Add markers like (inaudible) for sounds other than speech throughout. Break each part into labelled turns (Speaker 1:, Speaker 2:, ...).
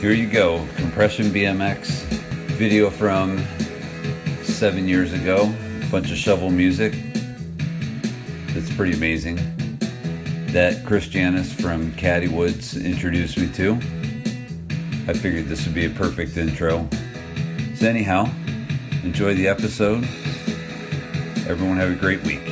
Speaker 1: Here you go, compression BMX video from seven years ago. Bunch of shovel music. That's pretty amazing. That Chris Janis from Caddy Woods introduced me to. I figured this would be a perfect intro. So, anyhow, enjoy the episode. Everyone, have a great week.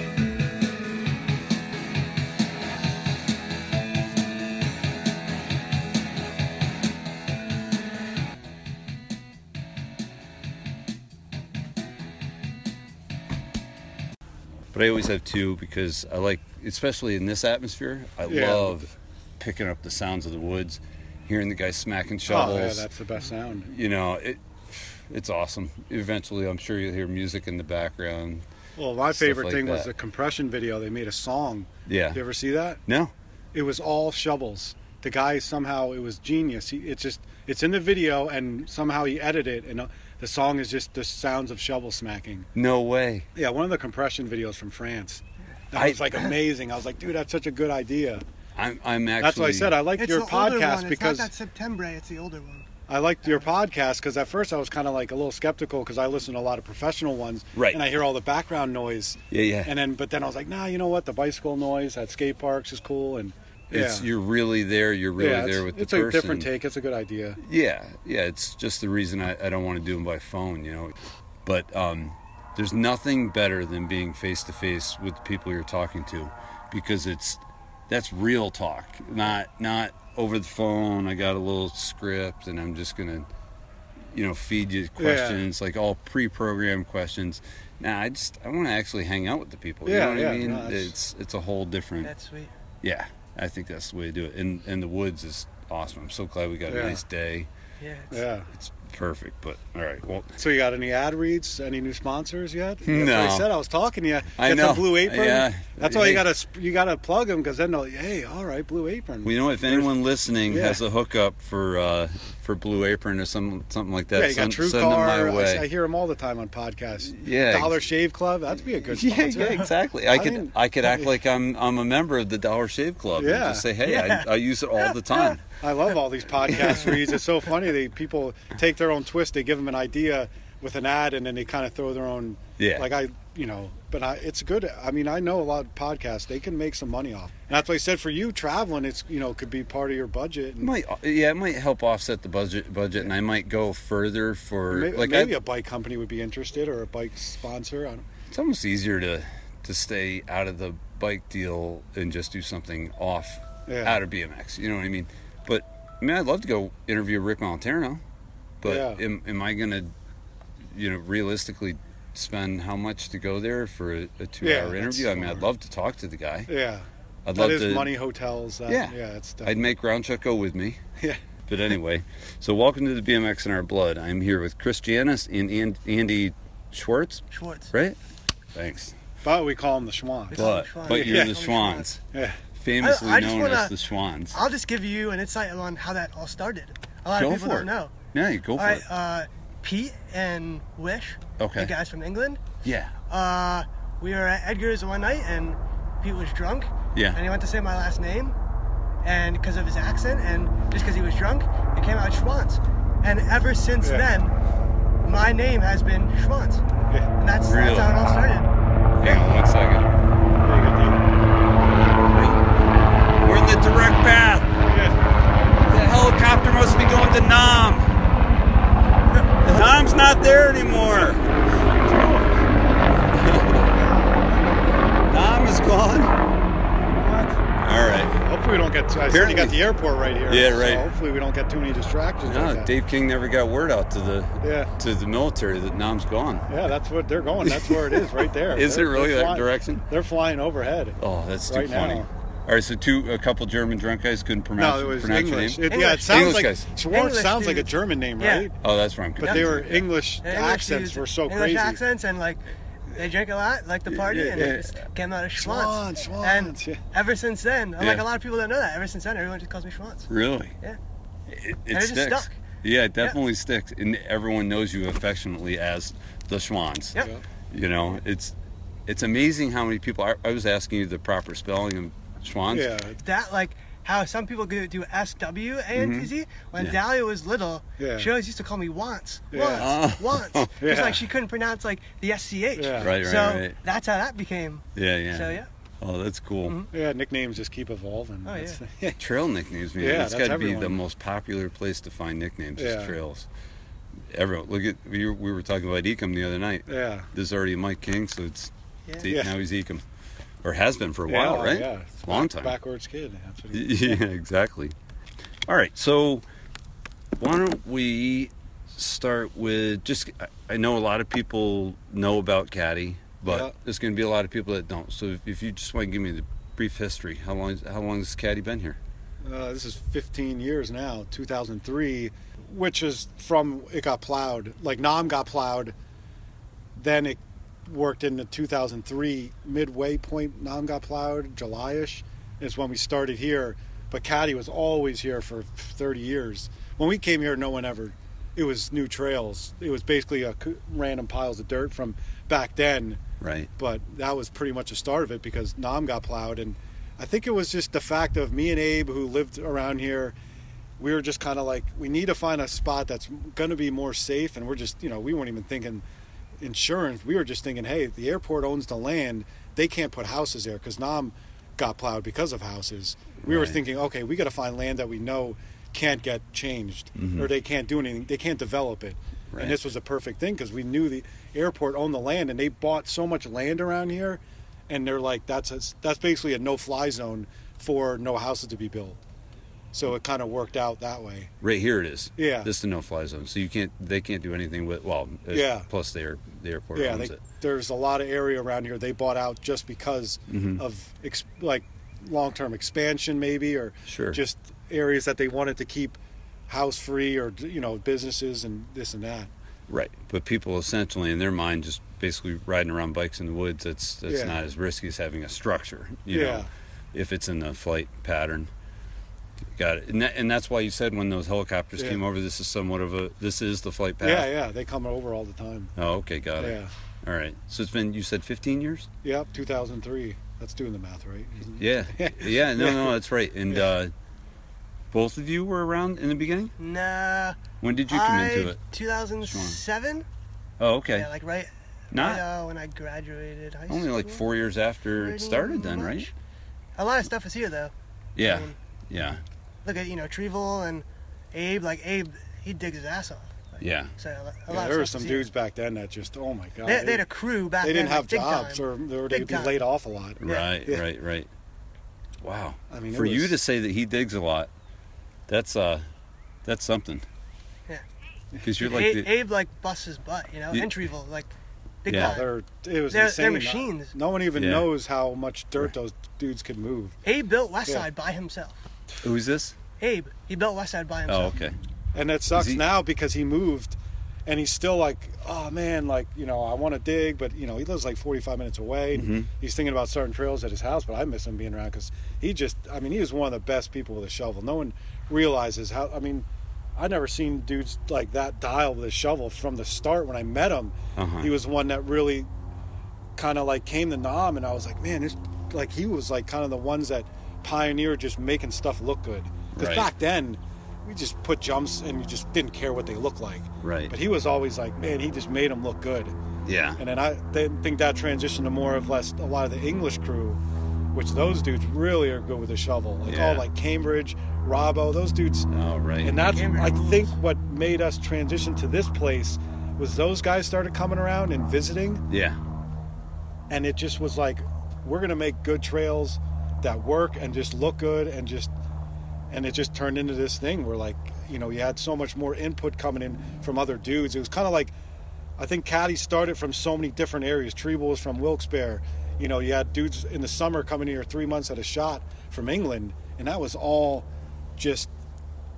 Speaker 1: But I always have two because I like, especially in this atmosphere, I
Speaker 2: Yeah.
Speaker 1: love picking up the sounds of the woods, hearing the guy smacking
Speaker 2: Oh,
Speaker 1: shovels.
Speaker 2: yeah, that's the best sound.
Speaker 1: you know it it's awesome eventually i'm sure you'll hear music in the background
Speaker 2: Well, my
Speaker 1: Stuff
Speaker 2: favorite
Speaker 1: like
Speaker 2: thing was
Speaker 1: that.
Speaker 2: the compression video. They made a song.
Speaker 1: yeah
Speaker 2: You ever see that?
Speaker 1: no
Speaker 2: It was all shovels. The guy somehow it was genius. He, it's just it's in the video, and somehow he edited it, and uh, the song is just the sounds of shovel smacking.
Speaker 1: no way
Speaker 2: Yeah, one of the compression videos from France. That
Speaker 1: I-
Speaker 2: was like amazing. I was like, dude, that's such a good idea.
Speaker 1: i'm, I'm actually
Speaker 2: That's why I said I liked
Speaker 3: It's
Speaker 2: your
Speaker 3: the older one.
Speaker 2: podcast
Speaker 3: It's
Speaker 2: because
Speaker 3: not that September. It's the older one.
Speaker 2: I liked your podcast because at first I was kind of like a little skeptical because I listen to a lot of professional ones,
Speaker 1: Right.
Speaker 2: And I hear all the background noise,
Speaker 1: yeah yeah
Speaker 2: and then but then I was like, nah, you know what? The bicycle noise at skate parks is cool, and
Speaker 1: it's
Speaker 2: yeah.
Speaker 1: you're really there you're really
Speaker 2: yeah,
Speaker 1: there
Speaker 2: it's,
Speaker 1: with
Speaker 2: it's
Speaker 1: the
Speaker 2: a
Speaker 1: person
Speaker 2: different take. It's a good idea.
Speaker 1: yeah yeah it's just the reason I, I don't want to do them by phone you know but um there's nothing better than being face to face with the people you're talking to because it's that's real talk not not over the phone i got a little script and i'm just gonna you know feed you questions like all pre-programmed questions now i just i want to actually hang out with the people you
Speaker 2: Yeah,
Speaker 1: know what i
Speaker 2: yeah,
Speaker 1: mean
Speaker 2: no, that's-
Speaker 1: it's it's a whole different
Speaker 3: That's sweet.
Speaker 1: yeah i think that's the way to do it and and the woods is awesome i'm so glad we got
Speaker 2: Yeah.
Speaker 1: a nice day
Speaker 3: Yeah. It's,
Speaker 2: Yeah.
Speaker 1: it's perfect, but all right. Well,
Speaker 2: So you got any ad reads? Any new sponsors yet? That's
Speaker 1: No.
Speaker 2: what I said I was talking to you.
Speaker 1: I
Speaker 2: Get
Speaker 1: know.
Speaker 2: some Blue Apron.
Speaker 1: Yeah.
Speaker 2: That's why
Speaker 1: Hey.
Speaker 2: you gotta sp- you gotta plug them because then they'll hey, all right, Blue Apron.
Speaker 1: we know if anyone listening
Speaker 2: Yeah.
Speaker 1: has a hookup for uh, for Blue Apron or some something like that,
Speaker 2: yeah, you got
Speaker 1: send,
Speaker 2: True
Speaker 1: send them my
Speaker 2: Car. I, I
Speaker 1: (laughs) way.
Speaker 2: hear them all the time on podcasts.
Speaker 1: Yeah, ex-
Speaker 2: Dollar Shave Club. That'd be a
Speaker 1: (laughs)
Speaker 2: good.
Speaker 1: yeah,
Speaker 2: sponsor.
Speaker 1: yeah, exactly. I,
Speaker 2: I
Speaker 1: could
Speaker 2: mean-
Speaker 1: I could act like I'm I'm a member of the Dollar Shave Club and
Speaker 2: Yeah.
Speaker 1: just say, hey, I, I use it all the
Speaker 2: (laughs)
Speaker 1: time.
Speaker 2: I love
Speaker 1: (laughs)
Speaker 2: all these podcast reads. It's so funny. They people take their own twist. They give them an idea with an ad, and then they kind of throw their own.
Speaker 1: Yeah.
Speaker 2: Like I, you know, but I, it's good. I mean, I know a lot of podcasts. They can make some money off. And that's why I said for you traveling, it's you know could be part of your budget.
Speaker 1: It
Speaker 2: And
Speaker 1: might yeah, it might help offset the budget budget, and I might go further for
Speaker 2: may-
Speaker 1: like
Speaker 2: maybe
Speaker 1: I,
Speaker 2: a bike company would be interested or a bike sponsor. I don't,
Speaker 1: it's almost easier to to stay out of the bike deal and just do something off
Speaker 2: Yeah.
Speaker 1: out of BMX. You know what I mean? But I mean, I'd love to go interview Rick Moliterno, but
Speaker 2: Yeah.
Speaker 1: am, am I gonna, you know, realistically spend how much to go there for a, a
Speaker 2: Yeah,
Speaker 1: two-hour
Speaker 2: that's
Speaker 1: interview? I mean, I'd
Speaker 2: smart.
Speaker 1: love to talk to the guy.
Speaker 2: yeah.
Speaker 1: I'd
Speaker 2: That
Speaker 1: love
Speaker 2: is
Speaker 1: to.
Speaker 2: money hotels. That,
Speaker 1: Yeah.
Speaker 2: Yeah. It's
Speaker 1: I'd
Speaker 2: definitely.
Speaker 1: make Roundchuck go with me.
Speaker 2: (laughs) Yeah.
Speaker 1: But anyway, so welcome to the BMX in Our Blood. I'm here with Chris Janis and An- Andy Schwartz,
Speaker 3: Schwartz.
Speaker 1: right? Thanks.
Speaker 2: But we call them the Schwans.
Speaker 3: It's-
Speaker 1: But,
Speaker 3: Tony Schwan.
Speaker 1: but you're
Speaker 2: Yeah.
Speaker 1: the
Speaker 3: Tony
Speaker 1: Schwans,
Speaker 2: Yeah.
Speaker 1: famously
Speaker 3: I- I just
Speaker 1: known
Speaker 3: wanna-
Speaker 1: as the Schwans.
Speaker 3: I'll just give you an insight on how that all started. A lot
Speaker 1: Go
Speaker 3: of people
Speaker 1: for
Speaker 3: don't
Speaker 1: it.
Speaker 3: know.
Speaker 1: Yeah, you go
Speaker 3: All
Speaker 1: for
Speaker 3: right.
Speaker 1: it.
Speaker 3: Uh, Pete and Wish.
Speaker 1: Okay.
Speaker 3: The guys from England.
Speaker 1: yeah.
Speaker 3: Uh, we were at Edgar's one night and Pete was drunk.
Speaker 1: Yeah.
Speaker 3: And he went to say my last name, and because of his accent and just because he was drunk, it came out Schwanz. And ever since
Speaker 2: Yeah.
Speaker 3: then, my name has been Schwanz. And that's,
Speaker 1: Really?
Speaker 3: that's how it all started.
Speaker 1: Hang on one second.
Speaker 2: Yeah.
Speaker 1: We're in the direct path. The helicopter must be going to Nam. Nam's not there anymore. Nam is gone. All right.
Speaker 2: Hopefully we don't get. I said you got
Speaker 1: Apparently-
Speaker 2: the airport right here.
Speaker 1: Yeah,
Speaker 2: so
Speaker 1: right.
Speaker 2: hopefully we don't get too many distractions. like
Speaker 1: No,
Speaker 2: that.
Speaker 1: Dave King never got word out to the
Speaker 2: Yeah,
Speaker 1: to the military that Nam's gone.
Speaker 2: yeah, that's what they're going. That's where it is, right there.
Speaker 1: (laughs) Is
Speaker 2: They're-
Speaker 1: it really
Speaker 2: they're
Speaker 1: that
Speaker 2: flying-
Speaker 1: direction?
Speaker 2: They're flying overhead.
Speaker 1: Oh, that's too
Speaker 2: Right
Speaker 1: funny.
Speaker 2: now.
Speaker 1: All right, so two a couple German drunk guys couldn't pronounce
Speaker 2: No, it was
Speaker 1: pronounce your
Speaker 2: English.
Speaker 1: name.
Speaker 2: It, yeah, it
Speaker 3: English.
Speaker 2: sounds
Speaker 1: English
Speaker 2: like
Speaker 1: guys.
Speaker 2: Schwartz
Speaker 3: English
Speaker 2: sounds like a
Speaker 3: dudes.
Speaker 2: German name,
Speaker 3: Yeah.
Speaker 2: right?
Speaker 1: oh, that's wrong.
Speaker 2: But they were English
Speaker 3: And English
Speaker 2: accents
Speaker 3: dudes-
Speaker 2: were so
Speaker 3: English
Speaker 2: crazy.
Speaker 3: accents and like they drink a lot, like the party,
Speaker 1: yeah,
Speaker 3: and
Speaker 1: yeah.
Speaker 3: it just came out as
Speaker 2: Schwanz,
Speaker 3: Schwanz.
Speaker 2: Schwanz,
Speaker 3: and
Speaker 2: yeah.
Speaker 3: ever since then, I'm like
Speaker 1: Yeah.
Speaker 3: a lot of people don't know that. Ever since then, everyone just calls me Schwanz.
Speaker 1: Really?
Speaker 3: Yeah.
Speaker 1: It, it
Speaker 3: And it just
Speaker 1: sticks.
Speaker 3: stuck.
Speaker 1: Yeah, it definitely sticks, and everyone knows you affectionately as the Schwans.
Speaker 3: Yep.
Speaker 2: Yeah.
Speaker 1: You know, it's it's amazing how many people. I, I was asking you the proper spelling of Schwans.
Speaker 2: Yeah,
Speaker 3: That like how some people do, do SW A-N-T-Z. When
Speaker 1: Yeah.
Speaker 3: Dahlia was little,
Speaker 2: Mm-hmm. Yeah.
Speaker 3: she always used to call me once,
Speaker 2: Yeah. Uh-huh. (laughs)
Speaker 3: once, once. Just
Speaker 2: Yeah.
Speaker 3: like she couldn't pronounce like the SCH.
Speaker 2: Yeah.
Speaker 1: Right, right,
Speaker 3: so
Speaker 1: right.
Speaker 3: that's how that became.
Speaker 1: Yeah, yeah.
Speaker 3: So yeah. Mm-hmm.
Speaker 1: Oh, that's cool.
Speaker 2: Yeah, nicknames just keep evolving.
Speaker 3: Oh,
Speaker 2: That's-
Speaker 1: Trail nicknames, man.
Speaker 2: Yeah,
Speaker 1: it's
Speaker 2: that's
Speaker 1: got to be the
Speaker 2: everyone.
Speaker 1: most popular place to find nicknames is
Speaker 2: Yeah.
Speaker 1: trails. Everyone, look at we were, we were talking about Ecom the other night.
Speaker 2: (laughs) yeah.
Speaker 1: There's already a Mike King, so it's,
Speaker 3: Yeah.
Speaker 1: it's
Speaker 2: Yeah.
Speaker 1: now he's Ecom, or has been for a
Speaker 2: Yeah, Oh,
Speaker 1: while, right?
Speaker 2: Yeah, It's
Speaker 1: long
Speaker 2: back-
Speaker 1: time.
Speaker 2: Backwards kid. That's what he-
Speaker 1: (laughs) yeah, exactly. All right, so why don't we start with just? I- I know a lot of people know about Caddy, but
Speaker 2: Yeah.
Speaker 1: there's going to be a lot of people that don't. So if, if you just want to give me the brief history, how long how long has Caddy been here?
Speaker 2: uh, this is 15 years now, 2003, which is from it got plowed. Like Nam got plowed, then it worked into 2003 midway point. Nam got plowed, July-ish is when we started here. But Caddy was always here for 30 years. When we came here, no one ever. It was new trails. It was basically a c- random piles of dirt from back then
Speaker 1: Right.
Speaker 2: but that was pretty much the start of it because Nam got plowed, and I think it was just the fact of me and Abe, who lived around here, we were just kind of like, we need to find a spot that's going to be more safe, and we're just, you know, we weren't even thinking insurance. We were just thinking, hey, the airport owns the land; they can't put houses there because Nam got plowed because of houses. We were
Speaker 1: Right.
Speaker 2: thinking, okay, we got to find land that we know can't get changed
Speaker 1: Mm-hmm.
Speaker 2: or they can't do anything, they can't develop it.
Speaker 1: Right.
Speaker 2: And this was a perfect thing because we knew the airport owned the land, and they bought so much land around here, and they're like, that's a, that's basically a no-fly zone for no houses to be built. So it kind of worked out that way.
Speaker 1: Right here it is.
Speaker 2: Yeah.
Speaker 1: This is a no-fly zone, so you can't. They can't do anything with. Well, it's-
Speaker 2: Yeah.
Speaker 1: Plus, the air the airport
Speaker 2: yeah,
Speaker 1: owns
Speaker 2: they,
Speaker 1: it.
Speaker 2: there's a lot of area around here they bought out just because
Speaker 1: Mm-hmm.
Speaker 2: of ex, like long-term expansion, maybe, or
Speaker 1: Sure.
Speaker 2: just areas that they wanted to keep house free or you know businesses and this and that.
Speaker 1: Right. But people essentially, in their mind, just basically riding around bikes in the woods. That's that's
Speaker 2: Yeah.
Speaker 1: not as risky as having a structure. You
Speaker 2: Yeah.
Speaker 1: know, if it's in the flight pattern. Got it. And, that, and that's why you said when those helicopters
Speaker 2: Yeah.
Speaker 1: came over, this is somewhat of a this is the flight path.
Speaker 2: Yeah, yeah, they come over all the time.
Speaker 1: Oh, okay, got it.
Speaker 2: Yeah.
Speaker 1: All right. So it's been you said 15 years.
Speaker 2: Yep, 2003. That's doing the math, right? (laughs)
Speaker 1: Yeah. Yeah. No, no, that's right. And uh, both of you were around in the beginning.
Speaker 3: Nah.
Speaker 1: When did you come
Speaker 3: I,
Speaker 1: into it?
Speaker 3: 2007.
Speaker 1: Oh, okay.
Speaker 3: Yeah, like right.
Speaker 1: Not
Speaker 3: right, uh, when I graduated high school.
Speaker 1: only like four years after it
Speaker 3: pretty
Speaker 1: started, then,
Speaker 3: much. Um,
Speaker 1: right?
Speaker 3: A lot of stuff is here though.
Speaker 1: Yeah,
Speaker 3: I mean,
Speaker 1: yeah,
Speaker 3: look at you know Trevel and Abe. Like Abe, he digs his ass off. Like,
Speaker 1: yeah.
Speaker 3: So a, lo- a
Speaker 2: Yeah,
Speaker 3: lot.
Speaker 2: there were
Speaker 3: of stuff
Speaker 2: some
Speaker 3: is here.
Speaker 2: dudes back then that just, oh my god,
Speaker 3: They, they had a crew back
Speaker 2: they
Speaker 3: then.
Speaker 2: didn't have
Speaker 3: like, big
Speaker 2: jobs
Speaker 3: time.
Speaker 2: or, or they'd
Speaker 3: Big
Speaker 2: be
Speaker 3: time.
Speaker 2: laid off a lot.
Speaker 3: Yeah.
Speaker 1: Right,
Speaker 2: Yeah.
Speaker 1: right, right. Wow.
Speaker 2: I mean, it
Speaker 1: for you
Speaker 2: was-
Speaker 1: to say that he digs a lot, that's uh, that's something.
Speaker 3: Yeah.
Speaker 1: Because you're like
Speaker 3: Abe,
Speaker 1: the,
Speaker 3: Abe like busts his butt, you know.
Speaker 1: Yeah.
Speaker 3: And Trevel like big
Speaker 1: Yeah.
Speaker 2: Yeah,
Speaker 3: time.
Speaker 2: they're it was
Speaker 3: They're- they're
Speaker 2: insane.
Speaker 3: machines.
Speaker 2: No one even
Speaker 1: Yeah.
Speaker 2: knows how much dirt those dudes could move.
Speaker 3: Abe built West
Speaker 2: Yeah.
Speaker 3: Side by himself.
Speaker 1: who's this?
Speaker 3: Abe, he built West Side by
Speaker 1: Oh,
Speaker 3: himself.
Speaker 1: okay.
Speaker 2: And that sucks
Speaker 1: he-
Speaker 2: now because he moved and he's still like, oh man, like, you know, I want to dig, but, you know, he lives like 45 minutes away.
Speaker 1: Mm-hmm.
Speaker 2: And He's thinking about starting trails at his house, but I miss him being around because he just, I mean, he was one of the best people with a shovel. No one realizes how, I mean, I never seen dudes like that dial with a shovel from the start when I met him.
Speaker 1: Uh-huh.
Speaker 2: He was one that really kind of like came to Nam, and I was like, man, this, like he was like kind of the ones that pioneered just making stuff look good. Because
Speaker 1: Right.
Speaker 2: back then, we just put jumps and you just didn't care what they looked like.
Speaker 1: Right.
Speaker 2: But he was always like, man, he just made them look good.
Speaker 1: Yeah.
Speaker 2: And then I then think that transitioned to more of less a lot of the English crew, which those dudes really are good with a shovel. Like
Speaker 1: Yeah.
Speaker 2: all like Cambridge, Robbo, those dudes.
Speaker 1: All right.
Speaker 2: And that's
Speaker 3: Cambridge
Speaker 2: I
Speaker 3: rules.
Speaker 2: think what made us transition to this place was those guys started coming around and visiting
Speaker 1: yeah.
Speaker 2: and it just was like we're gonna make good trails that work and just look good and just and it just turned into this thing where like you know you had so much more input coming in from other dudes it was kind of like i think caddy started from so many different areas Treble was from wilkes-barre you know you had dudes in the summer coming here three months at a shot from england and that was all just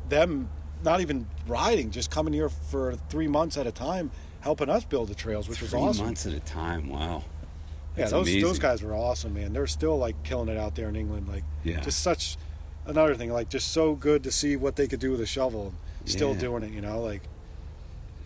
Speaker 2: them not even riding just coming here for three months at a time helping us build the trails which was
Speaker 1: Three
Speaker 2: awesome
Speaker 1: months at a time. Wow.
Speaker 2: yeah,
Speaker 1: That's
Speaker 2: those
Speaker 1: amazing.
Speaker 2: those guys were awesome, man. They're still like killing it out there in England. Like,
Speaker 1: Yeah.
Speaker 2: just such another thing. Like, just so good to see what they could do with a shovel. Still
Speaker 1: Yeah.
Speaker 2: doing it, you know. Like,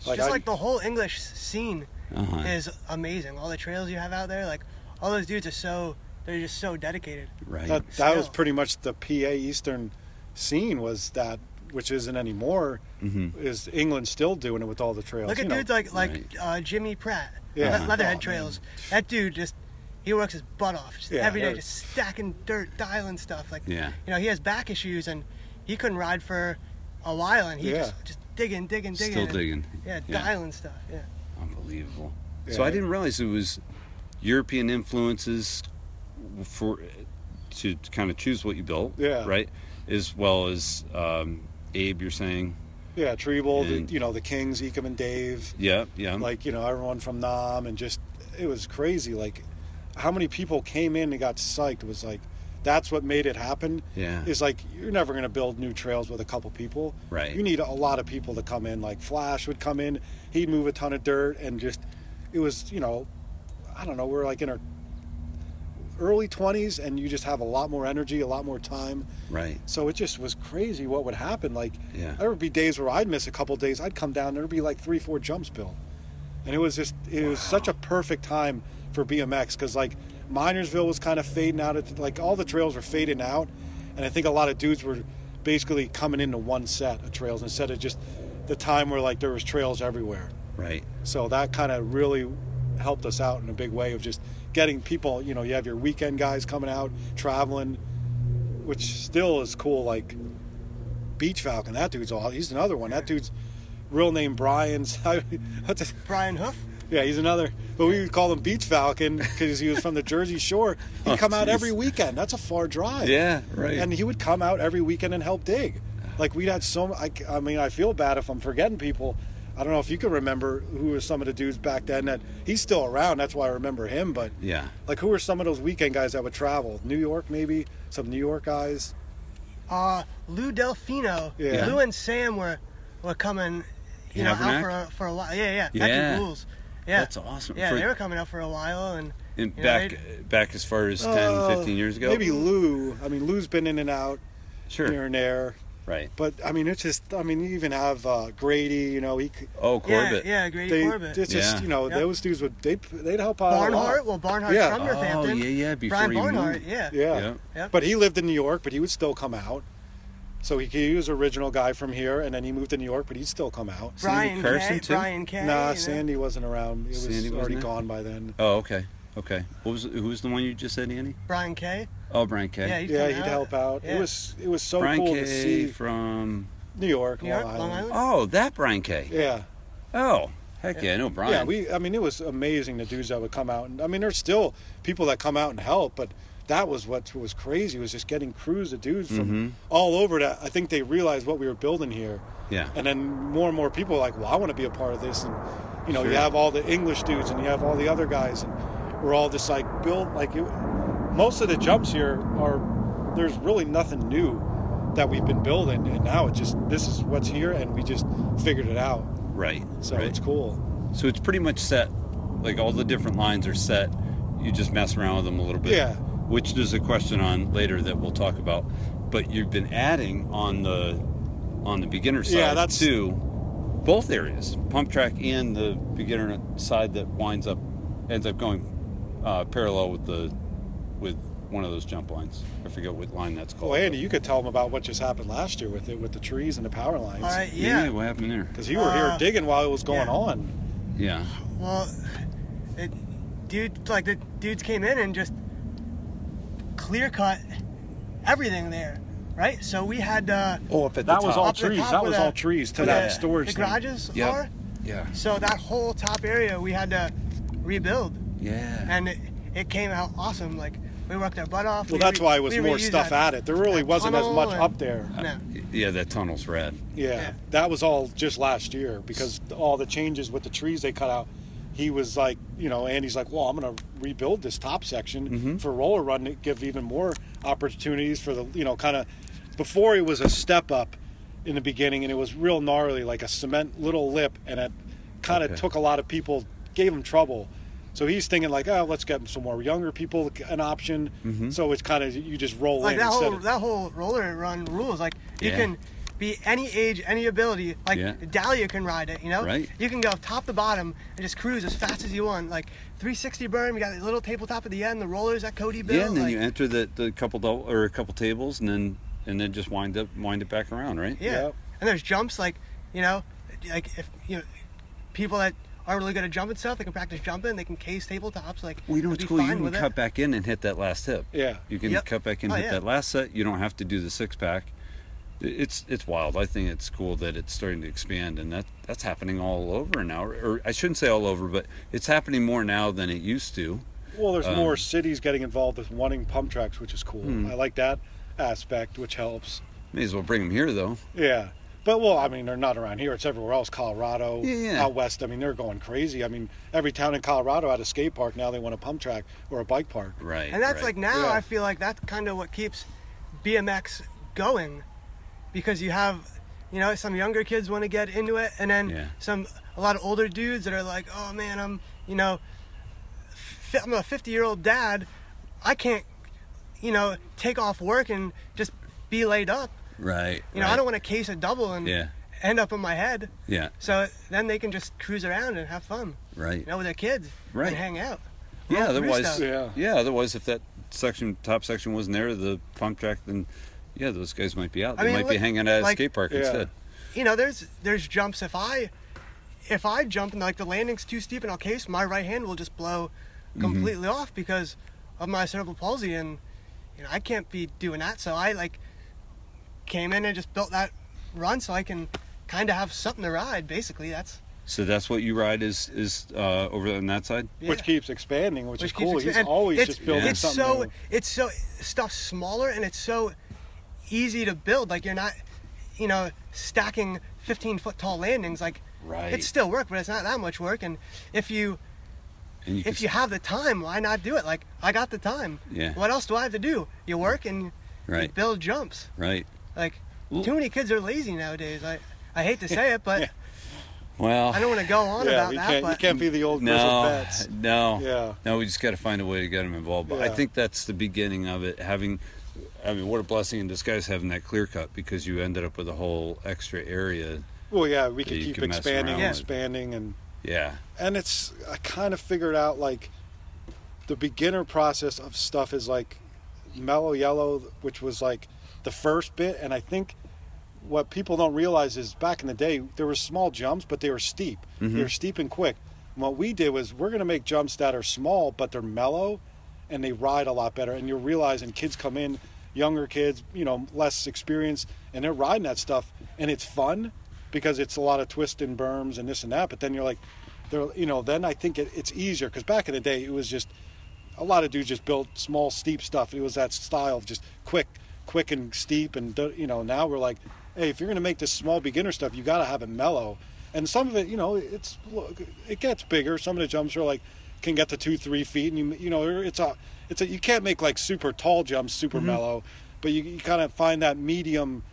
Speaker 1: Oh.
Speaker 2: like,
Speaker 3: Just
Speaker 2: I-
Speaker 3: like the whole English scene
Speaker 1: Uh-huh.
Speaker 3: is amazing. All the trails you have out there, like all those dudes are so they're just so dedicated.
Speaker 1: Right.
Speaker 2: that, that was
Speaker 3: Still.
Speaker 2: pretty much the PA Eastern scene was that, which isn't anymore, is England still doing it with all the trails.
Speaker 3: Mm-hmm. Look
Speaker 2: you
Speaker 3: at
Speaker 2: know.
Speaker 3: dudes like like uh, Jimmy Pratt,
Speaker 2: Yeah.
Speaker 3: Le- Leatherhead
Speaker 2: Oh,
Speaker 3: Trails. That dude just he works his butt off just
Speaker 2: Yeah,
Speaker 3: every day,
Speaker 2: they're-
Speaker 3: just stacking dirt, dialing stuff. Like
Speaker 1: Yeah.
Speaker 3: you know, he has back issues and he couldn't ride for a while, and he
Speaker 2: Yeah.
Speaker 3: just just digging, digging, digging.
Speaker 1: Still
Speaker 3: and-
Speaker 1: digging.
Speaker 3: Yeah,
Speaker 1: Yeah.
Speaker 3: dialing stuff. Yeah.
Speaker 1: Unbelievable.
Speaker 2: Yeah.
Speaker 1: So I didn't realize it was European influences for to kind of choose what you built.
Speaker 2: Yeah.
Speaker 1: Right. As well as um, Abe, you're saying.
Speaker 2: yeah, Treble,
Speaker 1: And-
Speaker 2: the, you know the Kings, Ecom and Dave,
Speaker 1: Yeah. Yeah.
Speaker 2: like you know everyone from Nam, and just it was crazy. Like how many people came in and got psyched was like that's what made it happen.
Speaker 1: Yeah.
Speaker 2: is like you're never going to build new trails with a couple people.
Speaker 1: Right.
Speaker 2: You need a lot of people to come in. Like Flash would come in, he'd move a ton of dirt, and just it was you know, I don't know. We're like in our early 20s, and you just have a lot more energy, a lot more time.
Speaker 1: right.
Speaker 2: So it just was crazy what would happen. Like
Speaker 1: Yeah.
Speaker 2: there would be days where I'd miss a couple days. I'd come down. There'd be like three, four jumps built, and it was just it was such a perfect time for BMX because like Minersville was kind of fading out. It like all the trails were fading out, and I think a lot of dudes were basically coming into one set of trails instead of just the time where like there was trails everywhere.
Speaker 1: Right.
Speaker 2: So that kind of really helped us out in a big way of just getting people. You know, you have your weekend guys coming out traveling, which still is cool. Like Beach Falcon, that dude's all. He's another one. That dude's real name Brian's. (laughs) that's a-
Speaker 3: Brian Hoof.
Speaker 2: yeah, he's another. But we would call him Beach Falcon because he was from the
Speaker 1: (laughs)
Speaker 2: Jersey Shore. He'd
Speaker 1: Oh,
Speaker 2: come out
Speaker 1: jeez.
Speaker 2: every weekend. That's a far drive.
Speaker 1: Yeah. Right.
Speaker 2: And he would come out every weekend and help dig. Like we'd had so. I, I mean, I feel bad if I'm forgetting people. I don't know if you can remember who were some of the dudes back then. That he's still around. That's why I remember him. But
Speaker 1: yeah.
Speaker 2: like, who were some of those weekend guys that would travel? New York, maybe some New York guys.
Speaker 3: Uh, Lou Delfino.
Speaker 2: Yeah.
Speaker 3: Lou and Sam were were coming, you know, out
Speaker 1: Havernack?
Speaker 3: for a, for a while. Yeah, yeah. That
Speaker 1: Yeah.
Speaker 3: dude rules. Yeah.
Speaker 1: That's awesome.
Speaker 3: Yeah,
Speaker 1: For-
Speaker 3: they were coming out for a while, and
Speaker 1: And
Speaker 3: You know,
Speaker 1: back back as far as 10,
Speaker 2: Uh,
Speaker 1: 15 years ago.
Speaker 2: Maybe Lou. I mean, Lou's been in and out
Speaker 1: Sure.
Speaker 2: here and there.
Speaker 1: Right.
Speaker 2: But I mean, it's just. I mean, you even have uh, Grady. You know, he. c-
Speaker 1: Oh,
Speaker 3: yeah,
Speaker 1: Corbett.
Speaker 3: yeah, Grady
Speaker 2: They,
Speaker 3: Corbett.
Speaker 2: it's just
Speaker 1: Yeah.
Speaker 2: you know
Speaker 3: Yep.
Speaker 2: those dudes would they they'd help out. a lot.
Speaker 3: Barnhart. Well, Barnhart's
Speaker 2: Yeah.
Speaker 3: from Northampton.
Speaker 1: yeah, yeah, before
Speaker 3: Brian
Speaker 1: he
Speaker 3: Barnhart.
Speaker 1: moved.
Speaker 3: Yeah.
Speaker 2: Yeah.
Speaker 1: Yeah.
Speaker 3: Yep.
Speaker 2: But he lived in New York, but he would still come out. So he, he was original guy from here, and then he moved to New York, but he'd still come out.
Speaker 1: Sandy
Speaker 3: Brian
Speaker 1: Carson,
Speaker 3: K.
Speaker 1: too?
Speaker 3: Brian
Speaker 2: nah,
Speaker 3: K. you know.
Speaker 2: Sandy wasn't around. It was
Speaker 1: Sandy wasn't
Speaker 2: already
Speaker 1: there?
Speaker 2: gone by then.
Speaker 1: Oh, okay. Okay. What was who was the one you just said, Andy?
Speaker 3: Brian K.
Speaker 1: Oh, Brian K.
Speaker 3: Yeah, He'd
Speaker 2: yeah,
Speaker 3: come
Speaker 2: he'd
Speaker 3: out.
Speaker 2: help out.
Speaker 3: Yeah.
Speaker 2: It was it was so
Speaker 1: Brian
Speaker 2: cool
Speaker 1: K.
Speaker 2: to see
Speaker 1: from
Speaker 2: New York,
Speaker 3: New
Speaker 2: Long
Speaker 3: York,
Speaker 2: Island.
Speaker 3: Long Island.
Speaker 1: Oh, that Brian K.
Speaker 2: Yeah,
Speaker 1: Oh, heck yeah, I know Brian.
Speaker 2: yeah. We I mean it was amazing the dudes that would come out, and I mean there's still people that come out and help, but that was what was crazy was just getting crews of dudes from
Speaker 1: Mm-hmm.
Speaker 2: all over. That I think they realized what we were building here.
Speaker 1: yeah.
Speaker 2: And then more and more people are like, well, I want to be a part of this. And, you know, you
Speaker 1: Sure.
Speaker 2: have all the English dudes and you have all the other guys. And we're all just like, build, like, it, most of the jumps here are, there's really nothing new that we've been building. And now it just, this is what's here. And we just figured it out.
Speaker 1: right.
Speaker 2: So
Speaker 1: right.
Speaker 2: it's cool.
Speaker 1: So it's pretty much set. Like all the different lines are set. You just mess around with them a little bit.
Speaker 2: Yeah.
Speaker 1: Which there's a question on later that we'll talk about. But you've been adding on the on the beginner side
Speaker 2: Yeah, that's-
Speaker 1: too. Both areas, pump track and the beginner side that winds up ends up going uh, parallel with the with one of those jump lines. I forget what line that's called.
Speaker 2: Well, Andy, you could tell them about what just happened last year with it, with the trees and the power
Speaker 3: All
Speaker 2: lines.
Speaker 3: right.
Speaker 1: yeah.
Speaker 3: Yeah.
Speaker 1: What happened there?
Speaker 2: Because you were here
Speaker 3: Uh,
Speaker 2: digging while it was going
Speaker 3: yeah.
Speaker 2: on.
Speaker 1: Yeah.
Speaker 3: Well, it, dude, like the dudes came in and just clear cut everything there, right? So we had uh,
Speaker 1: Oh, up at
Speaker 2: That was all
Speaker 3: Up the
Speaker 2: trees.
Speaker 3: top
Speaker 2: That
Speaker 3: with
Speaker 2: was
Speaker 3: a-
Speaker 2: all trees to
Speaker 3: where
Speaker 2: that
Speaker 3: the-
Speaker 2: storage.
Speaker 3: The
Speaker 2: thing.
Speaker 3: garages
Speaker 1: Yep.
Speaker 3: are.
Speaker 1: Yeah.
Speaker 3: So that whole top area we had to rebuild,
Speaker 1: Yeah.
Speaker 3: and it, it came out awesome. Like we worked our butt off.
Speaker 2: Well,
Speaker 3: we
Speaker 2: that's
Speaker 3: re-
Speaker 2: why it was
Speaker 3: we
Speaker 2: more
Speaker 3: reused
Speaker 2: stuff
Speaker 3: that-
Speaker 2: at it. There really
Speaker 3: that
Speaker 2: wasn't as
Speaker 3: tunnel
Speaker 2: much
Speaker 3: and-
Speaker 2: up there.
Speaker 3: No.
Speaker 1: Yeah, that tunnel's rad.
Speaker 2: Yeah,
Speaker 3: Yeah.
Speaker 2: that was all just last year because all the changes with the trees they cut out. He was like, you know, Andy's like, well, I'm going to rebuild this top section
Speaker 3: Mm-hmm.
Speaker 2: for roller run to give even more opportunities for the, you know, kind of. Before it was a step up in the beginning, and it was real gnarly, like a cement little lip, and it kind of
Speaker 1: Okay.
Speaker 2: took a lot of people, gave him trouble. So he's thinking like, oh, let's get some more younger people an option. So it's kind of you just roll
Speaker 3: Mm-hmm. like
Speaker 2: in.
Speaker 3: that
Speaker 2: instead
Speaker 3: whole
Speaker 2: of-
Speaker 3: that whole roller run rules. Like you
Speaker 1: Yeah.
Speaker 3: can be any age, any ability. Like
Speaker 1: Yeah.
Speaker 3: Dahlia can ride it, you know.
Speaker 1: Right.
Speaker 3: You can go top to bottom and just cruise as fast as you want. Like 360 burn. We got a little tabletop at the end. The rollers that Cody built.
Speaker 1: yeah, and then
Speaker 3: like,
Speaker 1: you enter the, the couple dou- or a couple tables, and then and then just wind up wind it back around, right?
Speaker 3: Yeah.
Speaker 2: Yep.
Speaker 3: And there's jumps like, you know, like if you know, people that are really good at jumping stuff, they can practice jumping. They can case tabletops. Like,
Speaker 1: Well, you know
Speaker 3: they'll
Speaker 1: what's
Speaker 3: be
Speaker 1: cool? You
Speaker 3: fine
Speaker 1: can
Speaker 3: with it.
Speaker 1: cut back in and hit that last hip.
Speaker 2: Yeah.
Speaker 1: You can
Speaker 3: Yep.
Speaker 1: cut back in,
Speaker 3: Oh,
Speaker 1: hit
Speaker 3: yeah.
Speaker 1: that last set. You don't have to do the six pack. It's it's wild. I think it's cool that it's starting to expand, and that that's happening all over now. Or I shouldn't say all over, but it's happening more now than it used to.
Speaker 2: Well, there's more cities getting involved with wanting pump tracks, which is cool. I like that aspect, which helps.
Speaker 1: May as well bring them here, though.
Speaker 2: Yeah. But well, I mean, they're not around here. It's everywhere else. Colorado,
Speaker 1: Yeah, yeah.
Speaker 2: out west. I mean, they're going crazy. I mean, every town in Colorado had a skate park. Now they want a pump track or a bike park.
Speaker 1: Right.
Speaker 3: And that's like now
Speaker 2: Yeah.
Speaker 3: I feel like that's kind of what keeps BMX going because you have, you know, some younger kids want to get into it and then
Speaker 1: Yeah.
Speaker 3: some a lot of older dudes that are like, "Oh man, I'm, you know, fi- I'm a 50-year-old dad. I can't, you know, take off work and just be laid up.
Speaker 1: right.
Speaker 3: You know, I don't want to case a double and
Speaker 1: Yeah.
Speaker 3: end up on my head."
Speaker 1: Yeah.
Speaker 3: So then they can just cruise around and have fun,
Speaker 1: Right.
Speaker 3: you know, with their kids
Speaker 1: Right.
Speaker 3: and hang out.
Speaker 1: Yeah,
Speaker 3: Roll through
Speaker 1: otherwise,
Speaker 3: stuff.
Speaker 1: yeah.
Speaker 2: Yeah.
Speaker 1: otherwise, if that section, top section wasn't there, the pump track, then yeah, those guys might be out. They
Speaker 3: I mean,
Speaker 1: might be
Speaker 3: look,
Speaker 1: hanging out at a
Speaker 3: like-
Speaker 1: skate park
Speaker 2: Yeah.
Speaker 1: instead.
Speaker 3: you know, there's there's jumps. If I if I jump and like the landing's too steep and I'll case, my right hand will just blow
Speaker 2: Mm-hmm.
Speaker 3: completely off because of my cerebral palsy, and you know I can't be doing that. So I like came in and just built that run so I can kind of have something to ride. Basically, that's
Speaker 1: So that's what you ride is is uh, over on that side.
Speaker 3: yeah.
Speaker 2: Which keeps expanding, which, is
Speaker 3: keeps
Speaker 2: cool.
Speaker 3: expan-
Speaker 2: He's
Speaker 3: and
Speaker 2: always
Speaker 3: it's-
Speaker 2: just building
Speaker 1: Yeah.
Speaker 3: It's
Speaker 2: something.
Speaker 3: so
Speaker 2: new.
Speaker 3: it's so stuff smaller and it's so easy to build. Like you're not, you know, stacking 15 foot tall landings. Like
Speaker 1: Right.
Speaker 3: it's still work, but it's not that much work. And if you
Speaker 1: And you can
Speaker 3: if you have the time, why not do it? Like I got the time.
Speaker 1: Yeah.
Speaker 3: What else do I have to do? You work and you
Speaker 1: Right.
Speaker 3: build jumps.
Speaker 1: Right.
Speaker 3: Like
Speaker 1: Ooh.
Speaker 3: too many kids are lazy nowadays. I I hate to say
Speaker 1: (laughs)
Speaker 3: it, but
Speaker 1: Well,
Speaker 3: I don't want to go on
Speaker 2: yeah,
Speaker 3: about
Speaker 2: you
Speaker 3: that.
Speaker 2: can't, you
Speaker 3: but
Speaker 2: can't be the old grizzled
Speaker 1: no, (laughs)
Speaker 2: vets.
Speaker 1: no,
Speaker 2: Yeah.
Speaker 1: no. We just got to find a way to get them involved. But I
Speaker 2: Yeah.
Speaker 1: think that's the beginning of it. Having, I mean, what a blessing in disguise having that clear cut because you ended up with a whole extra area.
Speaker 2: Well, yeah, we can
Speaker 1: you
Speaker 2: keep
Speaker 1: can mess
Speaker 2: expanding
Speaker 1: around
Speaker 2: and
Speaker 1: with.
Speaker 2: expanding, and
Speaker 1: Yeah,
Speaker 2: and it's I kind of figured out like the beginner process of stuff is like mellow yellow, which was like the first bit, and I think what people don't realize is back in the day there were small jumps, but they were steep. They were steep and quick. And what we did was we're gonna make jumps that are small, but they're mellow, and they ride a lot better. And you're realizing kids come in, younger kids, you know, less experience, and they're riding that stuff, and it's fun because it's a lot of twists and berms and this and that. But then you're like, they're, you know, then I think it, it's easier because back in the day it was just a lot of dudes just built small steep stuff. It was that style of just quick, quick and steep, and do- you know now we're like, hey, if you're gonna make this small beginner stuff, you gotta have it mellow. And some of it, you know, it's look, it gets bigger. Some of the jumps are like can get to two, three feet, and you you know it's a it's a you can't make like super tall jumps super mellow, but you, you kind of find that medium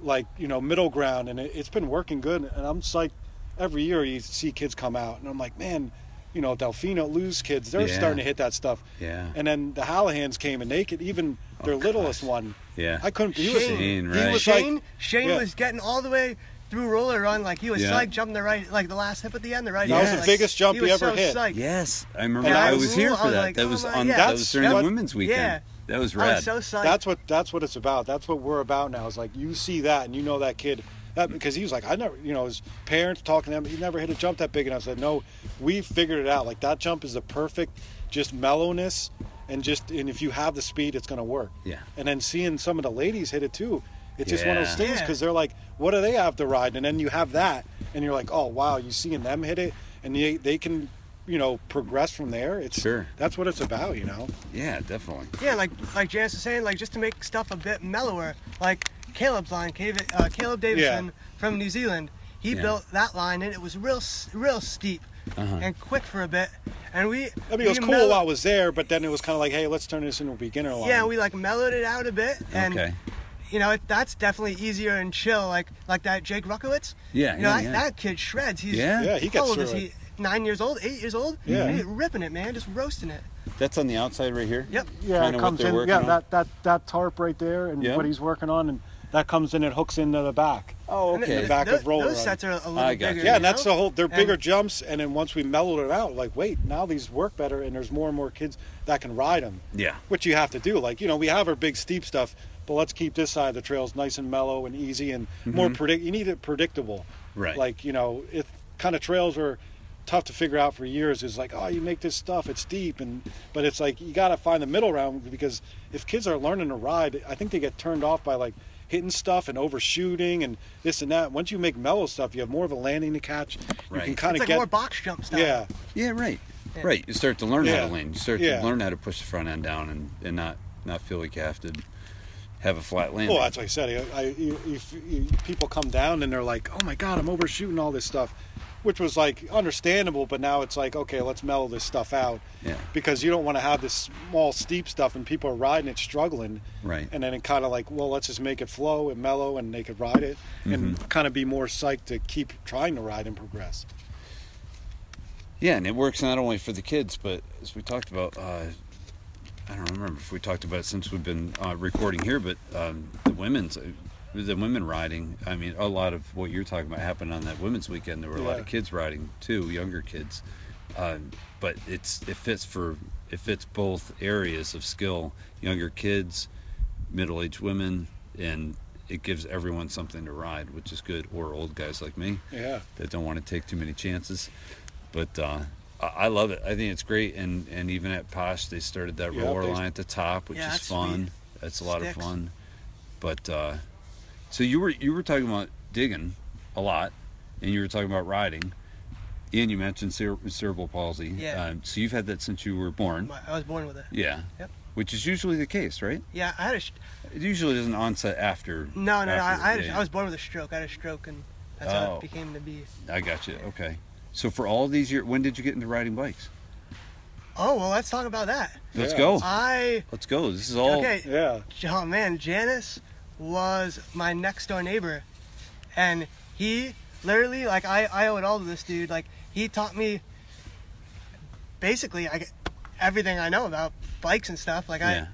Speaker 2: like you know middle ground and it, it's been working good and i'm psyched every year you see kids come out and i'm like man you know delfino lose kids they're
Speaker 1: Yeah.
Speaker 2: starting to hit that stuff
Speaker 1: Yeah. Oh,
Speaker 2: and then the halahans came and they could even their littlest one
Speaker 1: Yeah.
Speaker 2: i couldn't he was,
Speaker 1: Shane,
Speaker 2: he
Speaker 1: right.
Speaker 2: was
Speaker 3: Shane
Speaker 2: like
Speaker 3: Shane
Speaker 2: yeah.
Speaker 3: was getting all the way through roller run like he was
Speaker 1: Yeah.
Speaker 3: psyched jumping the right like the last hip at the end the right
Speaker 1: That was
Speaker 3: hand,
Speaker 1: the
Speaker 3: like,
Speaker 2: biggest jump he
Speaker 3: was
Speaker 2: ever
Speaker 3: so
Speaker 2: hit.
Speaker 3: psyched.
Speaker 1: yes, I remember.
Speaker 2: And
Speaker 1: I
Speaker 2: I
Speaker 1: was
Speaker 2: was-
Speaker 1: here
Speaker 3: I
Speaker 1: for
Speaker 3: was
Speaker 1: that.
Speaker 3: like,
Speaker 1: that
Speaker 3: oh
Speaker 1: was
Speaker 3: my-
Speaker 1: on.
Speaker 3: yeah.
Speaker 1: That was
Speaker 2: That's-
Speaker 1: during the
Speaker 2: that-
Speaker 1: women's weekend.
Speaker 3: yeah.
Speaker 1: That was
Speaker 3: I
Speaker 1: rad.
Speaker 3: was so psyched.
Speaker 2: that's what that's what it's about that's what we're about now is like you see that and you know that kid that because he was like i never you know his parents talking to him he never hit a jump that big and i said no we figured it out like that jump is the perfect just mellowness and just and if you have the speed it's going to work
Speaker 1: Yeah.
Speaker 2: and then seeing some of the ladies hit it too it's just one of those
Speaker 1: Yeah.
Speaker 2: things
Speaker 3: Yeah.
Speaker 2: because they're like what do they have to ride and then you have that and you're like oh wow you seeing them hit it and they, they can you know progress from there it's
Speaker 1: Sure.
Speaker 2: that's what it's about you know
Speaker 1: yeah, definitely.
Speaker 3: Yeah, like like Janice was saying, like just to make stuff a bit mellower. Like Caleb's line, Caleb, uh, Caleb Davison
Speaker 2: Yeah.
Speaker 3: from New Zealand, he
Speaker 1: Yeah.
Speaker 3: built that line and it was real s- real steep
Speaker 2: Uh-huh.
Speaker 3: and quick for a bit. And we
Speaker 2: I mean, it was
Speaker 3: we
Speaker 2: cool
Speaker 3: mellow-
Speaker 2: while I was there, but then it was kind of like, hey, let's turn this into a beginner line.
Speaker 3: yeah, we like mellowed it out a bit and.
Speaker 1: Okay.
Speaker 3: You know, it, that's definitely easier and chill, like like that Jake Ruckowitz.
Speaker 1: Yeah,
Speaker 3: You know,
Speaker 1: yeah,
Speaker 3: that,
Speaker 1: yeah.
Speaker 3: that kid shreds. He's
Speaker 1: Yeah.
Speaker 2: Yeah, he gets
Speaker 3: how old is
Speaker 2: through
Speaker 3: he?
Speaker 2: it.
Speaker 3: Nine years old, eight years old.
Speaker 2: Yeah.
Speaker 3: He's ripping it, man, just roasting it.
Speaker 1: That's on the outside right here.
Speaker 3: Yep.
Speaker 2: Yeah,
Speaker 1: Kinda
Speaker 2: it
Speaker 1: what
Speaker 2: comes
Speaker 1: they're
Speaker 2: in.
Speaker 1: working
Speaker 2: Yeah,
Speaker 1: on?
Speaker 2: that, that that tarp right there, and
Speaker 1: Yeah.
Speaker 2: what he's working on, and that comes in. It hooks into the back.
Speaker 1: Oh,
Speaker 3: And
Speaker 1: okay.
Speaker 3: th-
Speaker 2: The back
Speaker 3: th-
Speaker 2: of roller
Speaker 3: Those
Speaker 2: run.
Speaker 3: sets are a little
Speaker 1: I got
Speaker 3: bigger.
Speaker 1: you.
Speaker 2: Yeah,
Speaker 3: you
Speaker 2: and that's
Speaker 3: know?
Speaker 2: the whole. They're
Speaker 3: And-
Speaker 2: bigger jumps, and then once we mellowed it out, like, wait, now these work better, and there's more and more kids that can ride them.
Speaker 1: Yeah.
Speaker 2: Which you have to do. Like, you know, we have our big steep stuff, but let's keep this side of the trails nice and mellow and easy and more predict. You need it predictable,
Speaker 1: Mm-hmm. Right.
Speaker 2: Like you know, it kind of trails were tough to figure out for years. Is like, oh, you make this stuff, it's deep, and but it's like you got to find the middle ground because if kids are learning to ride, I think they get turned off by like hitting stuff and overshooting and this and that. Once you make mellow stuff, you have more of a landing to catch. You
Speaker 1: Right.
Speaker 2: can kind
Speaker 3: It's
Speaker 2: of get
Speaker 3: like more box jump stuff.
Speaker 2: yeah.
Speaker 1: Yeah, right.
Speaker 3: Yeah.
Speaker 1: Right. You start to learn how
Speaker 2: Yeah.
Speaker 1: to lane. You start
Speaker 2: Yeah.
Speaker 1: to learn how to push the front end down and, and not, not feel like you have to have a flat landing.
Speaker 2: Well, that's what I said. I, I, you, you, you, people come down and they're like, "Oh my God, I'm overshooting all this stuff," which was like understandable. But now it's like, okay, let's mellow this stuff out
Speaker 1: Yeah.
Speaker 2: because you don't want to have this small steep stuff and people are riding it struggling,
Speaker 1: Right.
Speaker 2: And then it kind of like, well, let's just make it flow and mellow, and they could ride it
Speaker 1: Mm-hmm.
Speaker 2: and kind of be more psyched to keep trying to ride and progress.
Speaker 1: Yeah, and it works not only for the kids, but as we talked about, uh, I don't remember if we talked about it since we've been uh, recording here, but um, the women's, the women riding. I mean, a lot of what you're talking about happened on that women's weekend. There were a lot
Speaker 2: Yeah.
Speaker 1: of kids riding too, younger kids. Um, but it's it fits for it fits both areas of skill: younger kids, middle-aged women, and it gives everyone something to ride, which is good. Or old guys like me
Speaker 2: Yeah,
Speaker 1: that don't want to take too many chances. But uh, I, I love it. I think it's great. And and even at Posh, they started that
Speaker 2: Yeah,
Speaker 1: roller
Speaker 2: they-
Speaker 1: line at the top, which
Speaker 3: Yeah,
Speaker 1: is
Speaker 3: that's
Speaker 1: fun.
Speaker 3: sweet.
Speaker 1: That's a lot
Speaker 3: Sticks.
Speaker 1: of fun. But uh, so you were you were talking about digging a lot, and you were talking about riding. And you mentioned cere- cerebral palsy.
Speaker 3: Yeah.
Speaker 1: Um, so you've had that since you were born.
Speaker 3: My- I was born with it.
Speaker 1: yeah.
Speaker 3: Yep.
Speaker 1: Which is usually the case, right?
Speaker 3: Yeah, I had a sh-
Speaker 1: It usually doesn't onset after.
Speaker 3: no, no, no. I,
Speaker 1: after-
Speaker 3: I, had a,
Speaker 1: yeah.
Speaker 3: I was born with a stroke. I had a stroke, and that's how
Speaker 1: Oh.
Speaker 3: it became to be.
Speaker 1: I got you. Okay. So for all these years, when did you get into riding bikes?
Speaker 3: Oh well, let's talk about that.
Speaker 1: Let's
Speaker 2: Yeah.
Speaker 1: go.
Speaker 3: I
Speaker 1: Let's go. This is all.
Speaker 3: okay.
Speaker 2: yeah,
Speaker 3: Oh man, Janice was my next door neighbor, and he literally like I I owe it all to this dude. Like he taught me basically I everything I know about bikes and stuff. Like I
Speaker 1: Yeah.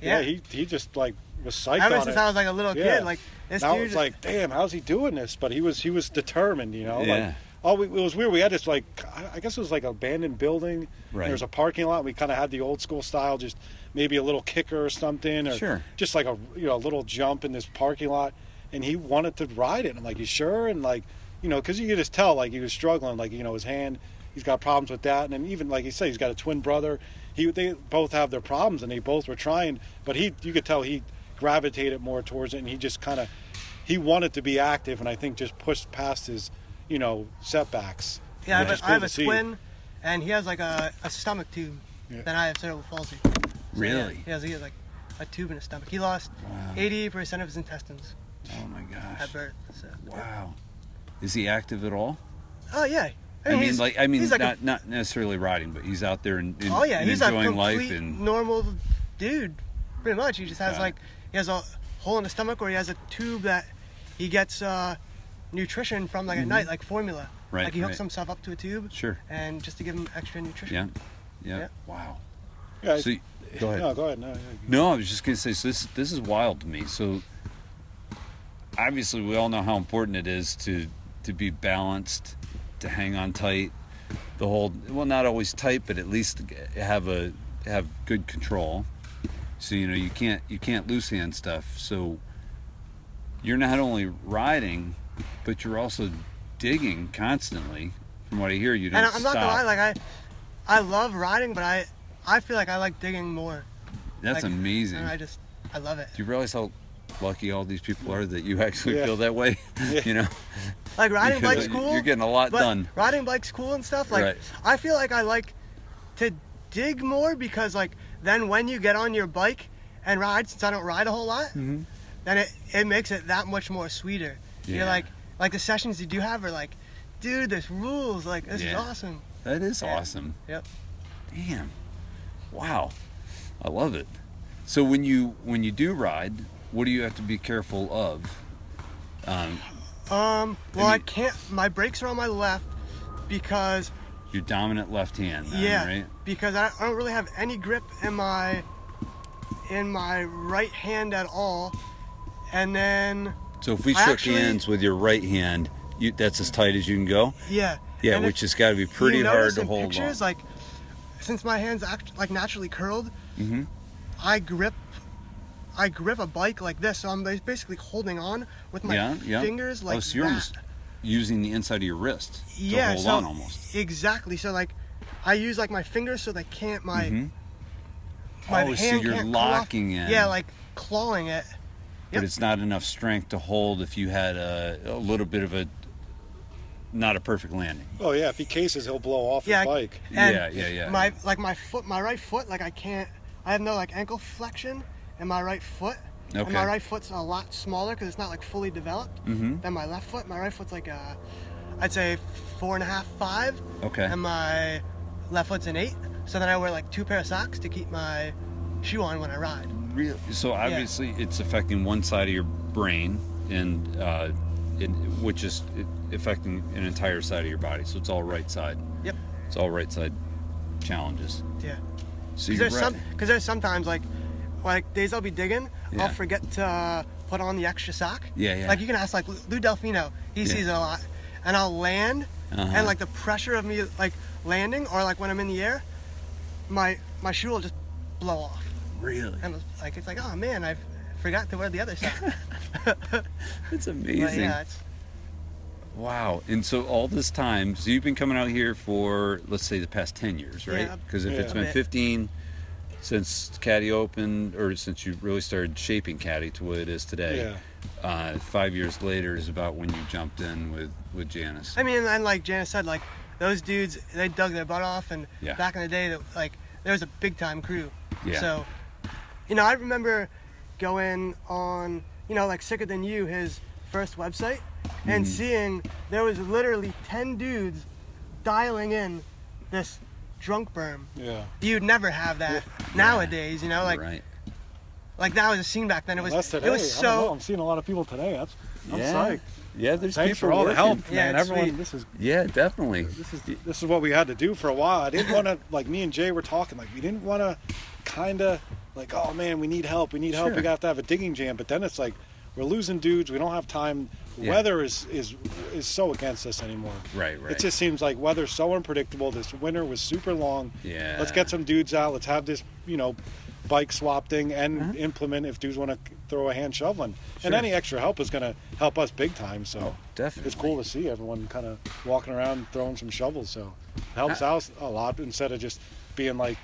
Speaker 2: yeah.
Speaker 3: yeah.
Speaker 2: he he just like was psyched
Speaker 3: ever
Speaker 2: on
Speaker 3: since
Speaker 2: it.
Speaker 3: I was like a little
Speaker 2: Yeah.
Speaker 3: kid, like this
Speaker 2: now
Speaker 3: dude
Speaker 2: it's like, damn, how's he doing this? But he was he was determined, you know.
Speaker 1: Yeah.
Speaker 2: Like, all we, it was weird. We had this like, I- I guess it was like an abandoned building.
Speaker 1: Right.
Speaker 2: There was a parking lot. We kind of had the old school style, just maybe a little kicker or something, or
Speaker 1: Sure.
Speaker 2: just like a you know a little jump in this parking lot. And he wanted to ride it. And I'm like, you sure? And like, you know, because you could just tell like he was struggling. Like you know his hand, he's got problems with that. And then even like you say, he's got a twin brother. He they both have their problems, and they both were trying. But he, you could tell he gravitated more towards it, and he just kind of he wanted to be active, and I think just pushed past his, you know, setbacks.
Speaker 3: Yeah, I
Speaker 2: which
Speaker 3: have,
Speaker 2: is
Speaker 3: a,
Speaker 2: cool
Speaker 3: I have
Speaker 2: to
Speaker 3: a
Speaker 2: see.
Speaker 3: twin, and he has like a, a stomach tube.
Speaker 2: Yeah.
Speaker 3: Then I have cerebral palsy. So,
Speaker 1: Really?
Speaker 3: Yeah, he has, he has like a tube in his stomach. He lost 80% of his intestines
Speaker 1: Oh my
Speaker 3: at
Speaker 1: gosh.
Speaker 3: birth. So.
Speaker 1: Wow. Is he active at all?
Speaker 3: Oh yeah.
Speaker 1: I mean,
Speaker 3: he's-
Speaker 1: like, I mean,
Speaker 3: he's like
Speaker 1: not
Speaker 3: a,
Speaker 1: not necessarily riding, but he's out there and, and-
Speaker 3: oh yeah,
Speaker 1: and
Speaker 3: he's a
Speaker 1: enjoying
Speaker 3: complete
Speaker 1: life and
Speaker 3: normal dude, pretty much. He just has
Speaker 1: Got it.
Speaker 3: like he has a hole in his stomach, or he has a tube that he gets uh, nutrition from, like at night, like formula.
Speaker 1: Mm-hmm. Right,
Speaker 3: Like he hooks
Speaker 1: right.
Speaker 3: himself up to a tube.
Speaker 1: Sure.
Speaker 3: And just to give him extra nutrition.
Speaker 1: yeah, yeah.
Speaker 3: Yeah.
Speaker 1: Wow.
Speaker 2: Yeah,
Speaker 1: So, you- go ahead.
Speaker 2: No, go ahead. No, yeah.
Speaker 1: No, I was just gonna say. So this this is wild to me. So obviously, we all know how important it is to to be balanced, to hang on tight, the whole well, not always tight, but at least have a have good control. So you know you can't you can't loose hand stuff. So you're not only riding, but you're also digging constantly. From what I hear, you don't
Speaker 3: And I- I'm not
Speaker 1: stop.
Speaker 3: gonna lie, like I, I love riding, but I, I feel like I like digging more.
Speaker 1: That's
Speaker 3: Like,
Speaker 1: amazing.
Speaker 3: And I just, I love it.
Speaker 1: Do you realize how lucky all these people are that you actually
Speaker 2: (laughs) Yeah.
Speaker 1: feel that way? (laughs) you know,
Speaker 3: Like riding
Speaker 1: Because
Speaker 3: bikes cool.
Speaker 1: you're getting a lot
Speaker 3: but
Speaker 1: done.
Speaker 3: Riding bikes cool and stuff. Like
Speaker 1: Right.
Speaker 3: I feel like I like to dig more because like then when you get on your bike and ride, since I don't ride a whole lot,
Speaker 1: Mm-hmm.
Speaker 3: then it it makes it that much more sweeter.
Speaker 1: Yeah.
Speaker 3: You're like like the sessions you do have are like, dude, there's rules. Like this is
Speaker 1: Yeah.
Speaker 3: awesome.
Speaker 1: that is
Speaker 3: Yeah.
Speaker 1: awesome.
Speaker 3: Yep.
Speaker 1: Damn, wow, I love it. So when you when you do ride, what do you have to be careful of? Um,
Speaker 3: Um. Well, I
Speaker 1: mean-
Speaker 3: can't. My brakes are on my left because
Speaker 1: your dominant left hand. then,
Speaker 3: Yeah,
Speaker 1: Right.
Speaker 3: because I I don't really have any grip in my in my right hand at all. And then
Speaker 1: So if we
Speaker 3: I
Speaker 1: shook
Speaker 3: actually-
Speaker 1: hands with your right hand, you, that's as tight as you can go.
Speaker 3: yeah,
Speaker 1: Yeah,
Speaker 3: and
Speaker 1: which
Speaker 3: if
Speaker 1: has got to be pretty
Speaker 3: you
Speaker 1: hard
Speaker 3: notice
Speaker 1: to
Speaker 3: in
Speaker 1: hold
Speaker 3: Pictures
Speaker 1: on.
Speaker 3: like
Speaker 1: Mm-hmm.
Speaker 3: since my hands act like naturally curled,
Speaker 1: Mhm.
Speaker 3: I grip I grip a bike like this, so I'm bas- basically holding on with my
Speaker 1: yeah, yeah.
Speaker 3: fingers like
Speaker 1: oh, so you're
Speaker 3: that.
Speaker 1: almost using the inside of your wrist to
Speaker 3: yeah,
Speaker 1: hold
Speaker 3: so
Speaker 1: on almost.
Speaker 3: exactly. So like, I use like my fingers so they can't my
Speaker 1: Mhm.
Speaker 3: my
Speaker 1: Oh,
Speaker 3: hand
Speaker 1: so you're
Speaker 3: can't come off.
Speaker 1: locking it.
Speaker 3: Yeah, like clawing it.
Speaker 1: But
Speaker 3: Yep.
Speaker 1: it's not enough strength to hold if you had a, a little bit of a not a perfect landing.
Speaker 2: Oh yeah, if he cases, he'll blow off
Speaker 3: Yeah, I-
Speaker 2: his bike.
Speaker 3: And
Speaker 1: yeah, yeah, yeah.
Speaker 3: My like my foot, my right foot, like I can't. I have no like ankle flexion in my right foot. And
Speaker 1: Okay.
Speaker 3: my right foot's a lot smaller because it's not like fully developed
Speaker 1: Mhm.
Speaker 3: than my left foot. My right foot's like a, I'd say four and a half, five.
Speaker 1: Okay.
Speaker 3: And my left foot's an eight. So then I wear like two pair of socks to keep my shoe on when I ride.
Speaker 1: Real. So obviously, it's affecting one side of your brain, and uh, it, which is affecting an entire side of your body. So it's all right side.
Speaker 3: Yep.
Speaker 1: It's all right side challenges.
Speaker 3: Yeah.
Speaker 1: So
Speaker 3: Because
Speaker 1: you're
Speaker 3: there's,
Speaker 1: right.
Speaker 3: some, 'cause there's sometimes like, like days I'll be digging,
Speaker 1: Yeah.
Speaker 3: I'll forget to uh, put on the extra sock.
Speaker 1: Yeah, yeah.
Speaker 3: Like you can ask like Lou Lou Delfino, he
Speaker 1: Yeah.
Speaker 3: sees it a lot, and I'll land,
Speaker 1: Uh-huh.
Speaker 3: and like the pressure of me like landing or like when I'm in the air, my my shoe will just blow off,
Speaker 1: really,
Speaker 3: and it's like it's like oh man I forgot to wear the
Speaker 1: (laughs)
Speaker 3: other sock. But,
Speaker 1: it's amazing.
Speaker 3: yeah, it's,
Speaker 1: Wow. And so all this time, so you've been coming out here for let's say the past ten years, right?
Speaker 3: Yeah.
Speaker 1: Because if it's
Speaker 2: Yeah.
Speaker 1: been
Speaker 3: Bit.
Speaker 1: fifteen since Caddy opened, or since you really started shaping Caddy to what it is today, uh, five years later is about when you jumped in with with Janice.
Speaker 3: I mean, and like Janice said, like those dudes, they dug their butt off, and
Speaker 1: Yeah.
Speaker 3: back in the day, that like there was a big time crew.
Speaker 1: Yeah.
Speaker 3: So, you know, I remember going on, you know, like Sicker Than You, his first website,
Speaker 1: Mm-hmm.
Speaker 3: and seeing there was literally ten dudes dialing in this drunk berm.
Speaker 2: Yeah,
Speaker 3: You'd never have that nowadays, you know, like
Speaker 1: right.
Speaker 3: like that was a scene back then. It was
Speaker 2: that's today.
Speaker 3: it was
Speaker 2: I don't know.
Speaker 3: so
Speaker 2: I'm seeing a lot of people today. That's I'm psyched.
Speaker 1: Yeah, there's
Speaker 2: Thanks
Speaker 1: people
Speaker 2: for all the
Speaker 1: working.
Speaker 2: help,
Speaker 3: Yeah,
Speaker 2: man.
Speaker 3: it's
Speaker 2: Everyone,
Speaker 3: sweet.
Speaker 2: this is
Speaker 1: Yeah, definitely.
Speaker 2: this is this is what we had to do for a while. I didn't want to (laughs) like me and Jay were talking like we didn't want to kind of like oh man we need help we need help
Speaker 1: Sure.
Speaker 2: we have to have a digging jam but then it's like we're losing dudes we don't have time The
Speaker 1: Yeah.
Speaker 2: weather is is is so against us anymore
Speaker 1: Right, right.
Speaker 2: it just seems like weather's so unpredictable this winter was super long
Speaker 1: Yeah.
Speaker 2: let's get some dudes out let's have this you know bike swap thing and implement if dudes want to throw a hand shoveling
Speaker 1: Uh-huh. Sure. Oh,
Speaker 2: and any extra help is going to help us big time so
Speaker 1: definitely.
Speaker 2: it's cool to see everyone kind of walking around throwing some shovels. So it helps
Speaker 1: Uh,
Speaker 2: out a lot instead of just being like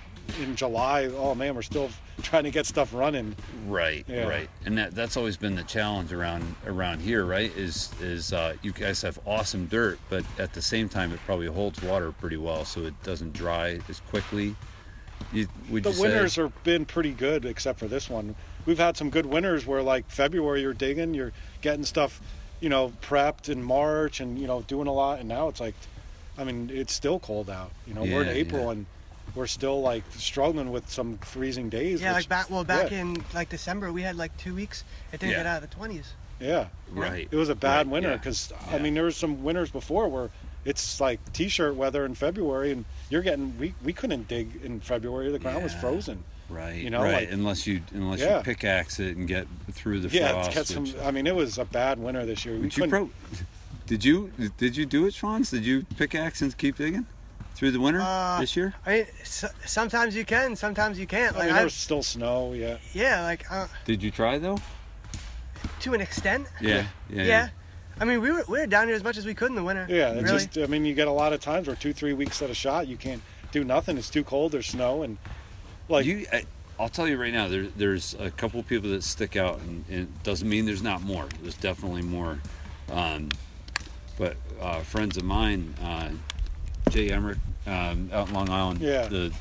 Speaker 2: in July. Oh man, we're still trying to get stuff running.
Speaker 1: Right,
Speaker 2: Yeah.
Speaker 1: right, and that that's always been the challenge around around here, right? Is is uh, you guys have awesome dirt, but at the same time, it probably holds water pretty well, so it doesn't dry as quickly. You, would
Speaker 2: The
Speaker 1: you
Speaker 2: winters
Speaker 1: say?
Speaker 2: have been pretty good, except for this one. We've had some good winters where like February you're digging, you're getting stuff, you know, prepped in March and you know doing a lot. And now it's like, I mean, it's still cold out. You know, we're in
Speaker 1: Yeah,
Speaker 2: April
Speaker 1: yeah.
Speaker 2: and we're still like struggling with some freezing days.
Speaker 3: yeah,
Speaker 2: which-
Speaker 3: like back well back
Speaker 2: yeah,
Speaker 3: in like December, we had like two weeks. It didn't
Speaker 1: Yeah.
Speaker 3: get out of the twenties.
Speaker 2: yeah.
Speaker 1: right.
Speaker 2: It was a
Speaker 1: right,
Speaker 2: bad winter
Speaker 1: yeah,
Speaker 2: 'cause winter because
Speaker 1: yeah.
Speaker 2: I mean there was some winters before where it's like t-shirt weather in February and you're getting we we couldn't dig in February the ground was
Speaker 1: Yeah.
Speaker 2: frozen.
Speaker 1: right,
Speaker 2: you know,
Speaker 1: right.
Speaker 2: like-
Speaker 1: unless you unless
Speaker 2: Yeah.
Speaker 1: you pickaxe it and get through the
Speaker 2: Yeah,
Speaker 1: frost.
Speaker 2: it's got some.
Speaker 1: which-
Speaker 2: I mean, it was a bad winter this year. We
Speaker 1: But you
Speaker 2: couldn't.
Speaker 1: pro- did you did you do it, Schwanz? Did you pickaxe and keep digging through the winter
Speaker 3: Uh,
Speaker 1: this year?
Speaker 3: I mean, so, sometimes you can, sometimes you can't.
Speaker 2: I
Speaker 3: Like,
Speaker 2: mean,
Speaker 3: I
Speaker 2: there was still snow. Yeah,
Speaker 3: yeah, like uh,
Speaker 1: Did you try though?
Speaker 3: to an extent.
Speaker 1: Yeah, yeah.
Speaker 3: Yeah. I mean, we were we were down here as much as we could in the winter.
Speaker 2: yeah. It
Speaker 3: really.
Speaker 2: just. I mean, you get a lot of times where two, three weeks at a shot, you can't do nothing. It's too cold. There's snow and like
Speaker 1: you, I, I'll tell you right now, there, there's a couple people that stick out, and, and it doesn't mean there's not more. There's definitely more. Um, but uh, friends of mine, uh, Jay Emmerich um, out in Long Island,
Speaker 2: Yeah.
Speaker 1: the,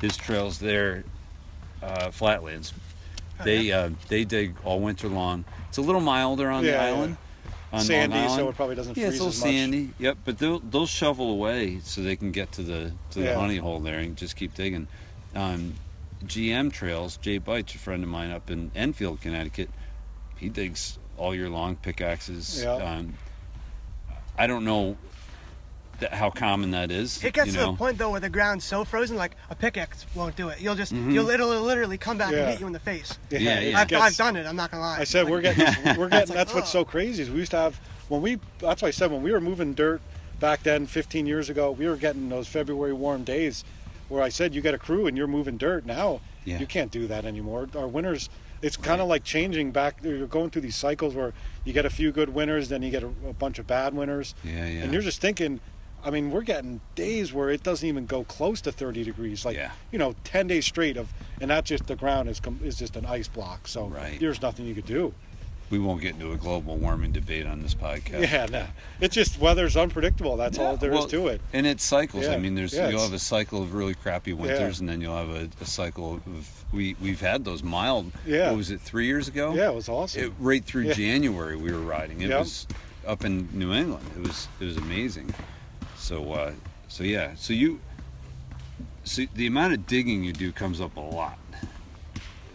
Speaker 1: his trails there, uh, Flatlands,
Speaker 2: Oh,
Speaker 1: they uh, they dig all winter long. It's a little milder on the
Speaker 2: Yeah, yeah.
Speaker 1: island. on Long
Speaker 2: sandy, so
Speaker 1: Island.
Speaker 2: it probably doesn't
Speaker 1: Yeah, it's
Speaker 2: freeze
Speaker 1: a little
Speaker 2: as much.
Speaker 1: sandy. Yep, but they'll they'll shovel away so they can get to the to the
Speaker 2: Yeah.
Speaker 1: honey hole there and just keep digging. Um, GM Trails, Jay Bites, a friend of mine up in Enfield, Connecticut, he digs all year long, pickaxes.
Speaker 2: Yeah.
Speaker 1: Um, I don't know that, how common that is.
Speaker 3: it gets
Speaker 1: you
Speaker 3: to
Speaker 1: know?
Speaker 3: the point though where the ground's so frozen, like a pickaxe won't do it. You'll just you'll literally literally come back and
Speaker 2: (laughs) Mm-hmm. Yeah.
Speaker 3: hit you in the face.
Speaker 1: Yeah,
Speaker 2: it
Speaker 1: yeah.
Speaker 3: I've,
Speaker 2: gets-
Speaker 3: I've done it. I'm not gonna lie.
Speaker 2: I said
Speaker 3: Like,
Speaker 2: we're getting this,
Speaker 3: (laughs)
Speaker 2: we're getting
Speaker 3: like,
Speaker 2: that's what's
Speaker 3: oh.
Speaker 2: so crazy is we used to have when we that's why I said when we were moving dirt back then 15 years ago we were getting those February warm days where I said you get a crew and you're moving dirt now
Speaker 1: Yeah.
Speaker 2: you can't do that anymore our winters it's kind of like changing back. You're going through these cycles where you get a few good winners, then you get a, a bunch of bad winners.
Speaker 1: Yeah, yeah.
Speaker 2: And you're just thinking, I mean, we're getting days where it doesn't even go close to 30 degrees. Like,
Speaker 1: Yeah.
Speaker 2: you know, 10 days straight of, and that's just the ground is com- is just an ice block. So
Speaker 1: Right.
Speaker 2: there's nothing you could do.
Speaker 1: We won't get into a global warming debate on this podcast.
Speaker 2: Yeah, no. It's just weather's unpredictable. That's all there is
Speaker 1: Well,
Speaker 2: to it.
Speaker 1: And it cycles. I
Speaker 2: Yeah.
Speaker 1: mean, there's
Speaker 2: Yeah,
Speaker 1: you'll
Speaker 2: it's-
Speaker 1: have a cycle of really crappy winters, and then you'll have a, a cycle of we we've had those mild.
Speaker 2: Yeah.
Speaker 1: What was it? Three years ago.
Speaker 2: Yeah, it was awesome.
Speaker 1: It, right through
Speaker 2: Yeah.
Speaker 1: January, we were riding. It
Speaker 2: Yep.
Speaker 1: was up in New England. It was it was amazing. So uh, so yeah. So you. So the amount of digging you do comes up a lot,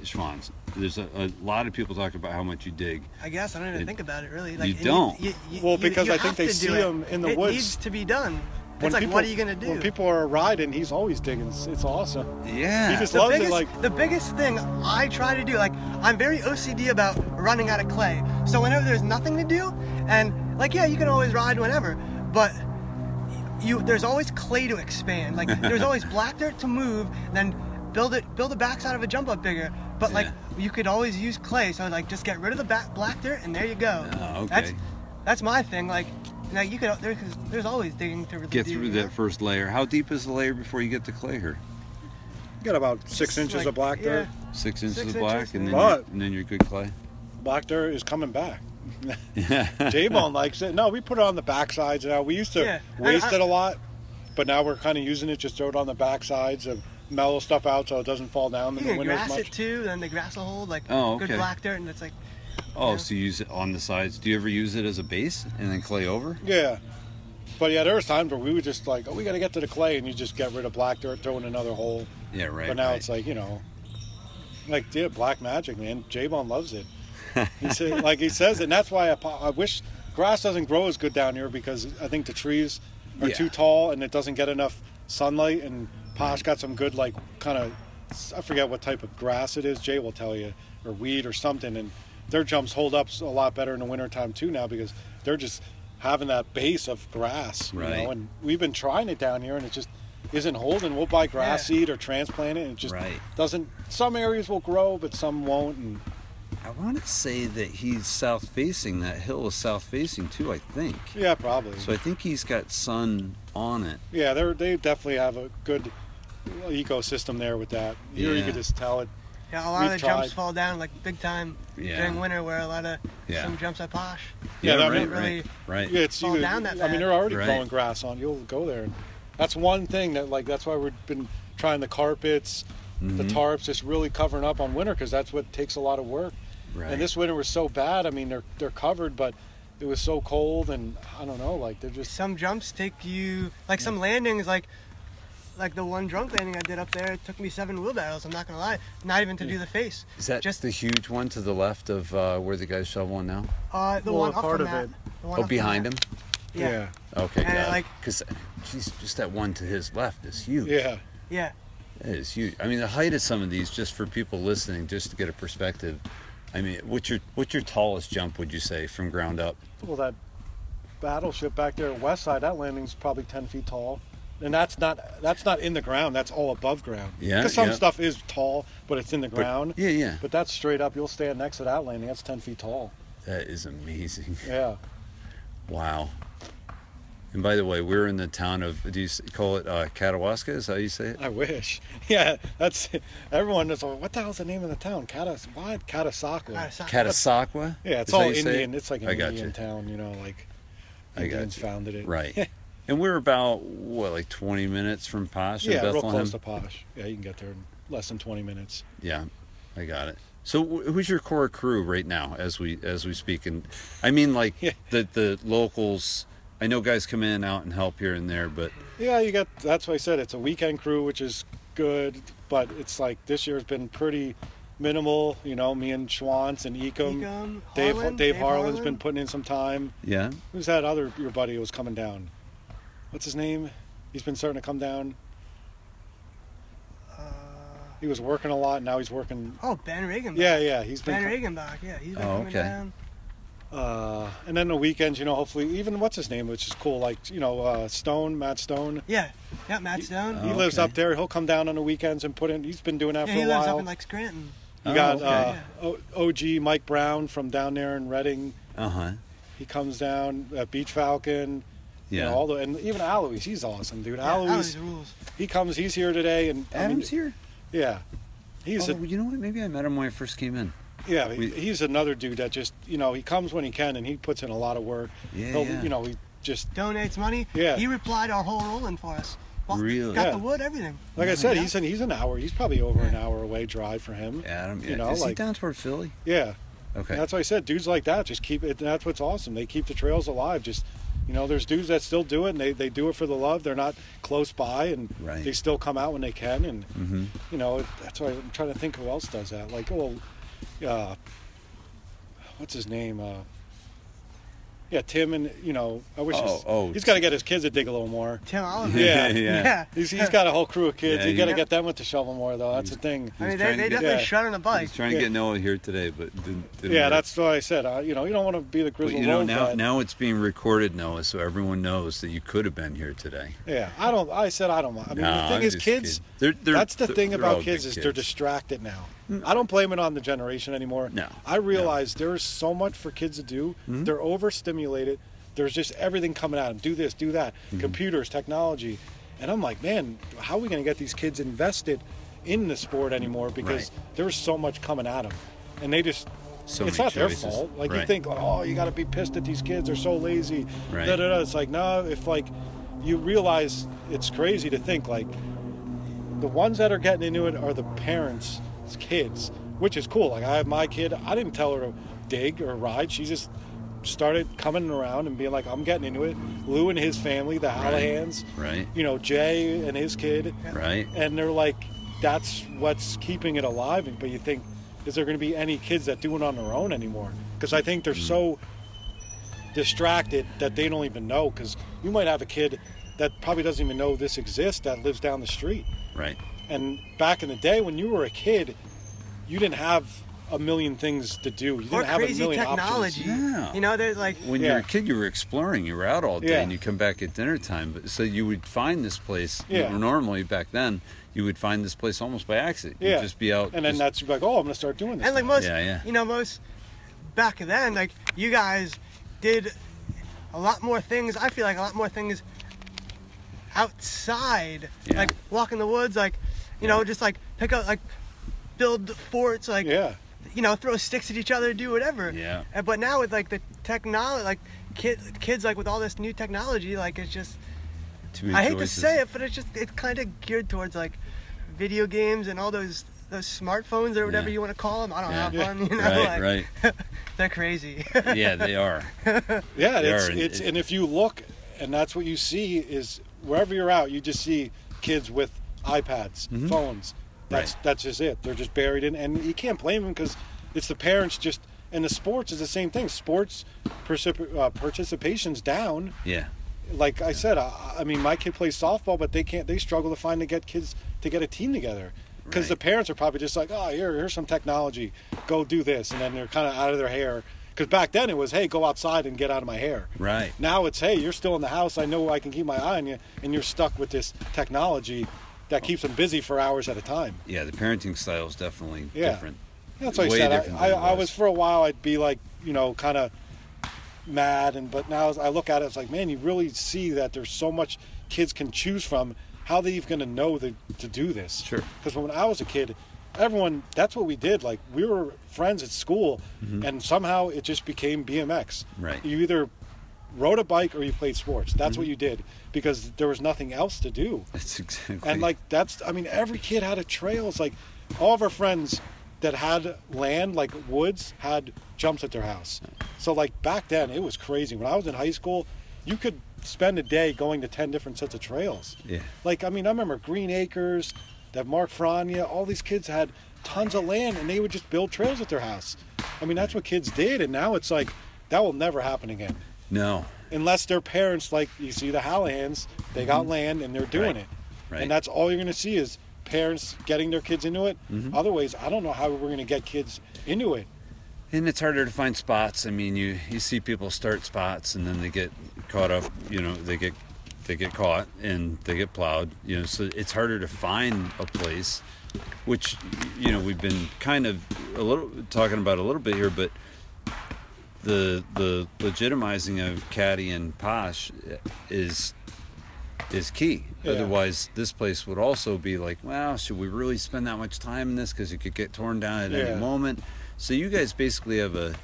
Speaker 1: Schwanz. There's a, a lot of people talk about how much you dig.
Speaker 3: I guess I don't even
Speaker 1: It-
Speaker 3: think about it really.
Speaker 1: you
Speaker 3: it
Speaker 1: don't.
Speaker 3: need- you- you-
Speaker 2: Well,
Speaker 3: you-
Speaker 2: because
Speaker 3: you
Speaker 2: I think
Speaker 3: have
Speaker 2: they
Speaker 3: to do
Speaker 2: see
Speaker 3: it.
Speaker 2: 'em in the
Speaker 3: It
Speaker 2: woods.
Speaker 3: needs to be done. It's like, what are you gonna do?
Speaker 2: When people are riding, he's always digging. It's, it's awesome.
Speaker 1: Yeah.
Speaker 2: You just
Speaker 3: the
Speaker 2: loves it,
Speaker 3: biggest,
Speaker 2: like-
Speaker 3: the biggest thing I try to do, like I'm very OCD about running out of clay. So whenever there's nothing to do, and like yeah, you can always ride whenever, but you there's always clay to expand. Like
Speaker 2: (laughs)
Speaker 3: there's always black dirt to move, then build it build the backside of a jump up bigger. But like
Speaker 1: Yeah.
Speaker 3: you could always use clay, so like just get rid of the back black dirt, and there you go.
Speaker 1: Ah,
Speaker 2: Oh,
Speaker 3: That's
Speaker 1: okay.
Speaker 3: that's my thing. Like now you could there's there's always digging to
Speaker 1: get
Speaker 3: do,
Speaker 1: through
Speaker 3: you know?
Speaker 1: that first layer. How deep is the layer before you get to clay here?
Speaker 2: You got about six
Speaker 3: Just,
Speaker 2: inches
Speaker 3: like,
Speaker 2: of black dirt.
Speaker 3: yeah.
Speaker 1: Six inches
Speaker 3: Six
Speaker 1: of black,
Speaker 3: inches,
Speaker 1: and then
Speaker 2: yeah.
Speaker 1: you're,
Speaker 2: But-
Speaker 1: and then you're good clay.
Speaker 2: Black dirt is coming back. J
Speaker 1: (laughs)
Speaker 2: Bone likes it. No, we put it on the back sides now. We used to
Speaker 3: Yeah.
Speaker 2: waste
Speaker 3: I- I-
Speaker 2: it a lot, but now we're kind of using it. Just throw it on the back sides and mellow stuff out so it doesn't fall down
Speaker 3: You
Speaker 2: in the
Speaker 3: can
Speaker 2: winter as
Speaker 3: grass it
Speaker 2: much.
Speaker 3: too, then the grass will hold like
Speaker 1: Oh, okay.
Speaker 3: good black dirt, and it's like
Speaker 1: Oh, so you use it on the sides. Do you ever use it as a base and then clay over?
Speaker 2: Yeah. But yeah, there was times where we would just like, oh, we got to get to the clay, and you just get rid of black dirt, throw in another hole.
Speaker 1: Yeah, right.
Speaker 2: but now
Speaker 1: right.
Speaker 2: it's like you know, like dude, black magic, man. J-Bone
Speaker 1: (laughs)
Speaker 2: loves it. He said, like he says, it, and that's why I, po- I wish grass doesn't grow as good down here because I think the trees are
Speaker 1: Yeah.
Speaker 2: too tall and it doesn't get enough sunlight. And Posh got some good like kind of I forget what type of grass it is. Jay will tell you or weed or something. And their jumps hold up a lot better in the wintertime too now because they're just having that base of grass, you
Speaker 1: Right.
Speaker 2: know. And we've been trying it down here, and it just isn't holding. We'll buy grass
Speaker 3: Yeah.
Speaker 2: seed or transplant it, and it just
Speaker 1: Right.
Speaker 2: doesn't. Some areas will grow, but some won't. And
Speaker 1: I want to say that he's south facing. That hill is south facing too, I think.
Speaker 2: yeah, probably.
Speaker 1: So I think he's got sun on it.
Speaker 2: Yeah, they they definitely have a good ecosystem there with that. Here you
Speaker 1: Yeah.
Speaker 2: could just tell it.
Speaker 3: yeah, a lot
Speaker 2: We've
Speaker 3: of the jumps
Speaker 2: tried.
Speaker 3: fall down like big time
Speaker 1: Yeah.
Speaker 3: during winter, where a lot of
Speaker 1: Yeah.
Speaker 3: some jumps are posh.
Speaker 2: Yeah, that
Speaker 1: right,
Speaker 3: would
Speaker 1: right,
Speaker 3: really-
Speaker 1: right.
Speaker 2: Yeah, it's
Speaker 3: Fall
Speaker 2: you,
Speaker 3: down that
Speaker 2: I mean,
Speaker 3: bad.
Speaker 2: they're already
Speaker 1: Right.
Speaker 2: growing grass on. You'll go there. And that's one thing that like that's why we've been trying the carpets, the
Speaker 1: Mm-hmm.
Speaker 2: tarps, just really covering up on winter because that's what takes a lot of work.
Speaker 1: Right.
Speaker 2: And this winter was so bad. I mean, they're they're covered, but it was so cold, and I don't know, like they're just
Speaker 3: Some jumps take you like some landings, like like the one drunk landing I did up there. It took me seven wheelbarrows. I'm not gonna lie, not even to do the face.
Speaker 1: Is that just
Speaker 3: just
Speaker 1: the huge one to the left of uh, where the guy's shoveling now?
Speaker 3: uh, the
Speaker 2: Well,
Speaker 3: one
Speaker 2: a
Speaker 3: up
Speaker 2: part
Speaker 3: from
Speaker 2: of
Speaker 3: that?
Speaker 2: it.
Speaker 3: the one
Speaker 1: Oh,
Speaker 3: up from
Speaker 1: behind him.
Speaker 3: that. Yeah,
Speaker 1: Okay,
Speaker 3: And,
Speaker 1: got it.
Speaker 3: like-
Speaker 1: Because, geez, just that one to his left is huge.
Speaker 2: yeah.
Speaker 3: yeah.
Speaker 1: That is huge. I mean, the height of some of these, just for people listening, just to get a perspective. I mean, what's your what's your tallest jump? Would you say from ground up?
Speaker 2: Well, that battleship back there at West Side, that landing's probably ten feet tall, and that's not that's not in the ground. That's all above ground.
Speaker 1: Yeah,
Speaker 2: Because some
Speaker 1: yeah.
Speaker 2: stuff is tall, but it's in the ground.
Speaker 1: yeah, yeah.
Speaker 2: But that's straight up. You'll stand next to that landing. That's ten feet tall.
Speaker 1: That is amazing. (laughs)
Speaker 2: Yeah.
Speaker 1: Wow. And by the way, we're in the town of. Do you s- call it uh, Catawaska? Is that how you say it?
Speaker 2: I wish. (laughs) Yeah, that's everyone is like, what the hell's the name of the town? Catas why Catasauqua?
Speaker 3: Alright, so-
Speaker 1: Catasauqua.
Speaker 2: Yeah, it's
Speaker 1: Is that
Speaker 2: all
Speaker 1: how you say it?
Speaker 2: Indian. It's like an
Speaker 1: I got
Speaker 2: Indian
Speaker 1: you.
Speaker 2: town, you know, like
Speaker 1: I got
Speaker 2: Indians
Speaker 1: you.
Speaker 2: founded it. (laughs)
Speaker 1: Right. and we're about what, like 20 minutes from Posh in
Speaker 2: Yeah, real
Speaker 1: Bethlehem.
Speaker 2: close to Posh. Yeah, you can get there in less than twenty minutes.
Speaker 1: Yeah, I got it. So wh- who's your core crew right now as we as we speak? And I mean like
Speaker 2: Yeah.
Speaker 1: the the locals. I know guys come in and out and help here and there, but
Speaker 2: Yeah, you got. That's why I said it's a weekend crew, which is good, but it's like this year's been pretty minimal. You know, me and Schwantz and Ecom,
Speaker 3: Ecom,
Speaker 2: Dave,
Speaker 3: Harlan,
Speaker 2: Dave
Speaker 3: Dave
Speaker 2: Harlan's
Speaker 3: Harlan.
Speaker 2: been putting in some time.
Speaker 1: yeah,
Speaker 2: Who's that other your buddy who was coming down? What's his name? He's been starting to come down.
Speaker 3: uh,
Speaker 2: He was working a lot. Now he's working.
Speaker 3: oh, Ben Reagan.
Speaker 2: Yeah, yeah, he's
Speaker 3: Ben
Speaker 2: been.
Speaker 3: Regenbach. Yeah, he's been
Speaker 1: Oh,
Speaker 3: coming
Speaker 1: okay.
Speaker 3: down.
Speaker 2: Uh, and then the weekends, you know, hopefully, even what's his name, which is cool. Like you know, uh, Stone, Matt Stone.
Speaker 3: Yeah, yeah. Matt Stone.
Speaker 2: He
Speaker 1: Oh,
Speaker 2: lives
Speaker 1: okay.
Speaker 2: up there. He'll come down on the weekends and put in. He's been doing that
Speaker 3: yeah,
Speaker 2: for
Speaker 3: he
Speaker 2: a
Speaker 3: lives
Speaker 2: while.
Speaker 3: up in like Scranton.
Speaker 2: You
Speaker 1: Oh,
Speaker 2: got
Speaker 1: okay.
Speaker 2: uh, o- OG Mike Brown from down there in Reading.
Speaker 1: Uh huh.
Speaker 2: He comes down. Uh, Beach Falcon. you
Speaker 1: Yeah.
Speaker 2: know, all the and even Alois, he's awesome, dude.
Speaker 3: Yeah,
Speaker 2: Alois,
Speaker 3: Alois rules.
Speaker 2: he comes. He's here today, and I mean,
Speaker 1: Adam's here.
Speaker 2: Yeah, he's
Speaker 1: oh, you know what? Maybe I met him when I first came in.
Speaker 2: a, yeah
Speaker 1: we-
Speaker 2: he's another dude that just you know he comes when he can and he puts in a lot of work.
Speaker 1: Yeah,
Speaker 2: He'll-
Speaker 1: yeah.
Speaker 2: You know he just
Speaker 3: Donates money.
Speaker 2: Yeah.
Speaker 3: He replied our whole rolling for us. Well,
Speaker 1: Really?
Speaker 3: Got
Speaker 2: Yeah.
Speaker 3: the wood, everything.
Speaker 2: like I said,
Speaker 3: Yeah.
Speaker 2: he's an, he's an hour. He's probably over an
Speaker 3: Yeah.
Speaker 2: hour away drive for him.
Speaker 1: Adam,
Speaker 2: You know,
Speaker 1: is he
Speaker 2: like-
Speaker 1: down toward Philly?
Speaker 2: Yeah,
Speaker 1: Okay.
Speaker 2: And that's why I said dudes like that just keep it. That's what's awesome. They keep the trails alive. Just you know, there's dudes that still do it and they, they do it for the love. They're not close by and
Speaker 1: Right. Mm-hmm.
Speaker 2: they still come out when they can. And you know, that's why I'm trying to think who else does that. Like, well, uh, what's his name? Uh, yeah, Tim and you know, I wish his-
Speaker 1: Oh, oh.
Speaker 2: he's got to get his kids to dig a little more.
Speaker 3: Tim Oliver.
Speaker 1: (laughs)
Speaker 2: Yeah.
Speaker 1: Yeah. (laughs)
Speaker 2: He's, he's got a whole crew of kids.
Speaker 1: Yeah,
Speaker 2: you got to
Speaker 1: he-
Speaker 2: get them with the shovel more though. That's the thing.
Speaker 3: I mean,
Speaker 1: He's
Speaker 3: they,
Speaker 1: trying
Speaker 3: they
Speaker 1: to get-
Speaker 3: definitely
Speaker 2: Yeah.
Speaker 3: shut on a
Speaker 1: I was
Speaker 3: bike.
Speaker 1: trying to
Speaker 2: Yeah.
Speaker 1: get Noah here today, but didn't. didn't
Speaker 2: Yeah,
Speaker 1: work.
Speaker 2: that's why I said. Uh, you know, you don't want to be the
Speaker 1: But
Speaker 2: grizzled
Speaker 1: you know,
Speaker 2: old
Speaker 1: now
Speaker 2: vet.
Speaker 1: now it's being recorded, Noah, so everyone knows that you could have been here today.
Speaker 2: Yeah, I don't. I said I don't mind. I mean,
Speaker 1: Nah,
Speaker 2: the
Speaker 1: I'm
Speaker 2: thing is,
Speaker 1: just
Speaker 2: kids.
Speaker 1: kidding. They're- they're-
Speaker 2: that's the
Speaker 1: they're-
Speaker 2: thing
Speaker 1: they're all
Speaker 2: about kids
Speaker 1: good
Speaker 2: is they're
Speaker 1: kids. Mm.
Speaker 2: distracted now. I don't blame it on the generation anymore.
Speaker 1: No, Mm-hmm.
Speaker 2: I realize there's so much for kids to do. They're overstimulated. There's just everything coming at them. Do this, do that.
Speaker 1: Mm-hmm.
Speaker 2: Computers, technology, and I'm like, man, how are we going to get these kids invested in the sport anymore? Because
Speaker 1: Right.
Speaker 2: there's so much coming at them, and they just.
Speaker 1: So
Speaker 2: it's
Speaker 1: many
Speaker 2: not
Speaker 1: choices.
Speaker 2: their fault. Like you
Speaker 1: Right.
Speaker 2: think, oh, you got to be pissed at these kids. They're so lazy.
Speaker 1: Right.
Speaker 2: Da, da, da. It's like, no, if like you realize it's crazy to think like the ones that are getting into it are the parents' kids, which is cool. Like I have my kid, I didn't tell her to dig or ride. She just started coming around and being like, I'm getting into it. Lou and his family, the Hallahans,
Speaker 1: Right.
Speaker 2: you know, Jay and his kid.
Speaker 1: Right.
Speaker 2: And they're like, that's what's keeping it alive. But you think, is there going to be any kids that do it on their own anymore? Because I think they're
Speaker 1: Mm.
Speaker 2: so distracted that they don't even know. Because you might have a kid that probably doesn't even know this exists that lives down the street.
Speaker 1: Right.
Speaker 2: And back in the day, when you were a kid, you didn't have a million things to do. You didn't
Speaker 3: Or
Speaker 2: have a
Speaker 3: crazy
Speaker 2: million
Speaker 3: technology.
Speaker 2: options.
Speaker 1: Yeah.
Speaker 3: You know, there's like
Speaker 1: When you were a
Speaker 2: Yeah.
Speaker 1: kid, you were exploring. You were out all day,
Speaker 2: Yeah.
Speaker 1: and you come back at dinner time. But so you would find this place.
Speaker 2: Yeah.
Speaker 1: Normally back then, you would find this place almost by accident.
Speaker 2: Yeah.
Speaker 1: You'd just be out.
Speaker 2: And then
Speaker 1: just-
Speaker 2: that's like, oh, I'm going to start doing this.
Speaker 3: And like most,
Speaker 1: Yeah, yeah.
Speaker 3: you know, most back then, like you guys did a lot more things. I feel like a lot more things outside,
Speaker 1: Yeah.
Speaker 3: like walk in the woods, like you know, just like pick up, like build forts, like
Speaker 2: yeah.
Speaker 3: you know, throw sticks at each other, do whatever.
Speaker 1: Yeah.
Speaker 3: And, but now with like the technology, like kid, kids, like with all this new technology, like it's just
Speaker 1: too many
Speaker 3: I hate to
Speaker 1: choices.
Speaker 3: say it, but it's just it's kind of geared towards like video games and all those those smartphones or whatever
Speaker 1: Yeah.
Speaker 3: you want to call them. I don't
Speaker 1: Yeah.
Speaker 3: have one, you know.
Speaker 1: Right.
Speaker 3: like,
Speaker 1: Right.
Speaker 3: (laughs) They're crazy. (laughs)
Speaker 1: yeah, they are.
Speaker 2: Yeah,
Speaker 1: They
Speaker 2: it's,
Speaker 1: are, and
Speaker 2: it's
Speaker 1: it-
Speaker 2: and if you look, and that's what you see is wherever you're out, you just see kids with iPads, phones. That's
Speaker 1: Right.
Speaker 2: that's just it. They're just buried in, and you can't blame them because it's the parents just. And the sports is the same thing. Sports particip- uh, participation's down.
Speaker 1: Yeah.
Speaker 2: Like I said, I, I mean, my kid plays softball, but they can't. They struggle to find to get kids to get a team together because the
Speaker 1: Right.
Speaker 2: parents are probably just like, oh, here, here's some technology. Go do this, and then they're kind of out of their hair. Because back then it was, hey, go outside and get out of my hair.
Speaker 1: Right.
Speaker 2: Now it's hey, you're still in the house. I know I can keep my eye on you, and you're stuck with this technology that keeps them busy for hours at a time.
Speaker 1: Yeah. The parenting style is definitely
Speaker 2: Yeah.
Speaker 1: different.
Speaker 2: That's what
Speaker 1: Way
Speaker 2: I said.
Speaker 1: different
Speaker 2: I, I,
Speaker 1: than it
Speaker 2: I
Speaker 1: was.
Speaker 2: was for a while. I'd be like, you know, kind of mad, and but now as I look at it, it's like, man, you really see that there's so much kids can choose from. How are they even going to know the, to do this?
Speaker 1: Sure.
Speaker 2: Because when I was a kid, everyone that's what we did. Like we were friends at school, and somehow it just became BMX.
Speaker 1: Mm-hmm. Right. Mm-hmm.
Speaker 2: You either rode a bike or you played sports. That's what you did because there was nothing else to do.
Speaker 1: That's exactly.
Speaker 2: And like that's, I mean, every kid had a trail. It's like all of our friends that had land, like woods, had jumps at their house. So like back then, it was crazy. When I was in high school, you could spend a day going to ten different sets of trails.
Speaker 1: Yeah.
Speaker 2: Like I mean, I remember Green Acres, that Mark Frania. All these kids had tons of land, and they would just build trails at their house. I mean, that's what kids did, and now it's like that will never happen again
Speaker 1: no.
Speaker 2: unless their parents like you see the Hallahans, they got land and they're doing
Speaker 1: Mm-hmm. Right.
Speaker 2: it,
Speaker 1: Right.
Speaker 2: and that's all you're going to see is parents getting their kids into it.
Speaker 1: Mm-hmm.
Speaker 2: Otherwise, I don't know how we're going to get kids into it.
Speaker 1: And it's harder to find spots. I mean, you you see people start spots and then they get caught up. You know, they get they get caught and they get plowed. You know, so it's harder to find a place, which you know we've been kind of a little talking about a little bit here, but the the legitimizing of caddy and posh is is key.
Speaker 2: Yeah.
Speaker 1: Otherwise, this place would also be like, well, should we really spend that much time in this? Because it could get torn down at
Speaker 2: Yeah.
Speaker 1: any moment. So you guys basically have a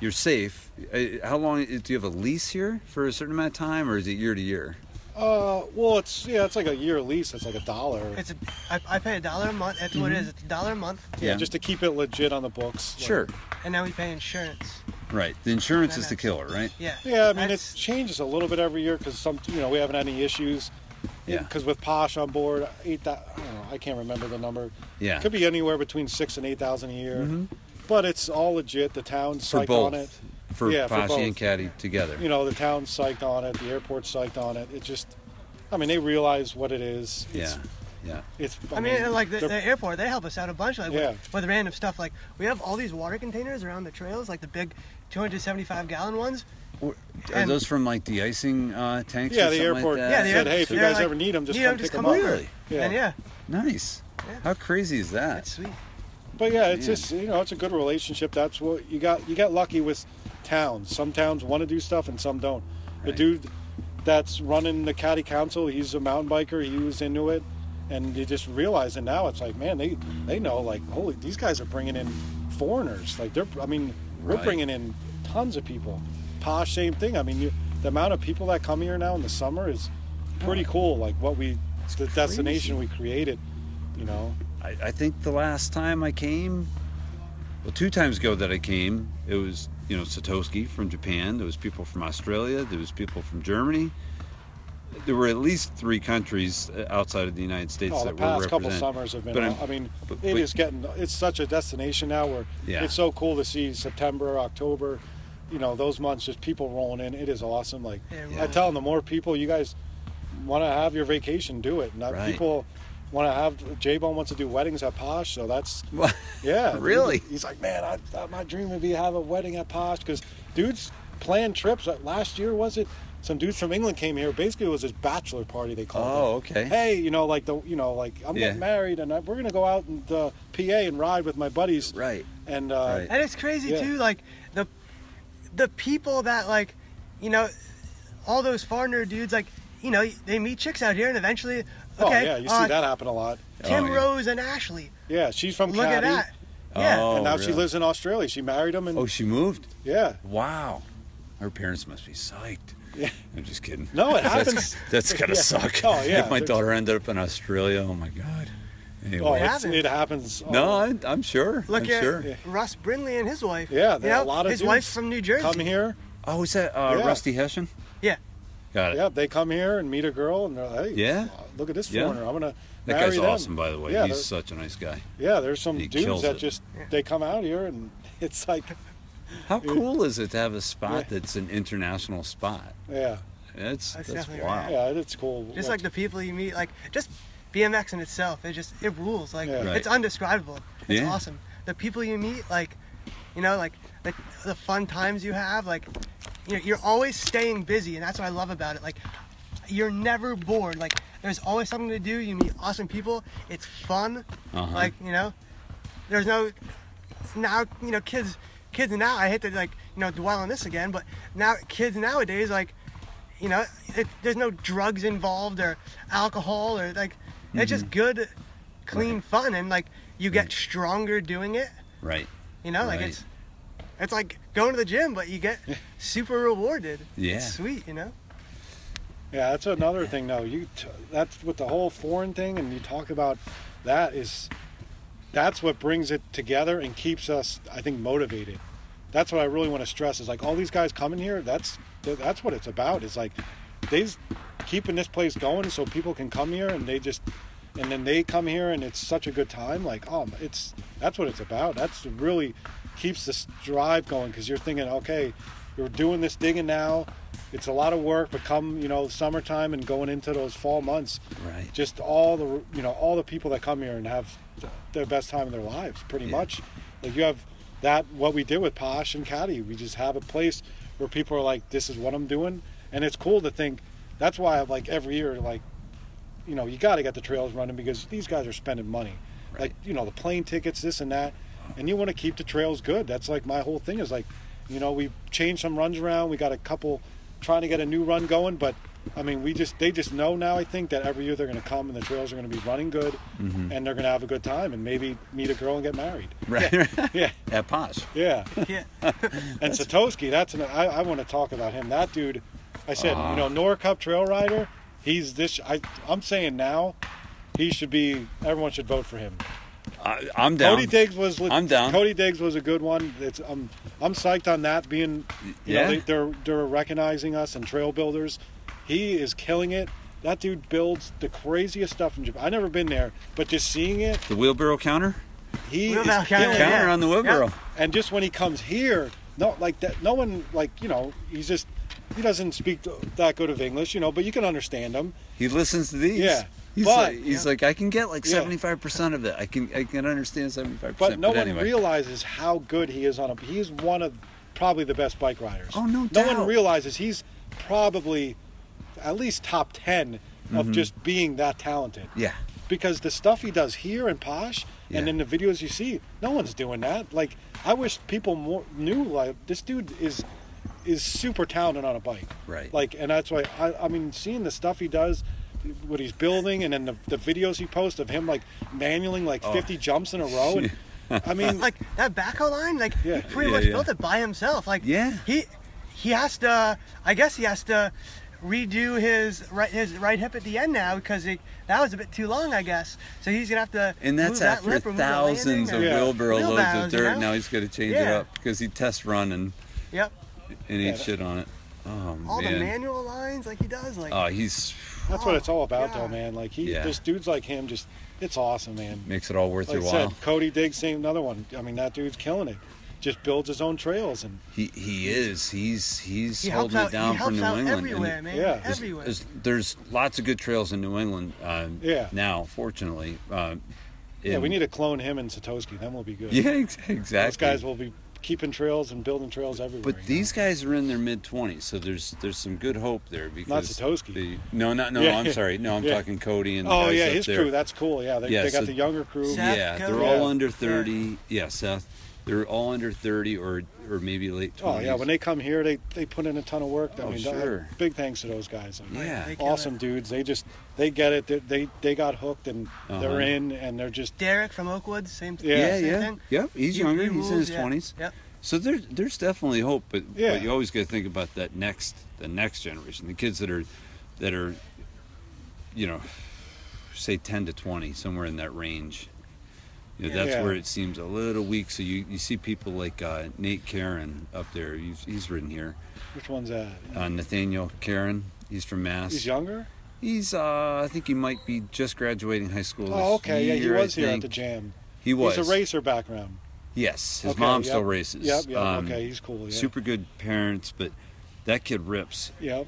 Speaker 1: you're safe. Uh, How long do you have a lease here for a certain amount of time, or is it year to year?
Speaker 2: Uh, well, it's yeah, it's like a year lease. It's like a dollar.
Speaker 3: It's a, I, I pay a dollar a month. That's what it is. It's a dollar a month,
Speaker 1: yeah.
Speaker 2: just to keep it legit on the books. like-
Speaker 1: Sure.
Speaker 3: and now we pay insurance.
Speaker 1: Right. The insurance
Speaker 3: Then
Speaker 1: is the
Speaker 3: that's-
Speaker 1: killer, right?
Speaker 3: Yeah.
Speaker 2: Yeah, I mean
Speaker 3: that's-
Speaker 2: it changes a little bit every year because some you know we haven't had any issues.
Speaker 1: Yeah.
Speaker 2: Because with Posh on board, eight that I don't know, I can't remember the number.
Speaker 1: Yeah. Mm-hmm.
Speaker 2: Could be anywhere between six and eight thousand a year, but it's all legit. The town's
Speaker 1: For
Speaker 2: psyched
Speaker 1: both.
Speaker 2: on it.
Speaker 1: For
Speaker 2: Yeah, for
Speaker 1: Posse and
Speaker 2: both.
Speaker 1: Caddy together.
Speaker 2: You know, the town's psyched on it. The airport's psyched on it. It just, I mean, they realize what it is.
Speaker 1: yeah.
Speaker 2: It's,
Speaker 1: Yeah.
Speaker 2: It's.
Speaker 3: I mean, and, like the,
Speaker 2: they're-
Speaker 3: the airport, they help us out a bunch, like
Speaker 2: Yeah.
Speaker 3: with, with random stuff. Like we have all these water containers around the trails, like the big 275 gallon ones.
Speaker 1: Or- Are
Speaker 3: and-
Speaker 1: those from like the icing uh, tanks?
Speaker 2: Yeah,
Speaker 1: or
Speaker 2: the
Speaker 1: something
Speaker 2: airport-
Speaker 1: Like that?
Speaker 2: Yeah,
Speaker 3: the
Speaker 2: said, "Hey, if you
Speaker 3: they're
Speaker 2: guys ever need 'em, just
Speaker 3: need
Speaker 2: come
Speaker 3: 'em,
Speaker 2: pick 'em
Speaker 3: come
Speaker 2: up."
Speaker 3: over.
Speaker 1: Really?
Speaker 2: Yeah.
Speaker 3: And yeah,
Speaker 1: Nice.
Speaker 3: Yeah.
Speaker 1: How crazy is that?
Speaker 3: that's sweet.
Speaker 2: But yeah, it's
Speaker 1: Man.
Speaker 2: just you know, it's a good relationship. That's what you got. You got lucky with towns. Some towns want to do stuff, and some don't. The
Speaker 1: Right.
Speaker 2: dude that's running the county council, he's a mountain biker. He was into it, and you just realize. And now it's like, man, they they know. Like, holy, these guys are bringing in foreigners. Like, they're. I mean, we're
Speaker 1: Right.
Speaker 2: bringing in tons of people. Posh, same thing. I mean, you, the amount of people that come here now in the summer is pretty cool. Like what we, the destination we created. You know.
Speaker 1: I, I think the last time I came, well, two times ago that I came, it was you know Satoshi from Japan. There was people from Australia. There was people from Germany. There were at least three countries uh, outside of the United States
Speaker 2: Oh,
Speaker 1: that
Speaker 2: the past
Speaker 1: were
Speaker 2: couple
Speaker 1: represented.
Speaker 2: summers have been.
Speaker 1: But
Speaker 2: I
Speaker 1: I'm-
Speaker 2: mean,
Speaker 1: but-
Speaker 2: it
Speaker 1: but-
Speaker 2: is getting. It's such a destination now. Where
Speaker 1: Yeah.
Speaker 2: it's so cool to see September, October. You know, those months just people rolling in. It is awesome. Like
Speaker 3: Yeah,
Speaker 2: I
Speaker 3: right.
Speaker 2: tell them, the more people you guys want to have your vacation, do it. And that
Speaker 1: Right.
Speaker 2: people want to have. J Bone wants to do weddings at Posh, so that's
Speaker 1: Well,
Speaker 2: yeah. dude.
Speaker 1: Really?
Speaker 2: He's like, man, I, I, my dream would be to have a wedding at Posh because dudes plan trips. Like, Last year was it? Some dudes from England came here. Basically, it was this bachelor party they called
Speaker 1: Oh,
Speaker 2: it.
Speaker 1: okay.
Speaker 2: Hey, you know, like the, you know, like I'm
Speaker 1: Yeah.
Speaker 2: getting married and I, we're gonna go out in the PA and ride with my buddies.
Speaker 1: (laughs) Right.
Speaker 2: And uh,
Speaker 1: Right.
Speaker 3: And it's crazy
Speaker 2: Yeah.
Speaker 3: too, like the the people that like, you know, all those foreigner dudes, like you know, they meet chicks out here, and eventually, okay,
Speaker 2: oh yeah, you see
Speaker 3: uh,
Speaker 2: that happen a lot.
Speaker 3: Tim
Speaker 1: Oh, yeah.
Speaker 3: Rose and Ashley.
Speaker 2: Yeah, she's from
Speaker 3: Look
Speaker 2: Caddy,
Speaker 3: at that. Yeah.
Speaker 1: Oh.
Speaker 2: and now she
Speaker 1: really?
Speaker 2: lives in Australia. She married him, and
Speaker 1: oh, she moved.
Speaker 2: yeah,
Speaker 1: Wow, her parents must be psyched.
Speaker 2: Yeah.
Speaker 1: I'm just kidding.
Speaker 2: No,
Speaker 1: (laughs)
Speaker 2: it
Speaker 1: That's-
Speaker 2: happens.
Speaker 1: That's gonna
Speaker 2: Yeah.
Speaker 1: suck.
Speaker 2: Oh, yeah.
Speaker 1: If my
Speaker 2: There's-
Speaker 1: daughter ended up in Australia, oh my god. Anyway.
Speaker 2: oh, it's,
Speaker 3: happens.
Speaker 2: it happens.
Speaker 1: No,
Speaker 2: all-
Speaker 1: I, I'm sure.
Speaker 3: Look
Speaker 1: I'm
Speaker 3: at
Speaker 1: sure.
Speaker 3: Russ Brindley and his wife.
Speaker 2: yeah,
Speaker 3: You
Speaker 2: there are
Speaker 3: know,
Speaker 2: a lot of
Speaker 3: his
Speaker 2: dudes
Speaker 3: wife's from New Jersey.
Speaker 2: Come here.
Speaker 1: Oh, is that uh,
Speaker 2: Yeah.
Speaker 1: Rusty Hessian?
Speaker 3: Yeah.
Speaker 1: Got it.
Speaker 2: Yeah, they come here and meet a girl, and they're like, hey,
Speaker 1: Yeah.
Speaker 2: look at this
Speaker 1: Yeah.
Speaker 2: foreigner. I'm gonna
Speaker 1: That
Speaker 2: marry
Speaker 1: guy's
Speaker 2: them."
Speaker 1: awesome, by the way.
Speaker 2: Yeah,
Speaker 1: He's
Speaker 2: there-
Speaker 1: such a nice guy.
Speaker 2: yeah. There's some
Speaker 1: he
Speaker 2: dudes
Speaker 1: kills
Speaker 2: that
Speaker 1: it.
Speaker 2: just they come out here, and (laughs) it's like,
Speaker 1: How cool is it to have a spot
Speaker 2: Yeah.
Speaker 1: that's an international spot?
Speaker 2: yeah,
Speaker 1: That's
Speaker 3: That's
Speaker 1: that's,
Speaker 3: definitely
Speaker 1: wild.
Speaker 2: yeah, it's cool.
Speaker 3: Just like the people you meet, like just BMX in itself, it just it rules. Like
Speaker 2: Yeah. Right.
Speaker 3: it's undescribable. It's
Speaker 1: Yeah.
Speaker 3: awesome. The people you meet, like you know, like the, the fun times you have, like you know, you're always staying busy, and that's what I love about it. Like you're never bored. Like there's always something to do. You meet awesome people. It's fun.
Speaker 1: Uh-huh.
Speaker 3: Like you know, there's no now you know kids kids now I hate to like you know dwell on this again, but now kids nowadays like you know it, there's no drugs involved or alcohol or like it's just
Speaker 1: Mm-hmm.
Speaker 3: good clean fun and like you get stronger doing it
Speaker 1: Right.
Speaker 3: you know like
Speaker 1: Right.
Speaker 3: it's it's like going to the gym but
Speaker 1: (laughs)
Speaker 3: you get super rewarded
Speaker 1: Yeah.
Speaker 3: it's sweet you
Speaker 1: (laughs)
Speaker 3: know
Speaker 2: Yeah, that's another thing though. You t- that's with the whole foreign thing, and you talk about that is that's what brings it together and keeps us, I think, motivated. That's what I really want to stress is like all these guys coming here. That's th- that's what it's about. It's like they's keeping this place going so people can come here and they just and then they come here and it's such a good time. Like oh, it's that's what it's about. That's really keeps this drive going because you're thinking, okay, you're doing this digging now. It's a lot of work, but come you know summertime and going into those fall months,
Speaker 1: Right.
Speaker 2: just all the you know all the people that come here and have their best time of their lives pretty
Speaker 1: Yeah.
Speaker 2: much like you have that what we did with posh and caddy we just have a place where people are like this is what i'm doing and it's cool to think that's why I like every year like you know you got to get the trails running because these guys are spending money like you know the plane tickets this and that and you want to keep the trails good that's like my whole thing is like you know we changed some runs around we got a couple trying to get a new run going but i mean we just they just know now i think that every year they're going to come and the trails are going to be running good and they're going to have a good time and maybe meet a girl and get married
Speaker 1: Right.
Speaker 2: yeah
Speaker 1: (laughs) At Posh.
Speaker 2: yeah
Speaker 3: Yeah.
Speaker 2: and Satoshi, that's an I, I want to talk about him. That dude, I said,
Speaker 1: Ah.
Speaker 2: you know, Norcup Trail Rider, he's this. I I'm saying now, he should be. Everyone should vote for him.
Speaker 1: I, I'm down.
Speaker 2: Cody Diggs was. le-
Speaker 1: I'm down.
Speaker 2: Cody Diggs was a good one. It's I'm I'm psyched on that being. You
Speaker 1: Yeah.
Speaker 2: know, they, they're they're recognizing us and trail builders. He is killing it. That dude builds the craziest stuff in Japan. I've never been there, but just seeing it,
Speaker 1: the wheelbarrow counter?
Speaker 2: he is
Speaker 3: Wheelbarrow counter,
Speaker 2: killing it.
Speaker 3: yeah.
Speaker 1: Counter on the wheelbarrow.
Speaker 2: and just when he comes here, no, like that, no one, like you know, he's just he doesn't speak that good of English, you know, but you can understand him.
Speaker 1: He listens to these.
Speaker 2: Yeah.
Speaker 1: He's,
Speaker 2: But-
Speaker 1: like, he's like, I can get like
Speaker 2: Yeah.
Speaker 1: 75% of it. I can I can understand 75%.
Speaker 2: But no one
Speaker 1: anyway.
Speaker 2: realizes how good he is on a. He's one of probably the best bike riders.
Speaker 1: Oh, no
Speaker 2: No
Speaker 1: doubt.
Speaker 2: one realizes he's probably at least top 10 of just being that talented.
Speaker 1: Mm-hmm. Yeah.
Speaker 2: because the stuff he does here in Posh and
Speaker 1: Yeah.
Speaker 2: in the videos you see, no one's doing that. Like I wish people more knew like this dude is is super talented on a bike.
Speaker 1: Right.
Speaker 2: Like and that's why I, I mean seeing the stuff he does what he's building and then the, the videos he posts of him like manualing like
Speaker 1: Oh,
Speaker 2: 50 jumps in a row and (laughs)
Speaker 1: (laughs)
Speaker 2: I mean
Speaker 3: like that backhoe line, like
Speaker 2: Yeah.
Speaker 3: he pretty
Speaker 1: Yeah,
Speaker 3: much
Speaker 1: yeah.
Speaker 3: built it by himself. Like
Speaker 1: Yeah.
Speaker 3: he he has to. I guess he has to redo his right his right hip at the end now because he, that was a bit too long. I guess so. He's gonna have to.
Speaker 1: And that's
Speaker 3: move that
Speaker 1: after
Speaker 3: lip or move that
Speaker 1: thousands of
Speaker 3: landing or-
Speaker 2: Yeah.
Speaker 1: wheelbarrow loads of
Speaker 3: Wheelbarrows, you
Speaker 1: dirt.
Speaker 3: know?
Speaker 1: Now he's got to change it
Speaker 3: Yeah.
Speaker 1: up because he tests run and,
Speaker 3: Yep.
Speaker 1: and eats
Speaker 2: that-
Speaker 1: shit on it. Oh,
Speaker 3: All
Speaker 1: man.
Speaker 3: the manual lines like he does. Like
Speaker 1: Oh, he's
Speaker 2: that's what it's all about
Speaker 3: Oh,
Speaker 2: though
Speaker 3: God.
Speaker 2: man like he
Speaker 1: Yeah.
Speaker 2: just dudes like him just it's awesome man
Speaker 1: makes it all worth
Speaker 2: like
Speaker 1: your
Speaker 2: I
Speaker 1: while.
Speaker 2: said Cody Diggs same another one I mean that dude's killing it just builds his own trails and
Speaker 1: He he is. He's he's
Speaker 3: he helps
Speaker 1: holding
Speaker 3: out.
Speaker 1: it down
Speaker 3: he
Speaker 1: for
Speaker 3: helps
Speaker 1: New
Speaker 3: out
Speaker 1: England. and
Speaker 3: everywhere, man.
Speaker 2: Yeah. There's-
Speaker 1: there's-
Speaker 3: Everywhere.
Speaker 1: There's, there's lots of good trails in New England uh,
Speaker 2: Yeah.
Speaker 1: now, fortunately. Uh,
Speaker 2: yeah we need to clone him and Satoshi then we'll be
Speaker 1: (laughs)
Speaker 2: good
Speaker 1: Yeah, ex- exactly.
Speaker 2: Those guys will be keeping trails and building trails everywhere.
Speaker 1: But
Speaker 2: you know?
Speaker 1: these guys are in their mid twenties, so there's there's some good hope there because
Speaker 2: Satoshi.
Speaker 1: the- no, not no.
Speaker 2: Yeah.
Speaker 1: I'm sorry. No, I'm
Speaker 2: Yeah.
Speaker 1: talking Cody and. the
Speaker 2: oh
Speaker 1: guys
Speaker 2: yeah,
Speaker 1: up
Speaker 2: his
Speaker 1: there.
Speaker 2: crew. That's cool. Yeah, they,
Speaker 1: Yeah,
Speaker 2: they got
Speaker 1: so-
Speaker 2: the younger crew.
Speaker 3: Seth,
Speaker 1: yeah,
Speaker 3: Cody.
Speaker 1: they're all
Speaker 2: Yeah.
Speaker 1: under thirty. Yeah, Seth. They're all under thirty or or maybe late
Speaker 2: Oh
Speaker 1: twenties.
Speaker 2: yeah, when they come here, they, they put in a ton of work. I
Speaker 1: Oh,
Speaker 2: mean,
Speaker 1: sure.
Speaker 2: that, big thanks to those guys. I mean,
Speaker 1: Yeah.
Speaker 3: They kill
Speaker 2: awesome
Speaker 3: it.
Speaker 2: dudes. They just they get it. They they, they got hooked and
Speaker 1: Uh-huh.
Speaker 2: they're in and they're just
Speaker 3: Derek from Oakwood, same,
Speaker 1: yeah,
Speaker 2: Yeah.
Speaker 3: same
Speaker 1: yeah,
Speaker 3: thing.
Speaker 1: yep. He's
Speaker 3: He-
Speaker 1: younger.
Speaker 3: he
Speaker 1: he's in
Speaker 3: rules,
Speaker 1: his
Speaker 3: yeah.
Speaker 1: twenties.
Speaker 3: Yep.
Speaker 1: So there, there's definitely hope, but,
Speaker 2: Yeah.
Speaker 1: but you always got to think about that next, the next generation, the kids that are, that are, you know, say 10 to 20, somewhere in that range. You know,
Speaker 3: Yeah.
Speaker 1: That's
Speaker 2: Yeah.
Speaker 1: where it seems a little weak. So you, you see people like uh, Nate Karen up there. He's, he's ridden here.
Speaker 2: which one's that?
Speaker 1: Uh, Nathaniel Karen. He's from Mass.
Speaker 2: He's younger.
Speaker 1: He's, uh, I think he might be just graduating high school. This
Speaker 2: Oh okay, yeah, he
Speaker 1: year, I
Speaker 2: was here at
Speaker 1: think.
Speaker 2: the jam.
Speaker 1: He was.
Speaker 2: He's a racer background.
Speaker 1: Yes, his
Speaker 2: Okay,
Speaker 1: mom
Speaker 2: yep.
Speaker 1: still races.
Speaker 2: Yep, yep.
Speaker 1: Um,
Speaker 2: okay, he's cool. Yeah.
Speaker 1: super good parents, but that kid rips.
Speaker 2: Yep.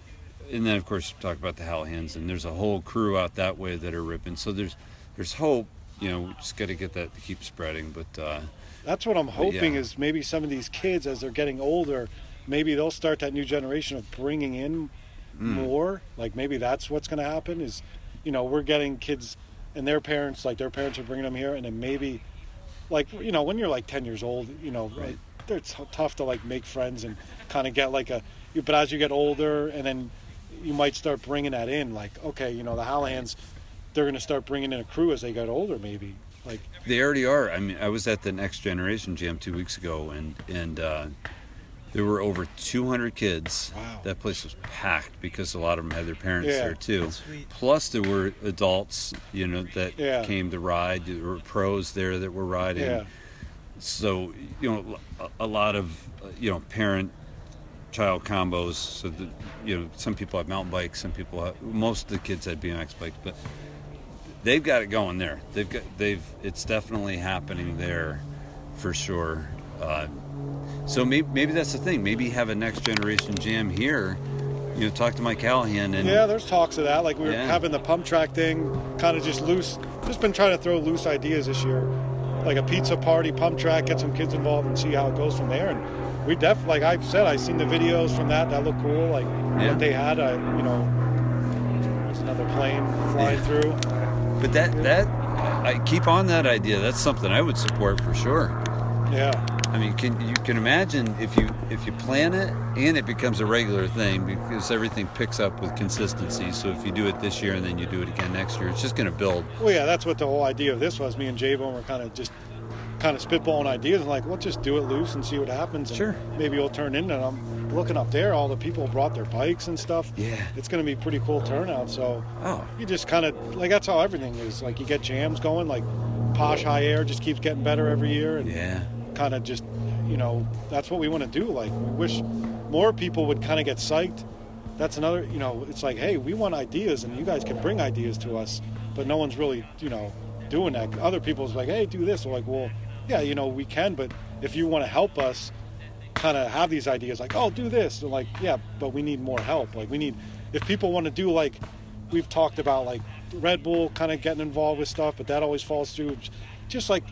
Speaker 1: And then of course talk about the Hallahans, and there's a whole crew out that way that are ripping. So there's there's hope. You know, we just got to get that to keep spreading. But uh,
Speaker 2: That's what I'm hoping
Speaker 1: yeah.
Speaker 2: is maybe some of these kids, as they're getting older, maybe they'll start that new generation of bringing in
Speaker 1: Hmm.
Speaker 2: more. Like maybe that's what's going to happen is, you know, we're getting kids and their parents, like their parents are bringing them here, and then maybe, like you know, when you're like 10 years old, you know,
Speaker 1: Right.
Speaker 2: like, they're t- tough to like make friends and kind of get like a. But as you get older, and then you might start bringing that in. Like okay, you know, the Hallahans, they're going to start bringing in a crew as they get older, maybe. Like
Speaker 1: they already are. I mean, I was at the Next Generation Jam two weeks ago, and and uh, there were over 200 kids.
Speaker 2: Wow.
Speaker 1: That place was packed because a lot of them had their parents
Speaker 2: Yeah.
Speaker 1: there too.
Speaker 3: sweet.
Speaker 1: Plus, there were adults, you know, that
Speaker 2: Yeah.
Speaker 1: came to ride. There were pros there that were riding.
Speaker 2: yeah,
Speaker 1: so you know a a lot of uh, you know parent child combos so that you know some people have mountain bikes some people have, most of the kids had bmx bikes but they've got it going there they've got they've it's definitely happening there for sure uh, so maybe, maybe that's the thing maybe have a next generation jam here you know talk to mike callahan and
Speaker 2: Yeah, there's talks of that. Like we were
Speaker 1: Yeah.
Speaker 2: having the pump track thing, kind of just loose. Just been trying to throw loose ideas this year, like a pizza party, pump track, get some kids involved, and see how it goes from there. And we def, like I've said, I've seen the videos from that. That looked cool. Like
Speaker 1: Yeah.
Speaker 2: what they had, I you know, There's another plane flying
Speaker 1: Yeah.
Speaker 2: through.
Speaker 1: But that that I I keep on that idea. That's something I would support for sure.
Speaker 2: Yeah.
Speaker 1: I mean, can you can imagine if you if you plan it and it becomes a regular thing because everything picks up with consistency. So if you do it this year and then you do it again next year, it's just going to build.
Speaker 2: Well, yeah, that's what the whole idea of this was. Me and Jayvon were kind of just kind of spitballing ideas and like, we'll just do it loose and see what happens. And
Speaker 1: Sure.
Speaker 2: Maybe it'll turn into. And I'm looking up there, all the people brought their bikes and stuff.
Speaker 1: Yeah.
Speaker 2: It's going to be pretty cool turnout. So
Speaker 1: Oh.
Speaker 2: you just kind of like that's how everything is. Like you get jams going. Like Posh High Air just keeps getting better every year. And
Speaker 1: Yeah.
Speaker 2: kind of just you know that's what we want to do like we wish more people would kind of get psyched that's another you know it's like hey we want ideas and you guys can bring ideas to us but no one's really you know doing that other people's like hey do this we're like well yeah you know we can but if you want to help us kind of have these ideas like oh do this and like yeah but we need more help like we need if people want to do like we've talked about like red bull kind of getting involved with stuff but that always falls through just like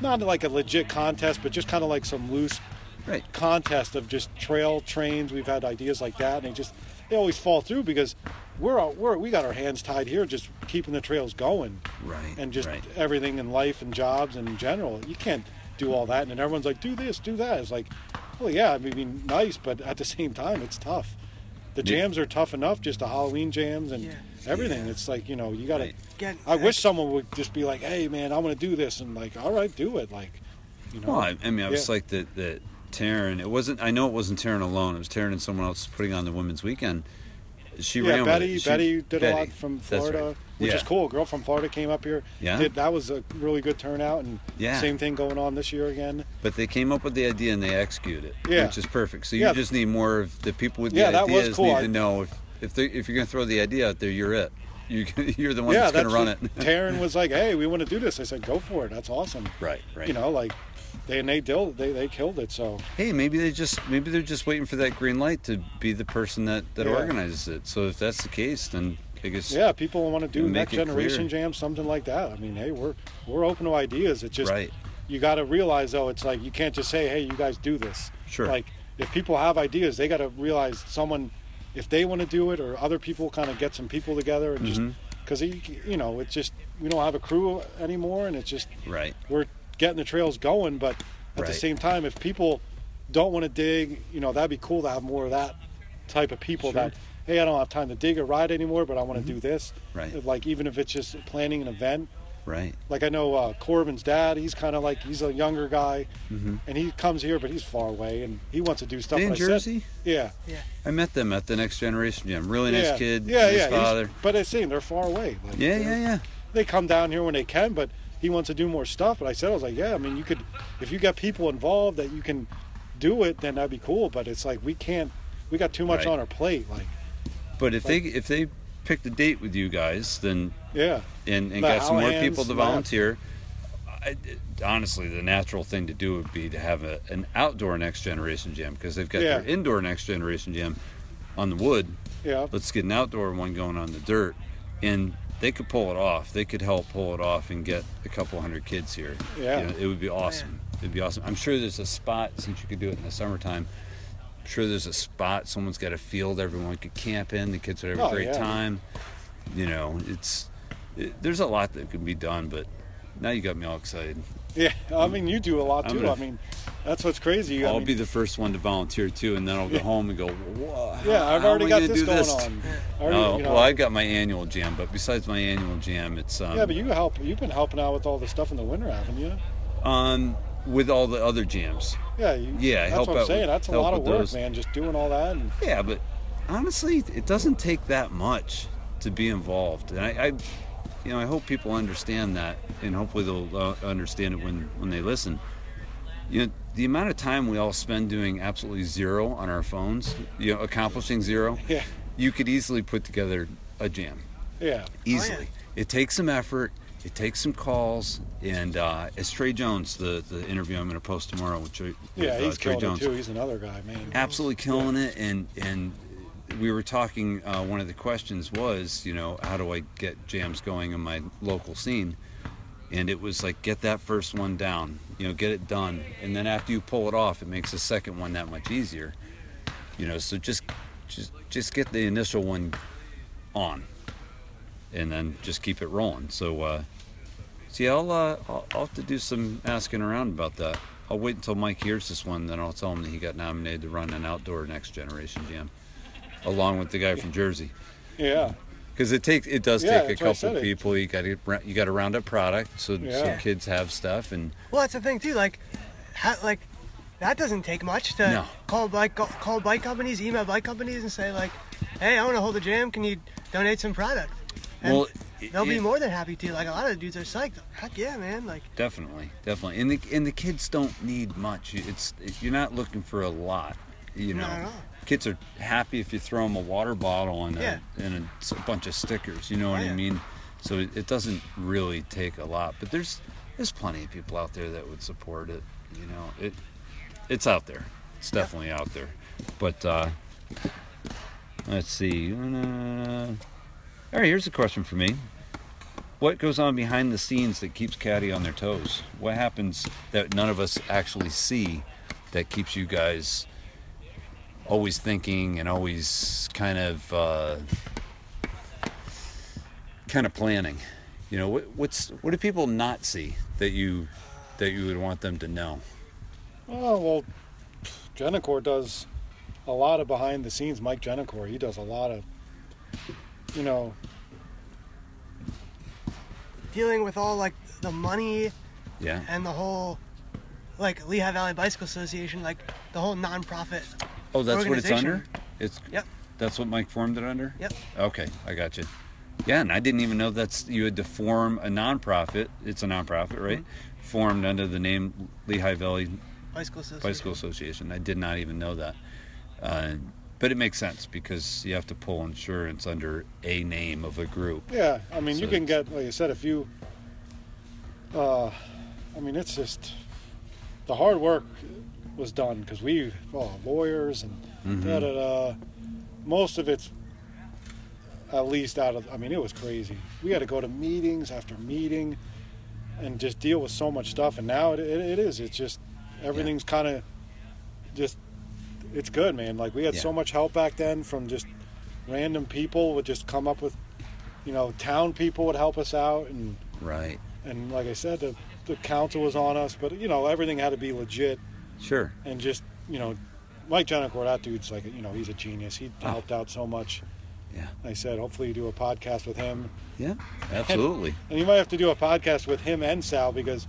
Speaker 2: not like a legit contest but just kind of like some loose
Speaker 1: Right.
Speaker 2: contest of just trail trains we've had ideas like that and they just they always fall through because we're out we're we got our hands tied here just keeping the trails going
Speaker 1: Right,
Speaker 2: and just
Speaker 1: right.
Speaker 2: everything in life and jobs and in general. You can't do all that, and then everyone's like, "Do this, do that." It's like, well, yeah, I mean, it'd be nice, but at the (laughs) same time, it's tough. The
Speaker 1: Yeah.
Speaker 2: jams are tough enough, just the Halloween jams and
Speaker 3: Yeah.
Speaker 2: everything. It's like you know, you gotta.
Speaker 1: Right.
Speaker 3: Get
Speaker 2: I wish someone would just be like, "Hey, man, I want to do this," and like, "All right, do it." Like, you know,
Speaker 1: Well, I, I mean, I was
Speaker 2: Yeah.
Speaker 1: like that. That Taryn. It wasn't. I know it wasn't Taryn alone. It was Taryn and someone else putting on the women's weekend. She
Speaker 2: yeah,
Speaker 1: ran. with it.
Speaker 2: Betty.
Speaker 1: She-
Speaker 2: Betty did a lot
Speaker 1: Betty,
Speaker 2: from
Speaker 1: that's right.
Speaker 2: Florida, which
Speaker 1: Yeah.
Speaker 2: is cool. A girl from Florida came up here.
Speaker 1: Yeah.
Speaker 2: did, that was a really good turnout, and
Speaker 1: Yeah.
Speaker 2: same thing going on this year again.
Speaker 1: But they came up with the idea and they execute it,
Speaker 2: Yeah.
Speaker 1: which is perfect. So you
Speaker 2: Yeah.
Speaker 1: just need more of the people with the
Speaker 2: Yeah, that was
Speaker 1: ideas
Speaker 2: cool.
Speaker 1: need
Speaker 2: I-
Speaker 1: to know if if, they, if you're going to throw the idea out there, you're it. (laughs) You, you're the one
Speaker 2: yeah,
Speaker 1: that's going to run it. (laughs)
Speaker 2: what Taryn was like, "Hey, we want to do this." I said, "Go for it. That's awesome."
Speaker 1: Right, right.
Speaker 2: You know, like they and they dil- they they killed it. So
Speaker 1: hey, maybe they just maybe they're just waiting for that green light to be the person that that
Speaker 2: Yeah.
Speaker 1: organizes it. So if that's the case, then I guess
Speaker 2: yeah, people want to do
Speaker 1: And make
Speaker 2: next
Speaker 1: it
Speaker 2: generation
Speaker 1: clear.
Speaker 2: jam, something like that. I mean, hey, we're we're open to ideas. It's just
Speaker 1: Right.
Speaker 2: you got to realize though, it's like you can't just say, "Hey, you guys do this."
Speaker 1: Sure.
Speaker 2: Like if people have ideas, they got to realize someone if they want to do it or other people kind of get some people together and just
Speaker 1: Mm-hmm.
Speaker 2: because you know it's just we don't have a crew anymore and it's just
Speaker 1: right.
Speaker 2: we're getting the trails going, but at the
Speaker 1: Right.
Speaker 2: same time, if people don't want to dig, you know, that'd be cool to have more of that type of people
Speaker 1: Sure. Mm-hmm.
Speaker 2: that, hey, I don't have time to dig or ride anymore, but I want to do this.
Speaker 1: Right.
Speaker 2: Like, even if it's just planning an event.
Speaker 1: Right.
Speaker 2: Like, I know uh, Corbin's dad, he's kind of like, he's a younger guy, and he comes here, but he's far away, and he wants to do stuff.
Speaker 1: They Mm-hmm. in
Speaker 2: And I said-
Speaker 1: Jersey?
Speaker 2: yeah.
Speaker 3: Yeah.
Speaker 1: I met them at the Next Generation Gym. Really nice
Speaker 2: yeah.
Speaker 1: kid.
Speaker 2: Yeah,
Speaker 1: nice
Speaker 2: yeah. he's-
Speaker 1: father.
Speaker 2: But I see, they're far away. Like,
Speaker 1: Yeah,
Speaker 2: they're-
Speaker 1: yeah, yeah.
Speaker 2: they come down here when they can, but he wants to do more stuff. But I said, I was like, yeah, I mean, you could, if you got people involved that you can do it, then that'd be cool. But it's like, we can't, we got too much
Speaker 1: Right.
Speaker 2: on our plate. Like,
Speaker 1: But if they if they picked a date with you guys, then
Speaker 2: yeah.
Speaker 1: and, and
Speaker 2: The
Speaker 1: got some more
Speaker 2: Howlands
Speaker 1: people to
Speaker 2: left.
Speaker 1: volunteer. I, honestly, the natural thing to do would be to have a, an outdoor next generation gym because they've got
Speaker 2: Yeah.
Speaker 1: their indoor next generation gym on the wood.
Speaker 2: Yeah.
Speaker 1: Let's get an outdoor one going on the dirt, and they could pull it off. They could help pull it off and get a couple hundred kids here.
Speaker 2: Yeah.
Speaker 1: You know, it would be awesome. It'd be awesome. I'm sure there's a spot since you could do it in the summertime. I'm sure there's a spot. Someone's got a field everyone could camp in. The kids would have a
Speaker 2: Oh,
Speaker 1: great
Speaker 2: yeah.
Speaker 1: time. You know, it's it, there's a lot that can be done, but now you got me all excited.
Speaker 2: Yeah. I mean, you do a lot
Speaker 1: I'm
Speaker 2: too.
Speaker 1: gonna-
Speaker 2: I mean, that's what's crazy. I
Speaker 1: I'll
Speaker 2: mean,
Speaker 1: be the first one to volunteer too, and then I'll go home and go. Whoa,
Speaker 2: yeah, I've
Speaker 1: how
Speaker 2: already
Speaker 1: am I
Speaker 2: got
Speaker 1: gonna
Speaker 2: this
Speaker 1: do
Speaker 2: going
Speaker 1: (laughs)
Speaker 2: on. I already,
Speaker 1: No,
Speaker 2: you know,
Speaker 1: Oh, well, I've got my annual jam, but besides my annual jam, it's um,
Speaker 2: yeah, but you help, you've been helping out with all the stuff in the winter, haven't you?
Speaker 1: um, with all the other jams.
Speaker 2: Yeah. You,
Speaker 1: Yeah,
Speaker 2: That's
Speaker 1: help
Speaker 2: what
Speaker 1: out
Speaker 2: I'm
Speaker 1: with-
Speaker 2: saying. that's a
Speaker 1: help
Speaker 2: lot of
Speaker 1: with
Speaker 2: work,
Speaker 1: those.
Speaker 2: man. Just doing all that. And, (laughs)
Speaker 1: Yeah, but honestly, it doesn't take that much to be involved, and I, I you know, I hope people understand that, and hopefully they'll uh, understand it when when they listen. You know, the amount of time we all spend doing absolutely zero on our phones, you know, accomplishing zero,
Speaker 2: Yeah.
Speaker 1: you could easily put together a jam
Speaker 2: yeah.
Speaker 1: easily. It takes some effort. It takes some calls. And uh, as Trey Jones, the, the interview I'm going to post tomorrow with, Trey- with
Speaker 2: Yeah.
Speaker 1: uh,
Speaker 2: He's
Speaker 1: Trey
Speaker 2: killing it
Speaker 1: Jones,
Speaker 2: too. He's another guy, man.
Speaker 1: absolutely killing it. And and we were talking. Uh, one of the questions was, you know, how do I get jams going in my local scene? And it was like get that first one down, you know, get it done, and then after you pull it off, it makes the second one that much easier, you know. So just just just get the initial one on, and then just keep it rolling. So, uh, see, I'll, uh, I'll I'll have to do some asking around about that. I'll wait until Mike hears this one, then I'll tell him that he got nominated to run an outdoor next generation jam, along with the guy from Jersey.
Speaker 2: Yeah.
Speaker 1: Because it takes it does
Speaker 2: Yeah,
Speaker 1: take
Speaker 2: that's
Speaker 1: a
Speaker 2: why I
Speaker 1: couple
Speaker 2: said it.
Speaker 1: people. You got to you got to round up product so so
Speaker 2: Yeah.
Speaker 1: kids have stuff and
Speaker 3: Well, that's the thing too. Like, ha- like that doesn't take much to
Speaker 1: No.
Speaker 3: call bike call, call bike companies, email bike companies, and say like, "Hey, I want to hold a jam. Can you donate some product?" And
Speaker 1: Well, it-
Speaker 3: they'll be
Speaker 1: it-
Speaker 3: more than happy to. Like a lot of the dudes are psyched. Heck yeah, man! Like,
Speaker 1: Definitely, definitely, and the and the kids don't need much. It's you're not looking for a lot, you know.
Speaker 3: Not at all.
Speaker 1: Kids are happy if you throw them a water bottle and
Speaker 3: Yeah.
Speaker 1: a, and a, s- a bunch of stickers. You know what I
Speaker 3: Yeah.
Speaker 1: mean? So it, it doesn't really take a lot, but there's there's plenty of people out there that would support it. You know, it it's out there. It's definitely out there. But uh, let's see. Uh, all right, here's a question for me. What goes on behind the scenes that keeps Caddy on their toes? What happens that none of us actually see that keeps you guys always thinking and always kind of uh, kind of planning? You know, what, what's what do people not see that you that you would want them to know?
Speaker 2: Oh well, Genicor does a lot of behind the scenes. Mike Genicor, he does a lot of, you know,
Speaker 3: dealing with all like the money
Speaker 1: Yeah.
Speaker 3: and the whole like Lehigh Valley Bicycle Association, like the whole nonprofit.
Speaker 1: Oh, that's what it's
Speaker 3: Organization.
Speaker 1: under. It's
Speaker 3: Yep.
Speaker 1: That's what Mike formed it under.
Speaker 3: Yep.
Speaker 1: Okay, I got you. Yeah, and I didn't even know that's you had to form a nonprofit. It's a nonprofit, right? Formed under the name Lehigh Valley
Speaker 3: Bicycle Association.
Speaker 1: Bicycle Association. I did not even know that. Uh, but it makes sense because you have to pull insurance under a name of a group.
Speaker 2: yeah. I mean, you
Speaker 1: So
Speaker 2: can
Speaker 1: it's-
Speaker 2: get, like you said, if you, uh, I mean, it's just the hard work was done because we, oh, lawyers and
Speaker 1: Mm-hmm.
Speaker 2: da da da. Most of it's at least out of. I mean, it was crazy. We had to go to meetings after meeting, and just deal with so much stuff. And now it, it, it is. It's just everything's kind of just. It's good, man. Like we had so
Speaker 1: Yeah.
Speaker 2: much help back then from just random people would just come up with, you know, town people would help us out, and
Speaker 1: Right.
Speaker 2: and like I said, the the council was on us, but you know, everything had to be legit
Speaker 1: Sure.
Speaker 2: and just you know, Mike Jenichor, that dude's like you know he's a genius. He
Speaker 1: Oh.
Speaker 2: helped out so much.
Speaker 1: Yeah.
Speaker 2: I said, hopefully you do a podcast with him,
Speaker 1: Yeah. Absolutely.
Speaker 2: and you might have to do a podcast with him and Sal because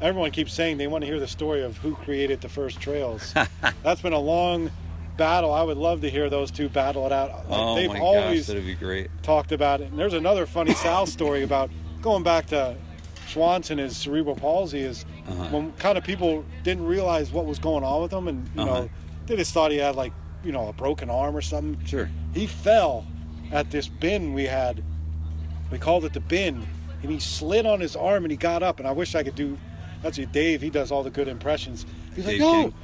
Speaker 2: everyone keeps saying they want to hear the story of who created the first
Speaker 1: (laughs)
Speaker 2: trails. That's been a long battle. I would love to hear those two battle it out. Like,
Speaker 1: oh
Speaker 2: they've
Speaker 1: my gosh,
Speaker 2: always
Speaker 1: that'd be great.
Speaker 2: talked about it. And there's another
Speaker 1: (laughs)
Speaker 2: funny Sal story about going back to Schwanz and his cerebral palsy is
Speaker 1: Uh-huh.
Speaker 2: when kind of people didn't realize what was going on with him, and you
Speaker 1: Uh-huh.
Speaker 2: know they just thought he had like you know a broken arm or something.
Speaker 1: Sure.
Speaker 2: He fell at this bin we had. We called it the bin, and he slid on his arm and he got up. And I wish I could do. That's it, Dave. He does all the good impressions. He's
Speaker 1: Dave
Speaker 2: like, no.
Speaker 1: King.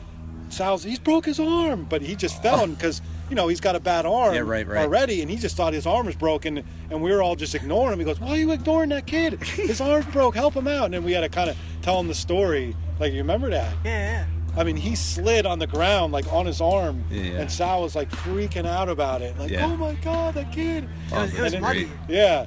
Speaker 2: Sal's, he's broke his arm, but he just fell because you know he's got a bad arm
Speaker 1: Oh. Yeah, right, right.
Speaker 2: already, and he just thought his arm was broken, and we were all just ignoring him. He goes, "Why are you ignoring that
Speaker 1: (laughs)
Speaker 2: kid? His arm's broke. Help him out!" And then we had to kind of tell him the story. Like, you remember that?
Speaker 3: Yeah, yeah.
Speaker 2: I mean, he slid on the ground, like on his arm,
Speaker 1: Yeah.
Speaker 2: and Sal was like freaking out about it, like,
Speaker 1: Yeah.
Speaker 2: "Oh my god, that kid!"
Speaker 1: Oh,
Speaker 3: It was, it
Speaker 1: that's
Speaker 3: was
Speaker 2: great.
Speaker 3: muddy.
Speaker 2: Yeah.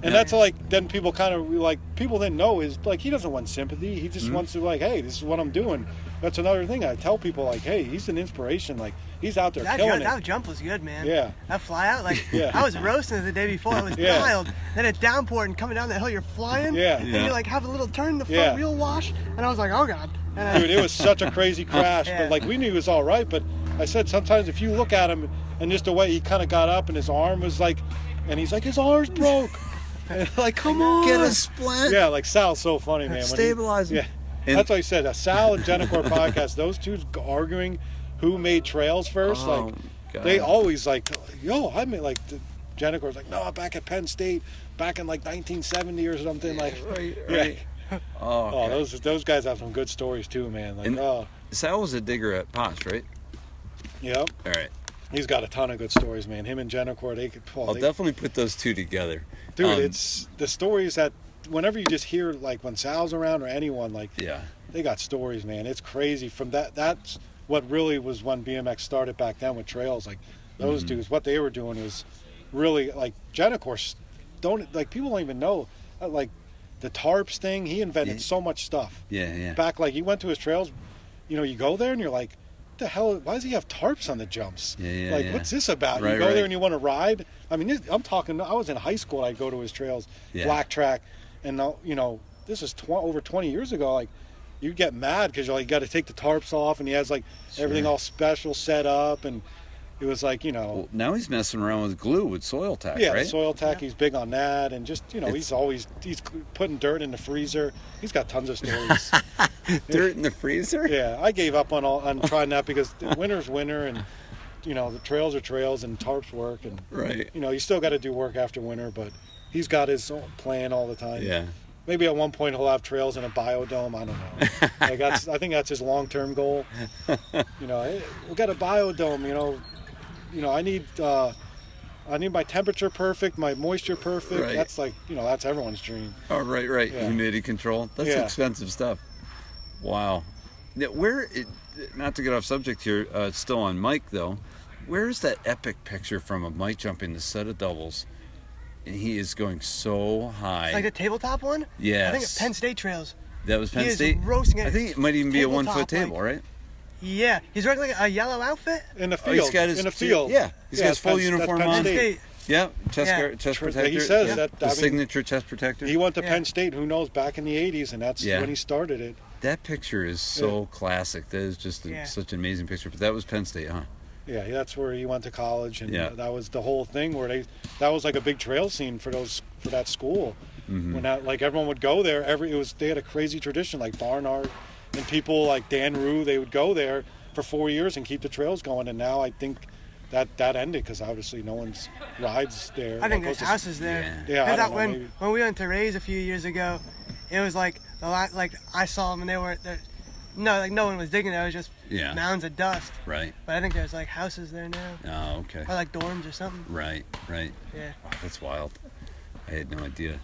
Speaker 2: And
Speaker 1: Yeah.
Speaker 2: that's like then people kind of like people didn't know is like he doesn't want sympathy. He just wants to like, hey, this is what I'm doing. That's another thing I tell people like, hey, he's an inspiration. Like he's out there
Speaker 3: That
Speaker 2: killing
Speaker 3: jump,
Speaker 2: it.
Speaker 3: that jump was good, man.
Speaker 2: Yeah.
Speaker 3: That fly out, like
Speaker 2: (laughs) Yeah.
Speaker 3: I was roasting it the day before. I
Speaker 2: (laughs)
Speaker 3: was
Speaker 2: Yeah.
Speaker 3: dialed. Then it downpoured and coming down that hill, you're flying.
Speaker 2: Yeah.
Speaker 3: And
Speaker 1: Yeah.
Speaker 3: you like have a little turn, the front
Speaker 2: Yeah.
Speaker 3: wheel wash, and I was like, oh god. And I,
Speaker 2: Dude, it was such a crazy crash.
Speaker 3: Yeah.
Speaker 2: But like we knew he was all right. But I said sometimes if you look at him and just the way he kind of got up and his arm was like, and he's like his arm's broke. And, like come on,
Speaker 1: Get a splint.
Speaker 2: Yeah, like Sal's so funny, man. when he-
Speaker 1: Stabilize him.
Speaker 2: Yeah,
Speaker 1: And-
Speaker 2: that's what I said. A Sal and Genicor (laughs) podcast. Those two arguing who made trails first.
Speaker 1: Oh,
Speaker 2: like
Speaker 1: God.
Speaker 2: they always like, yo, I mean, like the- Genicor's like, no, back at Penn State, back in like 1970 or something. Like,
Speaker 1: Right,
Speaker 2: yeah.
Speaker 1: right. Oh,
Speaker 2: Oh,
Speaker 1: God.
Speaker 2: those those guys have some good stories too, man. Like,
Speaker 1: And-
Speaker 2: oh,
Speaker 1: Sal was a digger at Potts, right?
Speaker 2: yeah,
Speaker 1: All right.
Speaker 2: he's got a ton of good stories, man. Him and Genicor, they could. Oh,
Speaker 1: I'll
Speaker 2: they-
Speaker 1: definitely put those two together.
Speaker 2: dude,
Speaker 1: Um,
Speaker 2: it's the stories that whenever you just hear like when Sal's around or anyone, like
Speaker 1: yeah.
Speaker 2: they got stories, man. It's crazy. From that, that's what really was when BMX started back then with trails. Like those dudes, what they were doing was really like Genicor. don't like people don't even know uh, like the tarps thing. He invented
Speaker 1: Yeah.
Speaker 2: so much stuff.
Speaker 1: Yeah, yeah.
Speaker 2: Back like he went to his trails, you know, you go there and you're like, the hell? Why does he have tarps on the jumps?
Speaker 1: Yeah, yeah,
Speaker 2: like
Speaker 1: yeah.
Speaker 2: what's this about?
Speaker 1: Right,
Speaker 2: you go
Speaker 1: right.
Speaker 2: there and you want to ride. I mean, this, I'm talking. I was in high school. I'd go to his trails,
Speaker 1: Yeah.
Speaker 2: black track, and now you know this is tw- over 20 years ago. Like. You get mad because you're like, you got to take the tarps off, and he has like everything
Speaker 1: Sure.
Speaker 2: all special set up, and it was like, you know,
Speaker 1: Well, now he's messing around with glue with soil tack,
Speaker 2: yeah,
Speaker 1: right?
Speaker 2: the soil tech. He's big on that, and just you know,
Speaker 1: It's-
Speaker 2: he's always he's putting dirt in the freezer. He's got tons
Speaker 1: (laughs)
Speaker 2: of stories.
Speaker 1: (laughs) Dirt in the freezer.
Speaker 2: yeah, I gave up on all on trying that because winter's winter, and you know the trails are trails, and tarps work, and
Speaker 1: (laughs) Right.
Speaker 2: you know you still got to do work after winter, but he's got his own plan all the time.
Speaker 1: Yeah.
Speaker 2: Maybe at one point he'll have trails in a biodome. I don't
Speaker 1: (laughs)
Speaker 2: know. like that's, I think that's his long-term goal. You know, hey, we got a biodome. You know, you know, I need, uh, I need my temperature perfect, my moisture perfect.
Speaker 1: Right.
Speaker 2: That's like, you know, that's everyone's dream.
Speaker 1: Oh, right, right.
Speaker 2: Yeah.
Speaker 1: Humidity control. That's
Speaker 2: Yeah.
Speaker 1: expensive stuff. Wow. Now, where? It, not to get off subject here. Uh, it's still on Mike though. Where is that epic picture from of Mike jumping the set of doubles? And he is going so high.
Speaker 3: Like the tabletop one? I think
Speaker 1: Yes.
Speaker 3: at Penn State Trails.
Speaker 1: that was Penn
Speaker 3: he is
Speaker 1: State.
Speaker 3: roasting it.
Speaker 1: I think it might even be a one
Speaker 3: Tabletop,
Speaker 1: foot
Speaker 3: like-
Speaker 1: table, right?
Speaker 3: Yeah. He's wearing like a yellow outfit.
Speaker 2: In the
Speaker 1: Oh,
Speaker 2: field,
Speaker 1: he's got his
Speaker 2: in the
Speaker 1: two-
Speaker 2: field.
Speaker 1: yeah, he's got his
Speaker 2: it's
Speaker 1: full
Speaker 2: Penn- that's
Speaker 1: uniform
Speaker 2: Penn
Speaker 1: on.
Speaker 3: Penn
Speaker 2: State.
Speaker 3: State.
Speaker 1: Yeah, chest
Speaker 3: Yeah.
Speaker 1: guard- chest
Speaker 2: Tr- like he
Speaker 1: protector.
Speaker 2: says,
Speaker 1: yeah.
Speaker 2: that-
Speaker 1: the
Speaker 2: I mean-
Speaker 1: signature chest protector.
Speaker 2: He went to
Speaker 3: Yeah.
Speaker 2: Penn State. Who knows? Back in the '80s, and that's
Speaker 1: Yeah.
Speaker 2: when he started it.
Speaker 1: that picture is so classic. That is just a,
Speaker 3: Yeah.
Speaker 1: such an amazing picture. But that was Penn State, huh?
Speaker 2: Yeah, that's where he went to college, and
Speaker 1: Yeah.
Speaker 2: that was the whole thing where they that was like a big trail scene for those for that school.
Speaker 1: Mm-hmm.
Speaker 2: When that, like everyone would go there, every it was they had a crazy tradition like Barnard and people like Dan Rue, they would go there for four years and keep the trails going. And now I think that that ended because obviously no one's rides there.
Speaker 3: I think
Speaker 2: Well,
Speaker 3: there's
Speaker 2: goes to-
Speaker 3: houses there.
Speaker 1: Yeah.
Speaker 2: Yeah, I
Speaker 3: I
Speaker 2: don't
Speaker 3: thought
Speaker 2: know,
Speaker 3: when
Speaker 2: maybe.
Speaker 3: when we went to Rays a few years ago, it was like the lot like I saw them and they were there. No, like no one was digging. It was just
Speaker 1: Yeah.
Speaker 3: mounds of dust.
Speaker 1: Right.
Speaker 3: But I think there's like houses there now,
Speaker 1: Oh, okay.
Speaker 3: or like dorms or something.
Speaker 1: Right, right.
Speaker 3: Yeah.
Speaker 1: Wow, that's wild. I had no idea.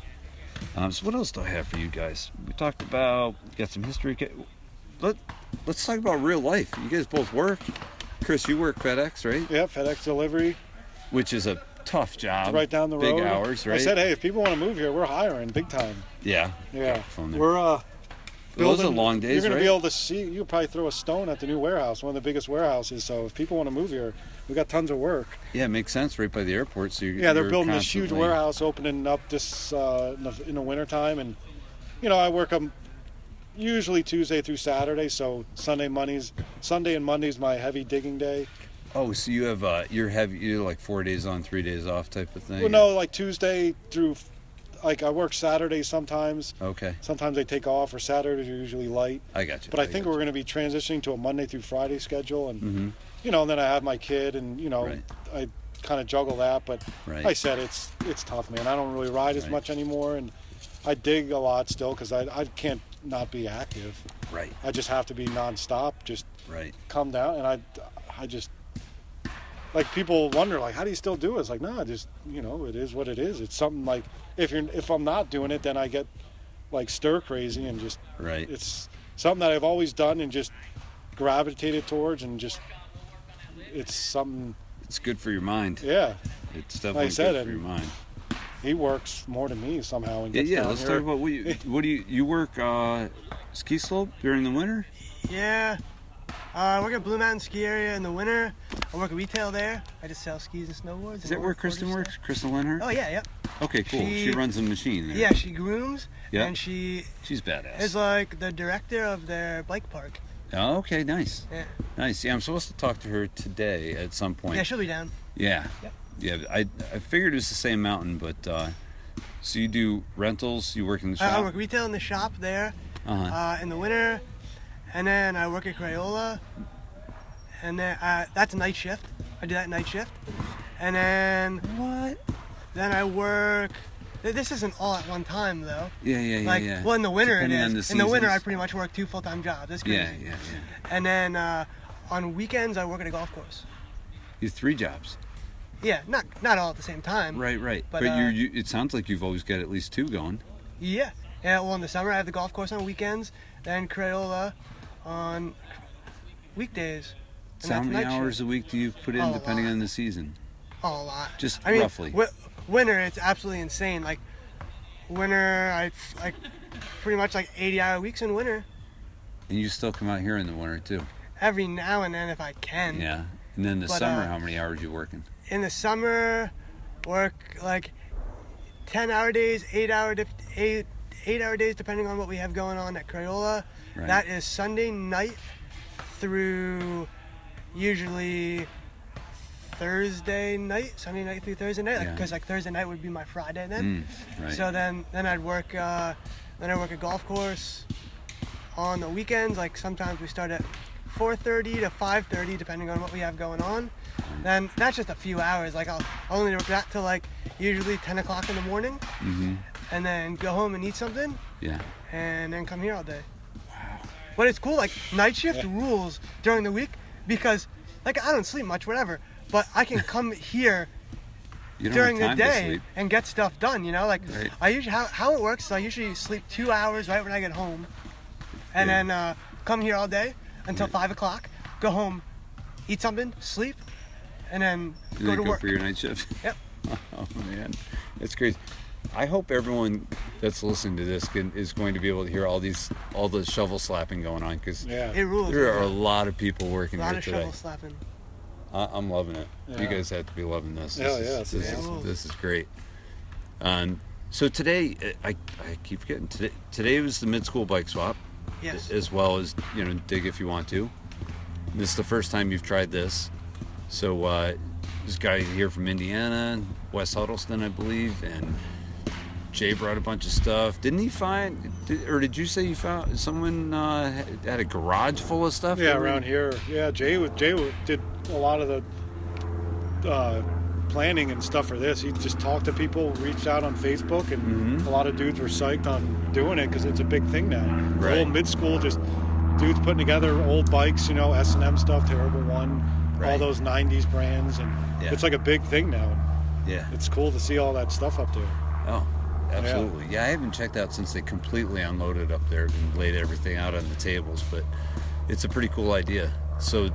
Speaker 1: Um, so what else do I have for you guys? We talked about got some history. ca- Let Let's talk about real life. You guys both work. Chris, you work FedEx, right?
Speaker 2: Yeah, FedEx delivery
Speaker 1: Which is a tough job.
Speaker 2: right down the
Speaker 1: Um, big
Speaker 2: road.
Speaker 1: Big hours, right?
Speaker 2: I said, hey, if people want to move here, we're hiring big time.
Speaker 1: yeah.
Speaker 2: Yeah,
Speaker 1: Phone there.
Speaker 2: we're uh,
Speaker 1: Those are
Speaker 2: building-
Speaker 1: long days,
Speaker 2: You're gonna
Speaker 1: right?
Speaker 2: be able to see. You'll probably throw a stone at the new warehouse, one of the biggest warehouses. So if people want to move here, we got tons of work.
Speaker 1: yeah, it makes sense. Right by the airport. So you're,
Speaker 2: Yeah, they're
Speaker 1: you're
Speaker 2: building this huge
Speaker 1: constantly-
Speaker 2: warehouse, opening up this uh, in the- in the wintertime. and you know I work um usually Tuesday through Saturday, so Sunday Mondays, Sunday and Monday's my heavy digging day.
Speaker 1: Oh, so you have uh, you're heavy. You're like four days on, three days off type of thing.
Speaker 2: Well, no, like Tuesday through, like I work Saturday sometimes.
Speaker 1: Okay,
Speaker 2: Sometimes they take off, or Saturdays are usually light.
Speaker 1: I got you.
Speaker 2: But I think
Speaker 1: got
Speaker 2: we're
Speaker 1: you.
Speaker 2: going to be transitioning to a Monday through Friday schedule, and you know, and then I have my kid, and you know,
Speaker 1: Mm-hmm. Right.
Speaker 2: I kind of juggle that. But
Speaker 1: Right.
Speaker 2: like I said it's it's tough, man. I don't really ride as
Speaker 1: Right.
Speaker 2: much anymore, and I dig a lot still because I I can't not be active.
Speaker 1: right,
Speaker 2: I just have to be nonstop, just
Speaker 1: right.
Speaker 2: come down, and I I just like people wonder like how do you still do it? It's like no, I just you know it is what it is. It's something like if you're if I'm not doing it, then I get like stir crazy and just
Speaker 1: Right.
Speaker 2: it's something that I've always done and just gravitated towards and just it's something
Speaker 1: It's good for your mind.
Speaker 2: yeah
Speaker 1: It's definitely
Speaker 2: said,
Speaker 1: good for
Speaker 2: and-
Speaker 1: your mind.
Speaker 2: he works more than me somehow and
Speaker 1: Yeah,
Speaker 2: gets
Speaker 1: yeah.
Speaker 2: down
Speaker 1: Let's
Speaker 2: here.
Speaker 1: talk about what you
Speaker 2: (laughs)
Speaker 1: what do you you work uh, ski slope during the winter?
Speaker 3: Yeah. Uh, I work at Blue Mountain Ski Area in the winter. I work retail there. I just sell skis and snowboards.
Speaker 1: Is that where Kristen works? Kristen Lenhart?
Speaker 3: Oh yeah, yep.
Speaker 1: okay, cool. She,
Speaker 3: she-
Speaker 1: runs a machine. There.
Speaker 3: Yeah, she grooms
Speaker 1: Yeah.
Speaker 3: and she
Speaker 1: she's badass.
Speaker 3: is like the director of their bike park.
Speaker 1: oh, okay, nice,
Speaker 3: Yeah.
Speaker 1: nice. Yeah, I'm supposed to talk to her today at some point.
Speaker 3: Yeah, she'll be down.
Speaker 1: Yeah.
Speaker 3: Yep.
Speaker 1: Yeah, I, I figured it was the same mountain, but uh, so you do rentals, you work in the shop?
Speaker 3: I- I work retail in the shop there
Speaker 1: Uh-huh.
Speaker 3: uh, in the winter, and then I work at Crayola, and then uh, that's night shift. I do that night shift, and then
Speaker 1: What?
Speaker 3: then I work. th- This isn't all at one time though.
Speaker 1: Yeah, yeah, yeah.
Speaker 3: Like
Speaker 1: yeah.
Speaker 3: well, in the winter it
Speaker 1: Depending on
Speaker 3: is. in the winter, I
Speaker 1: seasons.
Speaker 3: pretty much work two full-time jobs. That's crazy.
Speaker 1: Yeah, yeah, yeah.
Speaker 3: And then uh, on weekends, I work at a golf course.
Speaker 1: You have three jobs.
Speaker 3: Yeah, not not all at the same time.
Speaker 1: Right, right. But,
Speaker 3: But, uh,
Speaker 1: you're, you, it sounds like you've always got at least two going.
Speaker 3: Yeah. Yeah, well, in the summer, I have the golf course on weekends, then Crayola on weekdays.
Speaker 1: So how
Speaker 3: that's
Speaker 1: many
Speaker 3: night
Speaker 1: hours
Speaker 3: shift.
Speaker 1: a week do you put in
Speaker 3: Oh, a
Speaker 1: depending
Speaker 3: lot.
Speaker 1: on the season?
Speaker 3: Oh, a lot.
Speaker 1: Just
Speaker 3: I mean,
Speaker 1: roughly.
Speaker 3: wi- winter it's absolutely insane. Like winter, I like pretty much like 80 hour weeks in winter
Speaker 1: And you still come out here in the winter too.
Speaker 3: every now and then if I can.
Speaker 1: Yeah. And then the
Speaker 3: But,
Speaker 1: summer,
Speaker 3: uh,
Speaker 1: how many hours you working?
Speaker 3: In the summer, work like 10 hour days, eight hour dip, eight eight hour days depending on what we have going on at Crayola.
Speaker 1: Right.
Speaker 3: That is Sunday night through usually Thursday night, Sunday night through Thursday night,
Speaker 1: Yeah.
Speaker 3: because like Thursday night would be my Friday then.
Speaker 1: Mm, right.
Speaker 3: So then, then I'd work. Uh, then I work a golf course on the weekends. Like sometimes we start at 4:30 to 5:30, depending on what we have going on.
Speaker 1: Mm.
Speaker 3: Then that's just a few hours. Like I'll I'll only work that till like usually 10 o'clock in the morning,
Speaker 1: hmm
Speaker 3: and then go home and eat something,
Speaker 1: Yeah.
Speaker 3: and then come here all day. But it's cool. Like night shift rules during the week because like I don't sleep much, whatever. But I can come here
Speaker 1: (laughs) You don't
Speaker 3: during
Speaker 1: have
Speaker 3: the
Speaker 1: time to
Speaker 3: day
Speaker 1: sleep.
Speaker 3: and get stuff done. You know, like
Speaker 1: Right.
Speaker 3: I usually how, how it works. is I usually sleep two hours right when I get home, and
Speaker 1: Yeah.
Speaker 3: then uh, come here all day until five o'clock. Go home, eat something, sleep, and then
Speaker 1: And
Speaker 3: go
Speaker 1: then
Speaker 3: to
Speaker 1: go
Speaker 3: work.
Speaker 1: for your night shift.
Speaker 3: Yep.
Speaker 1: (laughs) Oh man, that's crazy. I hope everyone that's listening to this can, is going to be able to hear all these all the shovel slapping going on because
Speaker 2: Yeah.
Speaker 3: It rules.
Speaker 1: there are a
Speaker 3: man.
Speaker 1: lot of people working
Speaker 3: a lot
Speaker 1: here
Speaker 3: of
Speaker 1: today.
Speaker 3: shovel slapping.
Speaker 1: I, I'm loving it. You
Speaker 2: Yeah.
Speaker 1: guys have to be loving this.
Speaker 2: Yeah,
Speaker 1: this
Speaker 2: yeah,
Speaker 1: Is,
Speaker 2: it's
Speaker 1: this,
Speaker 3: amazing.
Speaker 1: is, this is great. Um, so today, uh, I, I keep getting today. Today was the mid school bike swap,
Speaker 3: Yes.
Speaker 1: as well as you know dig if you want to. This is the first time you've tried this. So uh, this guy here from Indiana, Wes Huddleston, I believe, and Jay brought a bunch of stuff. Didn't he find, did, or did you say you found someone uh, had- had a garage full of stuff?
Speaker 2: Yeah,
Speaker 1: They were-
Speaker 2: around here. Yeah, Jay was Jay wa- did a lot of the uh, planning and stuff for this. He just talked to people, reached out on Facebook, and
Speaker 1: Mm-hmm.
Speaker 2: a lot of dudes were psyched on doing it because it's a big thing now. The
Speaker 1: Right.
Speaker 2: whole mid school just dudes putting together old bikes, you know, S and M stuff, terrible one, all
Speaker 1: Right.
Speaker 2: those '90s brands, and
Speaker 1: Yeah.
Speaker 2: it's like a big thing now.
Speaker 1: Yeah.
Speaker 2: It's cool to see all that stuff up there.
Speaker 1: Oh, absolutely. Yeah. I haven't checked out since they completely unloaded up there and laid everything out on the tables, but it's a pretty cool idea. So,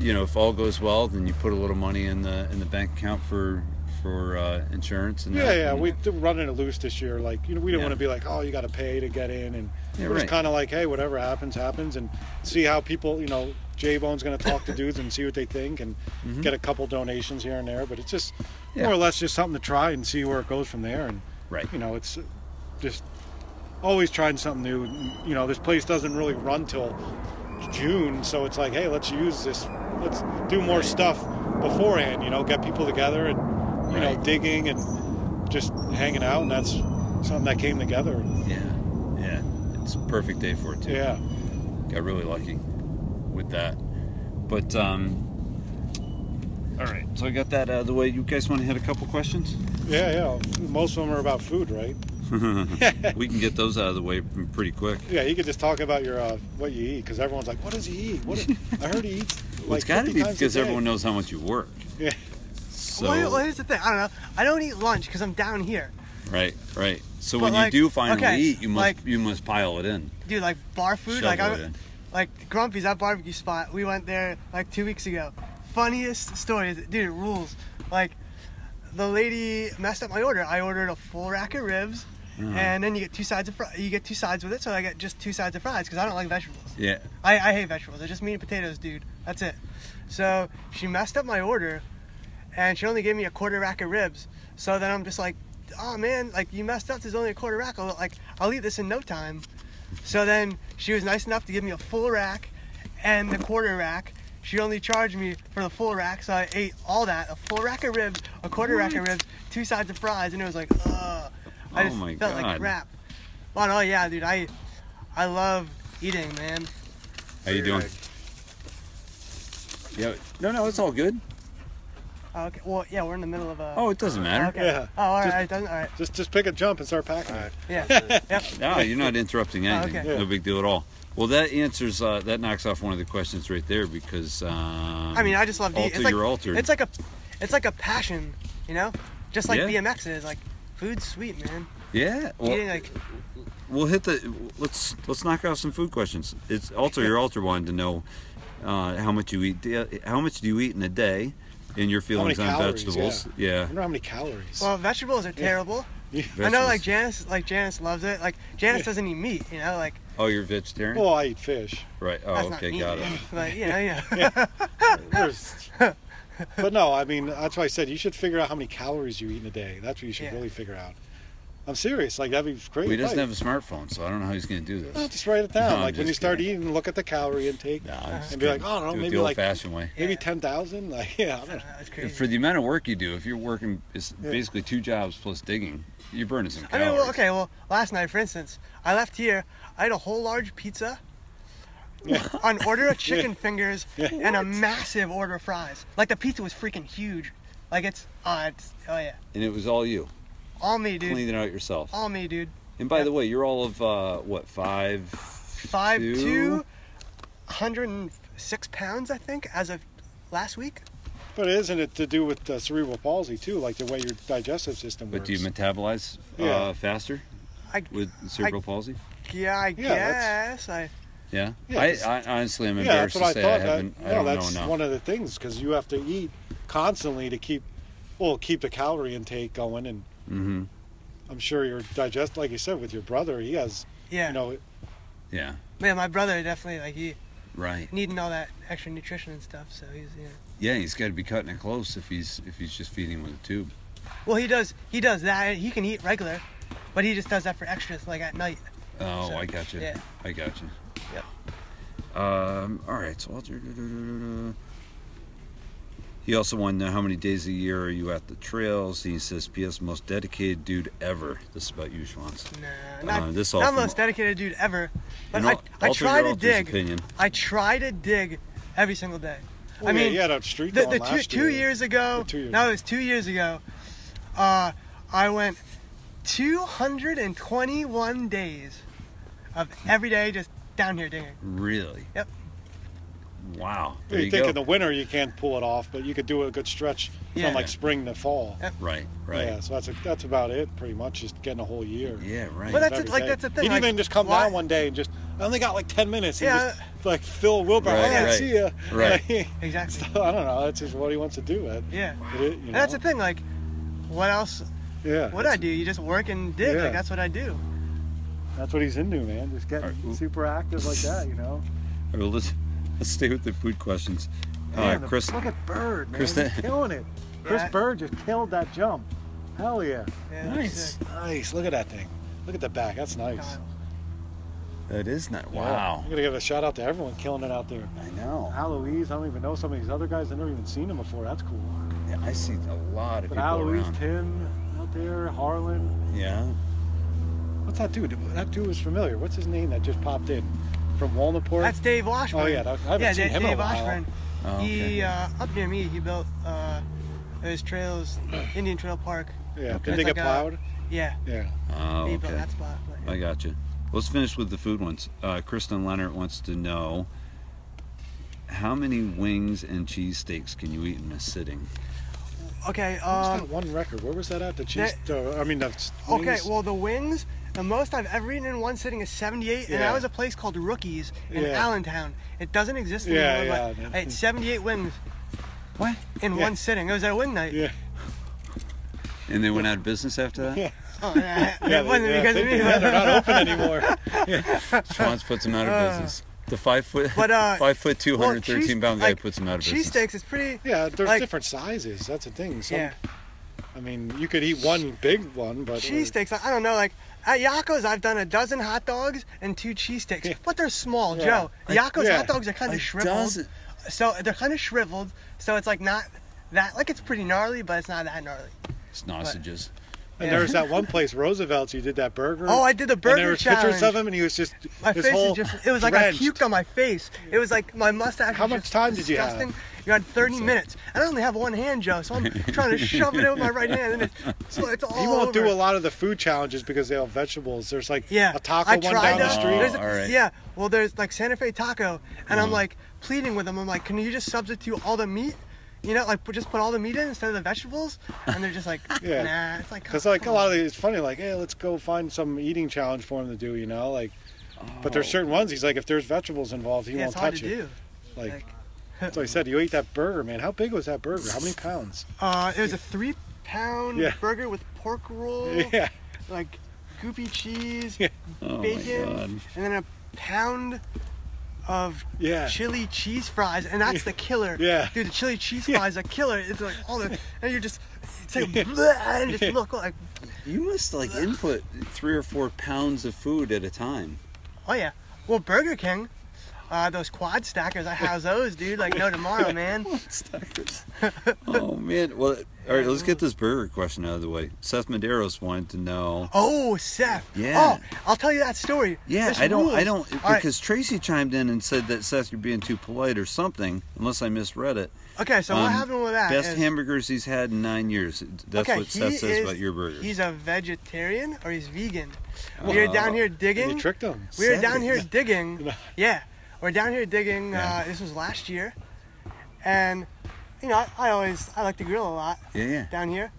Speaker 1: you know, if all goes well, then you put a little money in the in the bank account for for uh, insurance and
Speaker 2: Yeah,
Speaker 1: that.
Speaker 2: yeah,
Speaker 1: And-
Speaker 2: we we're running it loose this year. Like, you know, we didn't
Speaker 1: Yeah.
Speaker 2: want to be like, oh, you got to pay to get in, and
Speaker 1: Yeah,
Speaker 2: we're
Speaker 1: right.
Speaker 2: just kind of like, hey, whatever happens, happens, and see how people, you know, J Bone's going to talk to dudes and see what they think, and get a couple donations here and there. But it's just
Speaker 1: Mm-hmm. Yeah.
Speaker 2: more or less just something to try and see where it goes from there. And
Speaker 1: Right.
Speaker 2: you know, it's just always trying something new. You know, this place doesn't really run till June, so it's like, hey, let's use this, let's do more stuff beforehand. You know, get people together and you know
Speaker 1: Right.
Speaker 2: digging and just hanging out, and that's something that came together.
Speaker 1: Yeah. Yeah. It's a perfect day for it too.
Speaker 2: Yeah,
Speaker 1: Got really lucky with that. But um all right, so I got that out of the way. You guys want to hit a couple questions?
Speaker 2: yeah, yeah. Most of them are about food, right?
Speaker 1: we can get those out of the way pretty quick.
Speaker 2: Yeah, you could just talk about your uh, what you eat because everyone's like, what does he
Speaker 1: (laughs)
Speaker 2: eat? What? I heard he eats.
Speaker 1: Well, it's
Speaker 2: like
Speaker 1: got to
Speaker 2: 50
Speaker 1: be
Speaker 2: times a
Speaker 1: because
Speaker 2: day."
Speaker 1: everyone knows how much you work.
Speaker 2: Yeah.
Speaker 1: So
Speaker 3: well, here- well, here's the thing. I don't know. I don't eat lunch because I'm down here,
Speaker 1: right, right. So
Speaker 3: But
Speaker 1: when
Speaker 3: like,
Speaker 1: you do finally
Speaker 3: okay,
Speaker 1: eat, you must
Speaker 3: like-
Speaker 1: you must pile it in.
Speaker 3: dude. Like bar food. like
Speaker 1: Shovel
Speaker 3: I,
Speaker 1: it in.
Speaker 3: like Grumpy's that barbecue spot. We went there like two weeks ago. Funniest story, dude. It rules. Like the lady messed up my order. I ordered a full rack of ribs, and then you get two sides of fri- you get two sides with it. So I get just two sides of fries because I don't like vegetables.
Speaker 1: Yeah,
Speaker 3: I, I hate vegetables. I just meat and potatoes, dude. That's it. So she messed up my order, and she only gave me a quarter rack of ribs. So then I'm just like, oh man, like you messed up. There's only a quarter rack. I'll, like I'll eat this in no time. So then she was nice enough to give me a full rack and the quarter rack. She only charged me for the full rack, so I ate all that—a full rack of ribs, a quarter rack of ribs, two sides of fries—and it was like, ugh. I
Speaker 1: Oh
Speaker 3: just
Speaker 1: my
Speaker 3: felt
Speaker 1: God.
Speaker 3: like crap. Oh no, yeah, dude, I, I love eating, man.
Speaker 1: how you doing? Yeah, no, no, it's all good.
Speaker 3: Oh, okay. Well, yeah, we're in the middle of a.
Speaker 1: Oh, it doesn't matter.
Speaker 3: Okay.
Speaker 2: Yeah.
Speaker 3: Oh, all
Speaker 2: Just-
Speaker 3: right. Doesn't all right.
Speaker 2: Just just pick a jump and start packing it.
Speaker 3: Yeah. yep.
Speaker 1: No, you're not interrupting
Speaker 3: (laughs)
Speaker 1: anything.
Speaker 3: Oh, okay.
Speaker 1: No big deal at all. Well, that answers uh, that knocks off one of the questions right there because um,
Speaker 3: I mean, I just love. to eat.
Speaker 1: alter
Speaker 3: it's like,
Speaker 1: your alter.
Speaker 3: It's like a, it's like a passion, you know, just like
Speaker 1: Yeah.
Speaker 3: BMX is. Like, food's sweet, man.
Speaker 1: yeah. Well,
Speaker 3: Eating like
Speaker 1: we'll hit the let's let's knock off some food questions. uh, It's alter your alter one to know uh, how much you eat. da- How much do you eat in a day? in your
Speaker 2: How many
Speaker 1: feelings on
Speaker 2: calories?
Speaker 1: vegetables.
Speaker 2: I
Speaker 1: Yeah.
Speaker 2: wonder how many calories.
Speaker 3: Well, vegetables are terrible. I know,
Speaker 1: Vegetables.
Speaker 3: like Janice, like Janice loves it. Like Janice doesn't eat meat, you know, like
Speaker 1: Oh, you're vegetarian.
Speaker 2: well, I eat fish.
Speaker 1: right. Oh,
Speaker 3: that's
Speaker 1: okay,
Speaker 3: not
Speaker 1: got
Speaker 3: meat.
Speaker 1: it.
Speaker 3: But you know, yeah.
Speaker 2: There's- but no, I mean that's why I said you should figure out how many calories you eat in a day. That's what you should
Speaker 3: Yeah.
Speaker 2: really figure out. I'm serious. Like that'd be great.
Speaker 1: Well, he doesn't have a
Speaker 2: advice.
Speaker 1: smartphone, so I don't know how he's going to do
Speaker 2: No,
Speaker 1: this.
Speaker 2: just write it down.
Speaker 1: No, I'm
Speaker 2: like when
Speaker 1: just
Speaker 2: you start
Speaker 1: kidding.
Speaker 2: eating, look at the calorie intake
Speaker 1: Nah, I'm just
Speaker 2: and be like,
Speaker 1: kidding.
Speaker 2: oh no,
Speaker 1: do it
Speaker 2: maybe
Speaker 1: the
Speaker 2: like
Speaker 1: old-fashioned way.
Speaker 2: maybe
Speaker 3: Yeah.
Speaker 2: ten thousand. (laughs) Like yeah,
Speaker 1: (laughs)
Speaker 2: I don't know.
Speaker 3: (laughs) That's crazy.
Speaker 1: For the amount of work you do, if you're working it's basically two jobs plus digging, you're burning some
Speaker 3: I
Speaker 1: calories.
Speaker 3: mean, well, okay, well, last night, for instance, I left here, I had a whole large pizza, an order of chicken fingers, and a massive order of fries. Like, the pizza was freaking huge. Like, it's, uh, it's oh, yeah.
Speaker 1: And it was all you.
Speaker 3: All me, dude.
Speaker 1: Cleaning out yourself.
Speaker 3: All me, dude.
Speaker 1: And by the way, you're all of uh, what five?
Speaker 3: Five,
Speaker 1: two?
Speaker 3: two, 106 pounds, I think, as of last week.
Speaker 2: But isn't it to do with uh, cerebral palsy too? Like the way your digestive system
Speaker 1: But
Speaker 2: works.
Speaker 1: do you metabolize uh,
Speaker 2: Yeah.
Speaker 1: faster
Speaker 3: I,
Speaker 1: with cerebral palsy?
Speaker 3: yeah, I
Speaker 2: that's-
Speaker 3: guess. I,
Speaker 1: Yeah.
Speaker 2: Yeah,
Speaker 1: I,
Speaker 2: 'cause-
Speaker 1: I honestly am
Speaker 2: yeah,
Speaker 1: embarrassed
Speaker 2: that's what I
Speaker 1: to
Speaker 2: thought.
Speaker 1: say I
Speaker 2: That-
Speaker 1: haven't. I
Speaker 2: no,
Speaker 1: don't
Speaker 2: that's
Speaker 1: know enough.
Speaker 2: one of the things because you have to eat constantly to keep, well, keep the calorie intake going, and
Speaker 1: hmm
Speaker 2: I'm sure your digest, like you said, with your brother, he has,
Speaker 3: yeah.
Speaker 2: you know, oh,
Speaker 1: Yeah.
Speaker 3: Man, my brother definitely, like, he
Speaker 1: Right.
Speaker 3: needing all that extra nutrition and stuff, so he's, yeah.
Speaker 1: Yeah, he's got to be cutting it close if he's if he's just feeding with a tube.
Speaker 3: Well, he does. He does that. He can eat regular, but he just does that for extras, like at night.
Speaker 1: Oh,
Speaker 3: So,
Speaker 1: I got you.
Speaker 3: yeah.
Speaker 1: I got you.
Speaker 3: Yep.
Speaker 1: Um, all right. So I'll- he also wanted to know how many days a year are you at the trails. He says, "P.S. Most dedicated dude ever." This is about you, Schwanz.
Speaker 3: Nah, not,
Speaker 1: Uh, this all
Speaker 3: not
Speaker 1: from-
Speaker 3: most dedicated dude ever. But
Speaker 1: In
Speaker 3: I,
Speaker 1: al-
Speaker 3: I
Speaker 1: alter
Speaker 3: try
Speaker 1: your
Speaker 3: to
Speaker 1: author's
Speaker 3: dig.
Speaker 1: Opinion.
Speaker 3: I try to dig every single day.
Speaker 2: well,
Speaker 3: I
Speaker 2: yeah,
Speaker 3: mean,
Speaker 2: he had a streak
Speaker 3: the,
Speaker 2: going
Speaker 3: the two,
Speaker 2: last
Speaker 3: two
Speaker 2: year.
Speaker 3: years ago.
Speaker 2: Or two years
Speaker 3: no,
Speaker 2: ago.
Speaker 3: it was two years ago. Uh, I went 221 days of every day just down here digging.
Speaker 1: Really?
Speaker 3: Yep.
Speaker 1: Wow.
Speaker 2: You,
Speaker 1: There you
Speaker 2: think
Speaker 1: go.
Speaker 2: in the winter you can't pull it off, but you could do a good stretch
Speaker 3: Yeah.
Speaker 2: from like spring to fall.
Speaker 3: Yep.
Speaker 1: right. Right.
Speaker 2: Yeah, so that's a, that's about it, pretty much, just getting a whole year.
Speaker 1: Yeah, right.
Speaker 3: But that's
Speaker 2: Every
Speaker 3: it, like
Speaker 2: day.
Speaker 3: that's the thing.
Speaker 2: He'd
Speaker 3: like,
Speaker 2: even just come
Speaker 3: why-
Speaker 2: down one day and just I only got like ten minutes. And
Speaker 3: Yeah.
Speaker 2: just, like Phil Wilbur.
Speaker 1: Right,
Speaker 2: "All right,
Speaker 1: right,
Speaker 2: "Oh, see ya.
Speaker 1: right.
Speaker 2: (laughs) Like,
Speaker 3: Exactly.
Speaker 2: I don't know. That's just what he wants to do. That,
Speaker 3: Yeah.
Speaker 2: it is, you
Speaker 3: And that's
Speaker 2: know?
Speaker 3: the thing. Like, what else?
Speaker 2: Yeah.
Speaker 3: What
Speaker 2: that's,
Speaker 3: I do? You just work and dig.
Speaker 2: Yeah.
Speaker 3: Like that's what I do.
Speaker 2: that's what he's into, man. Just getting
Speaker 1: Alright, ooh.
Speaker 2: super active like that, you know.
Speaker 1: All right, well, let's let's stay with the food questions.
Speaker 2: Man,
Speaker 1: uh,
Speaker 2: the-
Speaker 1: Chris,
Speaker 2: Look at Bird, man.
Speaker 1: Chris-
Speaker 2: he's killing it. Chris
Speaker 3: Right.
Speaker 2: Bird just killed that jump. Hell yeah.
Speaker 3: Yeah, that's
Speaker 1: nice.
Speaker 3: it.
Speaker 2: Nice. Look at that thing. Look at the back. That's nice.
Speaker 3: Kyle.
Speaker 1: That is not.
Speaker 2: Yeah.
Speaker 1: Wow.
Speaker 2: I'm gonna give a shout out to everyone killing it out there.
Speaker 1: I know.
Speaker 2: Aloise, I don't even know some of these other guys. I've never even seen them before. That's cool.
Speaker 1: Yeah, I see a lot of
Speaker 2: But
Speaker 1: people
Speaker 2: Aloise
Speaker 1: around.
Speaker 2: Tim out there, Harlan.
Speaker 1: Yeah.
Speaker 2: What's that dude? That dude was familiar. What's his name that just popped in from Walnaport?
Speaker 3: That's Dave Washburn.
Speaker 2: Oh, yeah, that- I haven't
Speaker 3: yeah,
Speaker 2: seen
Speaker 3: Da-
Speaker 2: him in a
Speaker 3: Dave
Speaker 2: while.
Speaker 3: Washburn.
Speaker 1: Oh, okay.
Speaker 3: He uh, up near me. He built uh, those
Speaker 1: (clears throat)
Speaker 3: trails, Indian Trail Park.
Speaker 2: yeah.
Speaker 1: Okay.
Speaker 2: Did they
Speaker 3: It's
Speaker 2: get
Speaker 3: like a-
Speaker 2: plowed?
Speaker 3: Yeah,
Speaker 2: Yeah.
Speaker 1: Oh,
Speaker 3: he built
Speaker 1: okay.
Speaker 3: that spot. but-
Speaker 1: I got you. Let's finish with the food ones. Uh, Kristen Leonard wants to know how many wings and cheesesteaks can you eat in a sitting?
Speaker 3: Okay.
Speaker 2: What was
Speaker 3: Um,
Speaker 2: that one record? Where was that at? The cheese? uh, I mean, that's.
Speaker 3: Okay, well, the wings, the most I've ever eaten in one sitting is 78,
Speaker 2: Yeah.
Speaker 3: and that was a place called Rookies in
Speaker 2: Yeah.
Speaker 3: Allentown. It doesn't exist anymore,
Speaker 2: Yeah,
Speaker 3: but
Speaker 2: yeah,
Speaker 3: I ate 78 wings
Speaker 1: What?
Speaker 3: in
Speaker 2: Yeah.
Speaker 3: one sitting. It was at a wing night. (laughs)
Speaker 2: Yeah.
Speaker 1: And they went out of business after that?
Speaker 2: Yeah.
Speaker 3: Oh, yeah,
Speaker 2: Yeah,
Speaker 3: it wasn't
Speaker 2: they- yeah,
Speaker 3: because
Speaker 2: they-
Speaker 3: of me.
Speaker 2: yeah,
Speaker 3: but-
Speaker 2: they're not open anymore.
Speaker 3: (laughs)
Speaker 1: Schwanz puts them out of business. The five foot,
Speaker 3: Uh, But, uh,
Speaker 1: (laughs) five foot, two
Speaker 3: well,
Speaker 1: hundred thirteen
Speaker 3: cheese-
Speaker 1: pound guy
Speaker 3: like,
Speaker 1: puts them out of business.
Speaker 3: Cheesesteaks is pretty.
Speaker 2: Yeah, there's
Speaker 3: Like-
Speaker 2: different sizes. That's the thing. Some,
Speaker 3: Yeah.
Speaker 2: I mean, you could eat one big one, but.
Speaker 3: Cheesesteaks, I I don't know, like at Yakko's, I've done a dozen hot dogs and two cheesesteaks, but they're small,
Speaker 2: Yeah.
Speaker 3: Joe. Yakko's
Speaker 2: yeah.
Speaker 3: hot dogs are kind
Speaker 1: A
Speaker 3: of shriveled.
Speaker 1: dozen-
Speaker 3: So they're kind of shriveled, so it's like not that, like it's pretty gnarly, but it's not that gnarly.
Speaker 1: Snossages.
Speaker 2: And
Speaker 3: Yeah.
Speaker 2: there was that one place, Roosevelt's. You did that burger.
Speaker 3: Oh, I did the
Speaker 2: And there
Speaker 3: burger
Speaker 2: were pictures of
Speaker 3: challenge.
Speaker 2: him, and he was just
Speaker 3: My
Speaker 2: his
Speaker 3: face
Speaker 2: whole
Speaker 3: is just, it was like
Speaker 2: drenched.
Speaker 3: I puked on my face. It was like my mustache
Speaker 2: How
Speaker 3: was
Speaker 2: much
Speaker 3: just
Speaker 2: time did you have?
Speaker 3: disgusting. You had 30 minutes. And I only have one hand, Joe, so I'm trying to shove it in with my right hand. And it's, so it's
Speaker 2: (laughs)
Speaker 3: all
Speaker 2: He won't
Speaker 3: over.
Speaker 2: do a lot of the food challenges because they have vegetables. There's like
Speaker 3: Yeah.
Speaker 2: a taco
Speaker 3: I
Speaker 2: one
Speaker 3: tried
Speaker 2: down the
Speaker 3: to-
Speaker 2: street.
Speaker 3: there's a-
Speaker 1: all right.
Speaker 3: Yeah. Well, there's like Santa Fe Taco, and
Speaker 1: Mm-hmm.
Speaker 3: I'm like pleading with them. I'm like, can you just substitute all the meat? You know, like put- just put all the meat in instead of the vegetables. And they're just like,
Speaker 2: (laughs) Yeah.
Speaker 3: nah. It's like,
Speaker 2: Because like a lot of the, it's funny, like hey, let's go find some eating challenge for him to do, you know, like. But there's certain ones. He's like, if there's vegetables involved, he
Speaker 3: Oh. yeah,
Speaker 2: won't
Speaker 3: it's hard
Speaker 2: touch
Speaker 3: to
Speaker 2: it. (laughs)
Speaker 3: do.
Speaker 2: Like,
Speaker 3: Like,
Speaker 2: So I said, you ate that burger, man. How big was that burger? How many
Speaker 3: (laughs)
Speaker 2: pounds?
Speaker 3: Uh, it was a three pound
Speaker 2: Yeah.
Speaker 3: burger with pork roll,
Speaker 2: (laughs) Yeah.
Speaker 3: like goopy cheese,
Speaker 2: Yeah.
Speaker 1: Oh
Speaker 3: bacon,
Speaker 1: my god.
Speaker 3: and then a pound of
Speaker 2: Yeah.
Speaker 3: chili cheese fries, and that's the killer.
Speaker 2: Yeah.
Speaker 3: dude, the chili cheese
Speaker 2: Yeah.
Speaker 3: fries are killer. It's like
Speaker 1: (laughs)
Speaker 3: all the and you're just it's like bleh, and just look like
Speaker 1: You must like input three or four pounds of food at a (laughs) time.
Speaker 3: oh yeah. Well, Burger King, uh, those quad stackers, I house those, dude. Like no
Speaker 1: (laughs)
Speaker 3: tomorrow, man.
Speaker 1: oh man. Well, all right. Let's get this burger question out of the way. Seth Medeiros wanted to know.
Speaker 3: Oh, Seth.
Speaker 1: Yeah.
Speaker 3: Oh, I'll tell you that story.
Speaker 1: Yeah,
Speaker 3: This
Speaker 1: I don't. I
Speaker 3: rules.
Speaker 1: don't
Speaker 3: All right.
Speaker 1: because Tracy chimed in and said that Seth, you're being too polite or something. Unless I misread it.
Speaker 3: Okay, so what
Speaker 1: Um,
Speaker 3: happened with that?
Speaker 1: Best
Speaker 3: is-
Speaker 1: hamburgers he's had in nine years. That's
Speaker 3: okay,
Speaker 1: what
Speaker 3: he
Speaker 1: Seth says
Speaker 3: is-
Speaker 1: about your burger.
Speaker 3: He's a vegetarian or he's vegan. We were down
Speaker 1: Oh.
Speaker 3: here
Speaker 2: And
Speaker 3: digging.
Speaker 2: you tricked them.
Speaker 3: we were
Speaker 1: Seth
Speaker 3: down
Speaker 1: is-
Speaker 3: here digging. Yeah, we're down here digging.
Speaker 1: Yeah.
Speaker 3: Uh, this was last year, and you know I, I always I like to grill a lot
Speaker 1: yeah, yeah.
Speaker 3: down here,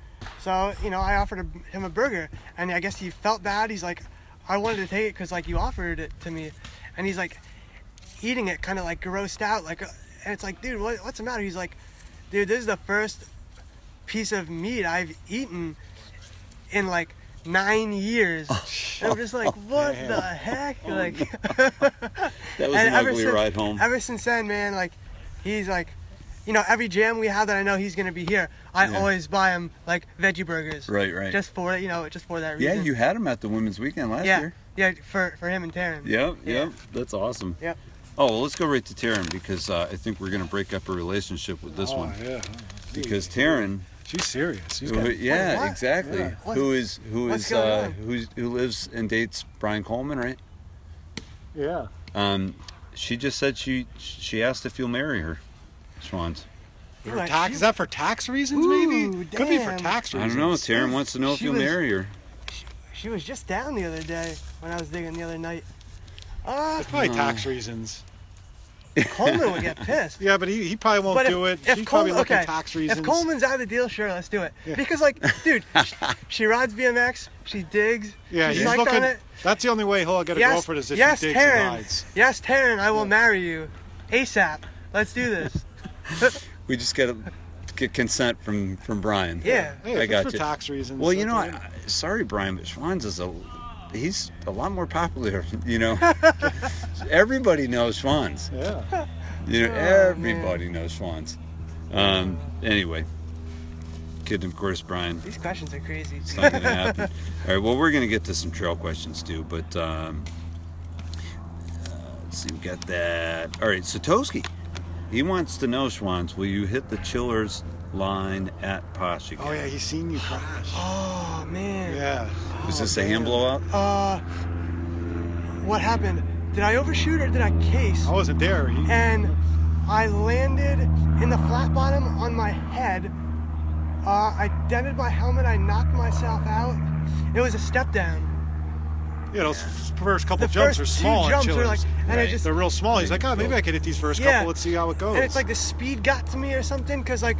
Speaker 3: so you know I offered a, him a burger, and I guess he felt bad. He's like, I wanted to take it because like you offered it to me, and he's like, eating it kind of like grossed out, like, uh, and it's like, dude, what, what's the matter? He's like, dude, this is the first piece of meat I've eaten in like nine years.
Speaker 1: Oh,
Speaker 3: and I'm just like, what the heck? like.
Speaker 1: (laughs)
Speaker 3: (laughs)
Speaker 1: That was
Speaker 3: And
Speaker 1: an
Speaker 3: ever
Speaker 1: ugly
Speaker 3: since-
Speaker 1: ride home.
Speaker 3: Ever since then, man, like he's like, you know, every jam we have that I know he's gonna be here, I
Speaker 1: Yeah.
Speaker 3: always buy him like veggie burgers.
Speaker 1: Right, right.
Speaker 3: Just for you know, just for that
Speaker 1: yeah,
Speaker 3: reason.
Speaker 1: you had him at the women's weekend last
Speaker 3: Yeah,
Speaker 1: year.
Speaker 3: yeah, for for him and Taryn.
Speaker 1: Yep,
Speaker 3: Yeah.
Speaker 1: yep. That's awesome.
Speaker 3: Yep.
Speaker 1: Oh, well, let's go right to Taryn because uh, I think we're going to break up a relationship with this
Speaker 2: Oh,
Speaker 1: one
Speaker 2: yeah.
Speaker 1: Because Taryn,
Speaker 2: She's serious. She's
Speaker 1: who-
Speaker 2: got-
Speaker 1: yeah,
Speaker 3: what?
Speaker 1: exactly.
Speaker 2: Yeah.
Speaker 3: What-
Speaker 1: Who is who
Speaker 3: what's
Speaker 1: is
Speaker 3: going
Speaker 1: uh,
Speaker 3: on?
Speaker 1: who's, who lives and dates Brian Coleman, right?
Speaker 2: yeah.
Speaker 1: Um, she just said she she asked if you'll marry her, Schwans.
Speaker 2: For
Speaker 3: Like,
Speaker 2: tax,
Speaker 3: she-
Speaker 2: is that for tax reasons,
Speaker 3: Ooh,
Speaker 2: maybe? Could be for
Speaker 3: damn.
Speaker 2: tax
Speaker 1: I
Speaker 2: reasons.
Speaker 1: don't know. Taryn wants to know if
Speaker 3: She
Speaker 1: you'll
Speaker 3: was-
Speaker 1: marry her.
Speaker 3: She was just down the other day when I was digging the other night. Uh,
Speaker 2: It's probably tax reasons.
Speaker 1: (laughs)
Speaker 3: Coleman would get pissed.
Speaker 2: Yeah, but he, he probably won't
Speaker 3: But if,
Speaker 2: do it.
Speaker 3: if
Speaker 2: She's probably
Speaker 3: Coleman,
Speaker 2: looking
Speaker 3: okay,
Speaker 2: tax reasons.
Speaker 3: if Coleman's out of the deal, sure, let's do it. Because like,
Speaker 1: (laughs)
Speaker 3: dude, she, she rides BMX, she digs,
Speaker 2: yeah,
Speaker 3: she's
Speaker 2: he's
Speaker 3: psyched
Speaker 2: looking.
Speaker 3: on it.
Speaker 2: That's the only way he'll get a
Speaker 3: yes,
Speaker 2: girlfriend is if
Speaker 3: yes,
Speaker 2: he digs
Speaker 3: Taryn.
Speaker 2: and hides.
Speaker 3: Yes, Taryn, I will marry you, ASAP. Let's
Speaker 2: (laughs)
Speaker 3: do this.
Speaker 1: We just got to get consent from from Brian.
Speaker 3: Yeah.
Speaker 2: Hey, if
Speaker 1: I
Speaker 2: it's
Speaker 1: got
Speaker 2: for
Speaker 1: you.
Speaker 2: tax reasons.
Speaker 1: Well, you know,
Speaker 2: that's
Speaker 1: I,
Speaker 2: it.
Speaker 1: I- sorry, Brian, but Schwanz is a he's a lot more popular. (laughs) You know,
Speaker 2: (laughs)
Speaker 1: everybody knows Schwanz.
Speaker 2: Yeah.
Speaker 1: You
Speaker 2: Oh,
Speaker 1: know, everybody knows Schwanz. Um, anyway, kid, of course, Brian.
Speaker 3: These questions are crazy. (laughs)
Speaker 1: It's not gonna
Speaker 2: (laughs)
Speaker 1: happen. All right. Well, we're gonna get to some trail questions too, but um, uh, let's see. We got that. All right. Satoshi, he wants to know, Schwanz, will you hit the chillers line at Posh again?
Speaker 2: Oh yeah, he's seen you crash.
Speaker 3: Oh man.
Speaker 2: Yeah.
Speaker 1: Was
Speaker 2: oh,
Speaker 1: this a hand blowout?
Speaker 3: Uh, what happened? Did I overshoot or did I case?
Speaker 2: I wasn't there. He,
Speaker 3: And I landed in the flat bottom on my head. Uh, I dented my helmet. I knocked myself out. It was a step down.
Speaker 2: you know, s- first couple
Speaker 3: The
Speaker 2: jumps
Speaker 3: first
Speaker 2: are
Speaker 3: two
Speaker 2: small. in
Speaker 3: jumps are
Speaker 2: chillers,
Speaker 3: like- and I just-
Speaker 2: they're real small. He's like, oh, maybe I could hit these first
Speaker 3: Yeah.
Speaker 2: couple. Let's see how it goes.
Speaker 3: And it's like the speed got to me or something because like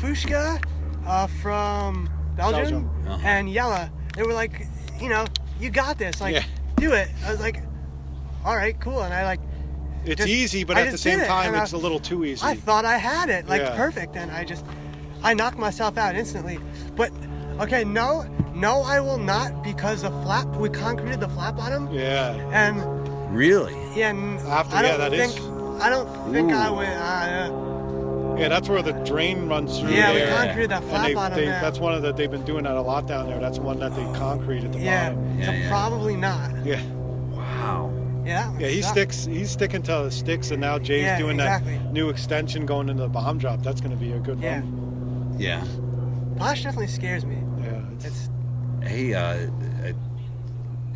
Speaker 3: Fushka uh, from Belgium,
Speaker 2: Belgium.
Speaker 1: Uh-huh.
Speaker 3: and Yella, they were like, you know, you got this. Like,
Speaker 2: Yeah.
Speaker 3: do it. I was like, all right, cool. And I like,
Speaker 2: it's
Speaker 3: just-
Speaker 2: easy, but
Speaker 3: I
Speaker 2: at the
Speaker 3: just did
Speaker 2: same
Speaker 3: it,
Speaker 2: time,
Speaker 3: and I-
Speaker 2: it's a little too easy.
Speaker 3: I thought I had it, like
Speaker 2: Yeah.
Speaker 3: perfect, and I just, I knocked myself out instantly. But, okay, no, no, I will not because the flat, we concreted the flat bottom,
Speaker 2: yeah.
Speaker 3: and
Speaker 1: Really?
Speaker 3: yeah, n-
Speaker 2: After-
Speaker 3: I
Speaker 2: yeah,
Speaker 3: don't
Speaker 2: that is-
Speaker 3: think, I don't think I
Speaker 1: Ooh.
Speaker 3: went. Uh,
Speaker 2: Yeah, that's where the drain runs through.
Speaker 3: yeah, we
Speaker 2: there.
Speaker 3: concreted that
Speaker 2: And
Speaker 3: flat
Speaker 2: they,
Speaker 3: bottom.
Speaker 2: they,
Speaker 3: now.
Speaker 2: that's one of the they've been doing that a lot down there. That's one that they concrete at the
Speaker 3: yeah,
Speaker 2: bottom.
Speaker 1: Yeah,
Speaker 3: so
Speaker 1: yeah.
Speaker 3: probably not.
Speaker 2: Yeah.
Speaker 1: Wow.
Speaker 3: Yeah.
Speaker 2: Yeah, he
Speaker 3: sucked.
Speaker 2: sticks. He's sticking to the sticks, and now Jay's
Speaker 3: Yeah,
Speaker 2: doing
Speaker 3: exactly.
Speaker 2: that new extension going into the bomb drop. That's going to be a good
Speaker 3: Yeah.
Speaker 2: one.
Speaker 1: Yeah.
Speaker 3: Posh definitely scares me.
Speaker 2: Yeah, it's-
Speaker 3: It's
Speaker 1: Hey, uh, I-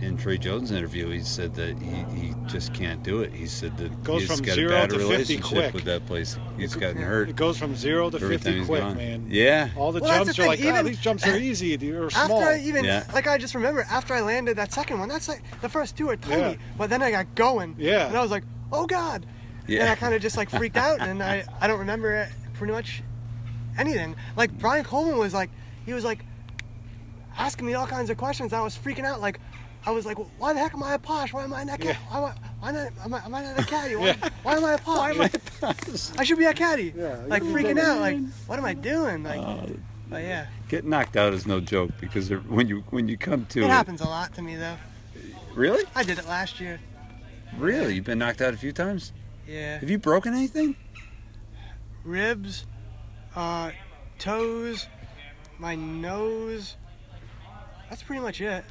Speaker 1: in Trey Jones' interview, he said that he, he just can't do it. He said that
Speaker 2: Goes
Speaker 1: he's
Speaker 2: from
Speaker 1: got
Speaker 2: zero
Speaker 1: a bad
Speaker 2: to 50
Speaker 1: relationship
Speaker 2: quick.
Speaker 1: with that place. He's gotten
Speaker 2: it
Speaker 1: hurt.
Speaker 2: goes from zero to
Speaker 1: Every time
Speaker 2: fifty
Speaker 1: he's
Speaker 2: quick,
Speaker 1: gone.
Speaker 2: man.
Speaker 1: Yeah.
Speaker 2: All the
Speaker 3: Well, that's
Speaker 2: jumps
Speaker 3: the
Speaker 2: are
Speaker 3: thing,
Speaker 2: like, oh,
Speaker 3: even-
Speaker 2: these jumps are easy. They're
Speaker 3: after
Speaker 2: small.
Speaker 3: I even
Speaker 1: Yeah.
Speaker 3: like I just remember after I landed that second one. That's like the first two are tiny,
Speaker 2: Yeah.
Speaker 3: but then I got going.
Speaker 2: Yeah.
Speaker 3: And I was like, oh god.
Speaker 1: Yeah.
Speaker 3: And I kind of just like freaked out,
Speaker 1: (laughs)
Speaker 3: and I I don't remember it pretty much anything. Like Brian Coleman was like, he was like asking me all kinds of questions. I was freaking out like. I was like, well, why the heck am I a posh? Why am I not? a
Speaker 2: Yeah.
Speaker 3: Ca- why, am I- why not? Am I, am I not a caddy? Why, why am I a posh? Why am I,
Speaker 1: (laughs)
Speaker 3: I should be a caddy.
Speaker 2: Yeah,
Speaker 3: like
Speaker 2: you're
Speaker 3: freaking
Speaker 2: right.
Speaker 3: out. Like, what am I doing? Like,
Speaker 1: Uh,
Speaker 3: but yeah,
Speaker 1: Get knocked out is no joke because there- when you when you come to
Speaker 3: it happens a lot to me though.
Speaker 1: Really?
Speaker 3: I did it last year.
Speaker 1: Really? You've been knocked out a few times?
Speaker 3: Yeah,
Speaker 1: Have you broken anything?
Speaker 3: ribs, uh, toes, my nose. That's pretty much it.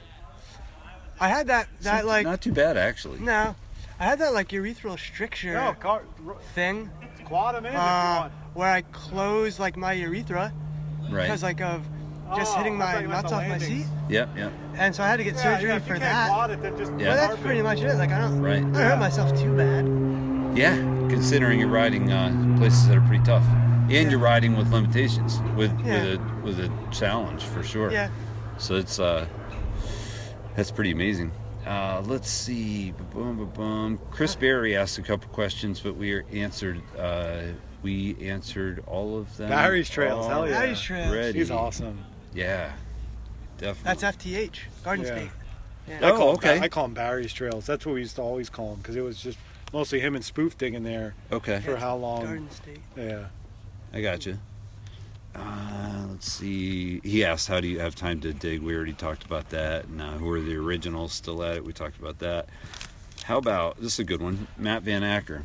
Speaker 3: I had that that
Speaker 1: Not-
Speaker 3: like
Speaker 1: not too bad actually.
Speaker 3: no, I had that like urethral stricture
Speaker 2: No, car, r-
Speaker 3: thing.
Speaker 2: quad them in
Speaker 3: uh,
Speaker 2: if
Speaker 3: where I closed like my urethra
Speaker 1: right.
Speaker 3: because like of just
Speaker 2: Oh,
Speaker 3: hitting
Speaker 2: I thought
Speaker 3: my
Speaker 2: you meant
Speaker 3: nuts
Speaker 2: the
Speaker 3: off my seat,
Speaker 2: landings.
Speaker 1: Yep, yep.
Speaker 3: and so I had to get
Speaker 2: you want.
Speaker 3: surgery for that. Well,
Speaker 2: Quad it, then just
Speaker 1: Yeah.
Speaker 3: that's pretty much it. Like I don't,
Speaker 1: Right.
Speaker 3: I don't hurt myself too bad.
Speaker 1: Yeah, considering you're riding uh, places that are pretty tough, and you're riding with limitations, with
Speaker 3: Yeah.
Speaker 1: with a with a challenge for sure.
Speaker 3: Yeah.
Speaker 1: So it's uh, that's pretty amazing. Uh, let's see. Boom, boom, boom. Chris Barry asked a couple questions, but we are answered. Uh, we answered all of them.
Speaker 2: Barry's Trails, hell Oh, Yeah.
Speaker 3: Irish trail.
Speaker 1: Red.
Speaker 2: He's awesome.
Speaker 1: Yeah, definitely.
Speaker 3: That's FTH Garden
Speaker 2: Yeah.
Speaker 3: State.
Speaker 2: I
Speaker 1: Oh,
Speaker 2: call 'em
Speaker 1: okay.
Speaker 2: Ba- I call him Barry's Trails. That's what we used to always call him because it was just mostly him and Spoof digging there
Speaker 1: okay.
Speaker 2: for how long.
Speaker 3: Garden State.
Speaker 2: Yeah.
Speaker 1: I gotcha. Uh, let's see. He asked, "How do you have time to dig?" We already talked about that. And uh, who are the originals still at it? We talked about that. How about this? Is a good one. Matt Van Acker.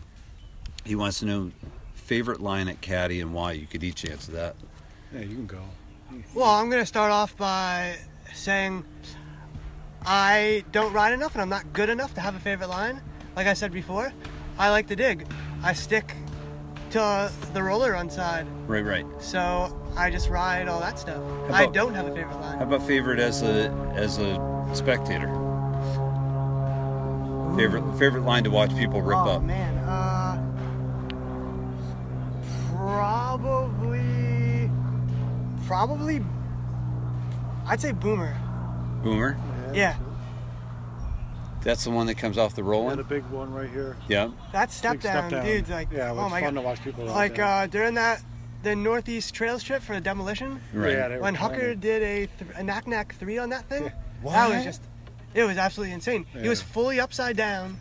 Speaker 1: He wants to know favorite line at Caddy and why. You could each answer that.
Speaker 2: Yeah, you can go.
Speaker 3: Well, I'm gonna start off by saying I don't ride enough and I'm not good enough to have a favorite line. Like I said before, I like to dig. I stick to the roller run side,
Speaker 1: Right, right.
Speaker 3: so I just ride all that stuff. I
Speaker 1: about-
Speaker 3: don't have a favorite
Speaker 1: How
Speaker 3: line.
Speaker 1: about favorite as a as a spectator? Favorite favorite line to watch people rip
Speaker 3: oh
Speaker 1: up.
Speaker 3: man, uh, probably, probably, I'd say Boomer.
Speaker 1: Boomer.
Speaker 3: Yeah,
Speaker 1: That's the one that comes off the
Speaker 2: And a
Speaker 1: rolling.
Speaker 2: big one right here.
Speaker 1: Yeah.
Speaker 3: that step,
Speaker 2: Big step
Speaker 3: down,
Speaker 2: down.
Speaker 3: dude. Like,
Speaker 2: Yeah, well,
Speaker 3: oh
Speaker 2: it's
Speaker 3: my
Speaker 2: fun
Speaker 3: god.
Speaker 2: to watch people ride
Speaker 3: like
Speaker 2: down.
Speaker 3: uh, during that the northeast trails trip for the demolition
Speaker 1: Right.
Speaker 2: Yeah, they were
Speaker 3: when hucker
Speaker 2: climbing.
Speaker 3: did a, th- a knack knack three on that thing that
Speaker 1: What?
Speaker 3: was just it was absolutely insane it was
Speaker 2: Yeah.
Speaker 3: fully upside down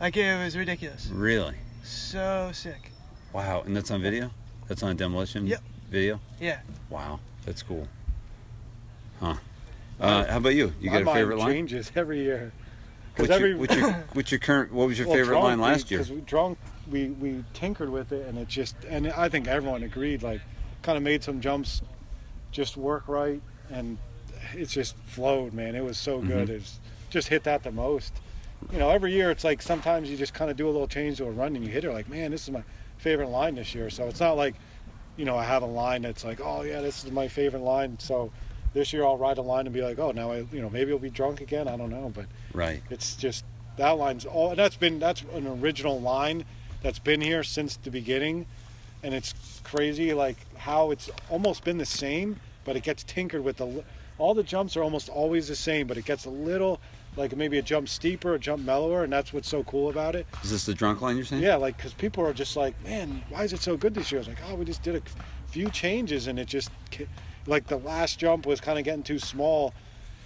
Speaker 3: like it was ridiculous
Speaker 1: Really.
Speaker 3: so sick
Speaker 1: Wow, and that's on video? That's on demolition
Speaker 3: Yep.
Speaker 1: video?
Speaker 3: yeah
Speaker 1: Wow, that's cool. Huh. Uh, how about you? You
Speaker 2: My
Speaker 1: got a
Speaker 2: mind
Speaker 1: favorite line?
Speaker 2: changes (laughs) every year. 'Cause
Speaker 1: What's,
Speaker 2: every-
Speaker 1: your, what's,
Speaker 2: (coughs)
Speaker 1: your, what's your current, what was your
Speaker 2: Well,
Speaker 1: favorite
Speaker 2: drunk,
Speaker 1: line last year?
Speaker 2: Because we drunk, we we tinkered with it, and it just and I think everyone agreed. Like, kind of made some jumps, just work right, and it just flowed, man. It was
Speaker 1: Mm-hmm.
Speaker 2: so good. It's just hit that the most. You know, every year it's like sometimes you just kind of do a little change to a run and you hit it. Like, man, this is my favorite line this year. So it's not like, you know, I have a line that's like, oh yeah, this is my favorite line. So this year I'll ride a line and be like, oh, now I, you know, maybe I'll be drunk again. I don't know, but
Speaker 1: Right.
Speaker 2: it's just that line's all. And that's been that's an original line that's been here since the beginning, and it's crazy like how it's almost been the same, but it gets tinkered with. The li- all the jumps are almost always the same, but it gets a little like maybe a jump steeper, a jump mellower, and that's what's so cool about it.
Speaker 1: Is this the drunk line you're
Speaker 3: Hmm.
Speaker 1: saying?
Speaker 2: Yeah, like because people are just like, man, why is it so good this year? It's like, oh, we just did a few changes, and it just ca- like the last jump was kind of getting too small,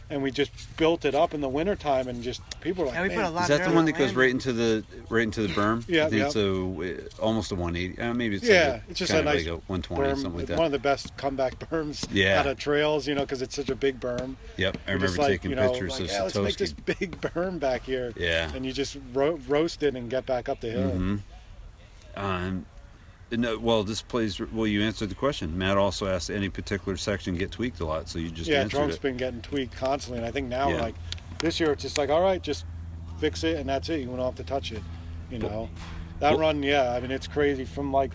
Speaker 2: and we just built it up in the wintertime, and just people are like,
Speaker 3: Yeah, we put
Speaker 2: man,
Speaker 3: a lot-
Speaker 1: Is that the
Speaker 3: Barely
Speaker 1: one that goes
Speaker 3: landed.
Speaker 1: right into the right into the berm?
Speaker 2: Yeah,
Speaker 1: I think
Speaker 2: yeah.
Speaker 1: it's a uh, almost a 180. Uh, maybe it's
Speaker 2: Yeah,
Speaker 1: like a,
Speaker 2: it's just
Speaker 1: kind
Speaker 2: a
Speaker 1: of
Speaker 2: nice
Speaker 1: like a 120 or
Speaker 2: berm,
Speaker 1: something like
Speaker 2: One
Speaker 1: that.
Speaker 2: of the best comeback (laughs) berms
Speaker 1: Yeah.
Speaker 2: out of trails, you know, because it's such a big berm.
Speaker 1: Yep, I
Speaker 2: You're just
Speaker 1: remember
Speaker 2: like,
Speaker 1: taking
Speaker 2: you know,
Speaker 1: pictures
Speaker 2: like,
Speaker 1: of
Speaker 2: yeah, let's make this
Speaker 1: Satoshi.
Speaker 2: big (laughs) berm back here.
Speaker 1: Yeah. Mm-hmm.
Speaker 2: and you just ro- roast it and get back up the hill.
Speaker 1: Um, no, well, this plays. Well, you answered the question. Matt also asked, any particular section get tweaked a lot? So you just
Speaker 2: yeah,
Speaker 1: answered
Speaker 2: drunk's
Speaker 1: it.
Speaker 2: been getting tweaked constantly, and I think now
Speaker 1: Yeah.
Speaker 2: like this year it's just like all right, just fix it and that's it. You won't have to touch it, you know. that
Speaker 1: Well-
Speaker 2: run, yeah, I mean it's crazy from like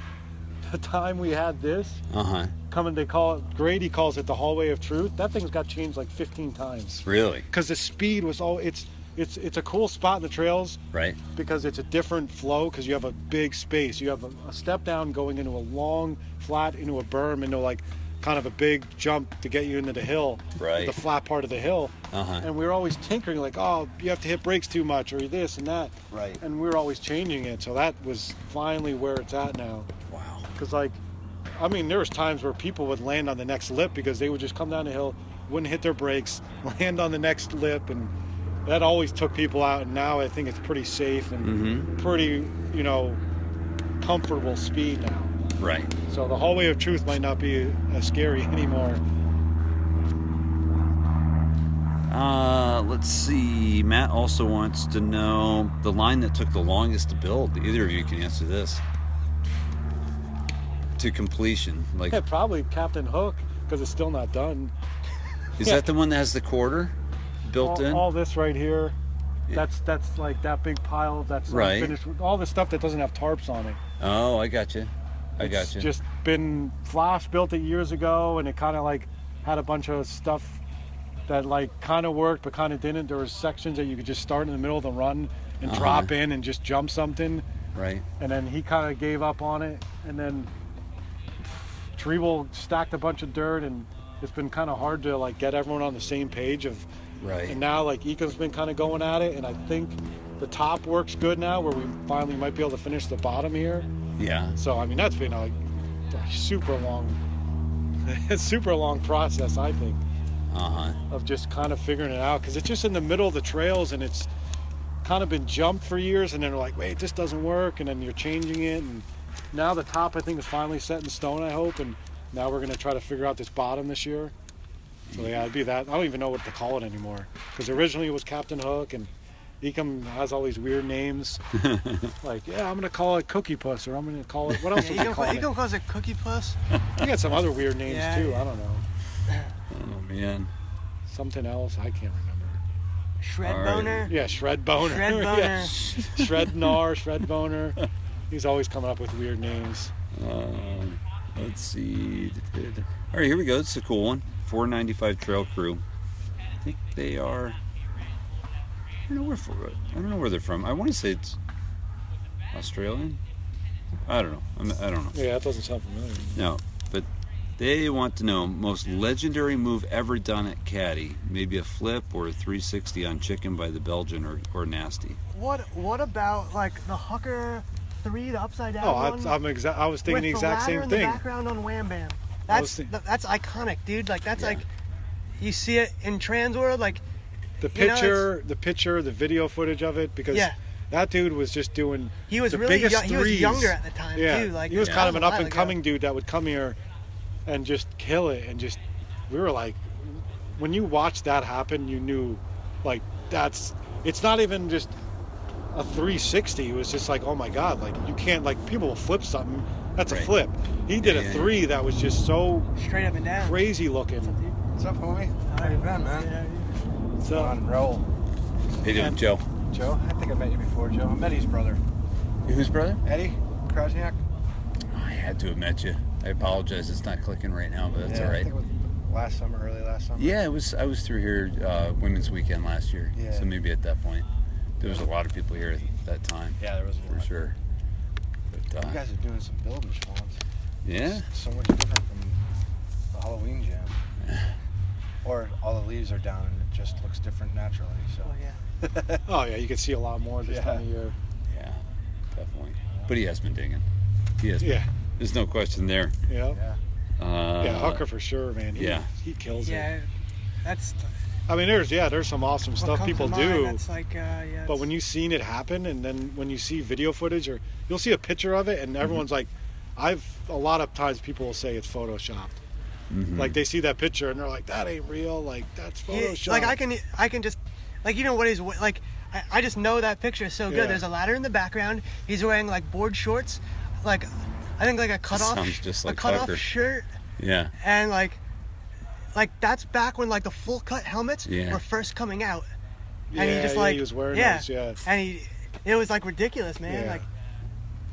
Speaker 2: the time we had this
Speaker 1: Uh huh.
Speaker 2: coming. They call it Grady calls it the hallway of truth. That thing's got changed like 15 times
Speaker 1: Really?
Speaker 2: because the speed was all it's it's it's a cool spot in the trails
Speaker 1: Right.
Speaker 2: because it's a different flow because you have a big space. You have a, a step down going into a long flat into a berm into like kind of a big jump to get you into the hill,
Speaker 1: Right.
Speaker 2: The flat part of the hill.
Speaker 1: Uh-huh.
Speaker 2: And we were always tinkering like, oh, you have to hit brakes too much or this and that.
Speaker 1: Right.
Speaker 2: And we were always changing it. So that was finally where it's at now
Speaker 1: Wow.
Speaker 2: because like I mean, there was times where people would land on the next lip because they would just come down the hill, wouldn't hit their brakes, (laughs) land on the next lip, and that always took people out. And now I think it's pretty safe and
Speaker 1: Mm-hmm.
Speaker 2: pretty, you know, comfortable speed now.
Speaker 1: Right.
Speaker 2: So the hallway of truth might not be as scary (laughs) anymore.
Speaker 1: Uh, let's see. Matt also wants to know the line that took the longest to build. Either of you can answer this. To completion, like
Speaker 2: Yeah, probably Captain Hook because it's still not done.
Speaker 1: is that the one that has the quarter built
Speaker 2: all,
Speaker 1: in?
Speaker 2: all this right here. That's that's like that big pile that's like,
Speaker 1: Right.
Speaker 2: finished with all the stuff that doesn't have tarps on it.
Speaker 1: oh, I got you. I got
Speaker 2: It's
Speaker 1: you.
Speaker 2: Just been Flash built it years ago, and it kind of like had a bunch of stuff that like kind of worked but kind of didn't. There was sections that you could just start in the middle of the run and drop in and just jump something,
Speaker 1: right.
Speaker 2: and then he kind of gave up on it, and then Treble stacked a bunch of dirt, and it's been kind of hard to like get everyone on the same page of
Speaker 1: Right.
Speaker 2: and now like Eco's been kind of going at it, and I think the top works good now, where we finally might be able to finish the bottom here.
Speaker 1: yeah.
Speaker 2: So I mean that's been a, a super long, (laughs) super long process, I think,
Speaker 1: Uh huh.
Speaker 2: of just kind of figuring it out because it's just in the middle of the trails and it's kind of been jumped for years, and then they're like, wait, this doesn't work, and then you're changing it, and now the top I think is finally set in stone, I hope, and now we're gonna try to figure out this bottom this year. So yeah, it'd be that. I don't even know what to call it anymore because originally it was Captain Hook and. Ecom has all these weird names. like, yeah, I'm gonna call it Cookie Puss, or I'm gonna call it what else? would
Speaker 3: Yeah, you
Speaker 2: we
Speaker 3: can,
Speaker 2: call
Speaker 3: you
Speaker 2: it?
Speaker 3: can call it cookie puss.
Speaker 2: He had some other weird names
Speaker 3: Yeah.
Speaker 2: too. I don't know.
Speaker 1: Oh man.
Speaker 2: Something else. I can't remember.
Speaker 3: Shred
Speaker 1: All right.
Speaker 3: boner.
Speaker 2: Yeah, Shred Boner. (laughs)
Speaker 3: Shred boner.
Speaker 2: yeah. Shred Gnar, Shred Boner. He's always coming up with weird names.
Speaker 1: Um, let's see. All right, here we go. It's a cool one. 495 Trail Crew. I think they are. I don't know where. for- I don't know where they're from. I want to say it's Australian. I don't know. I'm, I don't know.
Speaker 2: Yeah, that doesn't sound familiar.
Speaker 1: No, but they want to know most legendary move ever done at Caddy. Maybe a flip or a 360 on chicken by the Belgian or, or nasty.
Speaker 3: What What about like the hooker three, the upside down
Speaker 2: Oh, I,
Speaker 3: one?
Speaker 2: I'm exa- I was thinking
Speaker 3: with
Speaker 2: the exact
Speaker 3: ladder
Speaker 2: same
Speaker 3: in
Speaker 2: thing.
Speaker 3: The background on Wham Bam.
Speaker 2: I
Speaker 3: That's
Speaker 2: was thinking-
Speaker 3: th- that's iconic, dude. Like that's like you see it in trans world. Like
Speaker 2: The
Speaker 3: You know, it's-
Speaker 2: picture, the picture, the video footage of it, because
Speaker 3: Yeah.
Speaker 2: that dude was just doing.
Speaker 3: he was
Speaker 2: the
Speaker 3: really
Speaker 2: biggest
Speaker 3: young, he was
Speaker 2: threes.
Speaker 3: younger at the time
Speaker 2: yeah,
Speaker 3: too. Like
Speaker 2: he was
Speaker 3: that
Speaker 2: kind of an
Speaker 3: a
Speaker 2: up
Speaker 3: while
Speaker 2: and
Speaker 3: ago.
Speaker 2: coming dude that would come here, and just kill it, and just we were like, when you watched that happen, you knew, like that's it's not even just a 360. It was just like, oh my god, like you can't like people will flip something. That's
Speaker 1: Right.
Speaker 2: a flip. He did
Speaker 1: Yeah,
Speaker 2: a
Speaker 1: yeah,
Speaker 2: three that was just so
Speaker 3: Straight up and down.
Speaker 2: crazy looking.
Speaker 4: What's up, homie? How you been, man?
Speaker 2: So
Speaker 4: On roll.
Speaker 1: Hey, doing,
Speaker 2: And-
Speaker 1: Joe.
Speaker 4: Joe, I think I met you before, Joe. I'm Eddie's brother.
Speaker 1: Who's brother?
Speaker 4: Eddie Krasniak?
Speaker 1: I had to have met you. I apologize. It's not clicking right now, but that's
Speaker 4: yeah,
Speaker 1: all
Speaker 4: I
Speaker 1: right.
Speaker 4: think it was last summer, early last summer.
Speaker 1: Yeah, it was. I was through here uh, Women's Weekend last year,
Speaker 4: Yeah.
Speaker 1: so maybe at that point there was a lot of people here at that time
Speaker 4: Yeah, there was a
Speaker 1: for
Speaker 4: lot.
Speaker 1: sure. But
Speaker 4: You
Speaker 1: uh,
Speaker 4: guys are doing some building schwans.
Speaker 1: yeah,
Speaker 4: So much different from the Halloween jam.
Speaker 1: (sighs)
Speaker 4: or all the leaves are down and it just looks different naturally. So
Speaker 3: Oh, yeah.
Speaker 2: oh yeah, you could see a lot more this
Speaker 4: Yeah.
Speaker 2: time of year.
Speaker 1: yeah, definitely. But he has been digging. He has.
Speaker 2: Yeah,
Speaker 1: Been. There's no question there.
Speaker 2: yeah, yeah.
Speaker 4: yeah.
Speaker 1: Uh,
Speaker 2: Hucker for sure, man. He,
Speaker 1: yeah.
Speaker 2: he kills it.
Speaker 3: Yeah, that's th-
Speaker 2: I mean, there's yeah, there's some awesome
Speaker 3: what
Speaker 2: stuff
Speaker 3: comes to
Speaker 2: people
Speaker 3: mind.
Speaker 2: do.
Speaker 3: That's like, uh, yeah.
Speaker 2: But when you've seen it happen, and then when you see video footage, or you'll see a picture of it,
Speaker 1: Mm-hmm.
Speaker 2: and everyone's like, I've a lot of times people will say it's photoshopped.
Speaker 1: Mm-hmm.
Speaker 2: Like they see that picture and they're like, that ain't real. Like that's photoshopped.
Speaker 3: you, like I can, I can just, like you know what he's we- like, I, I just know that picture is so good.
Speaker 2: Yeah.
Speaker 3: There's a ladder in the background. He's wearing like board shorts, like I think like a cutoff,
Speaker 1: Sounds just like
Speaker 3: a cutoff
Speaker 1: Tucker.
Speaker 3: shirt,
Speaker 1: Yeah.
Speaker 3: and like, like that's back when like the full cut helmets
Speaker 1: Yeah.
Speaker 3: were first coming out,
Speaker 2: yeah,
Speaker 3: and he just
Speaker 2: yeah,
Speaker 3: like
Speaker 2: he was wearing
Speaker 3: yeah,
Speaker 2: those. Yeah,
Speaker 3: and he, it was like ridiculous, man.
Speaker 2: Yeah.
Speaker 3: Like,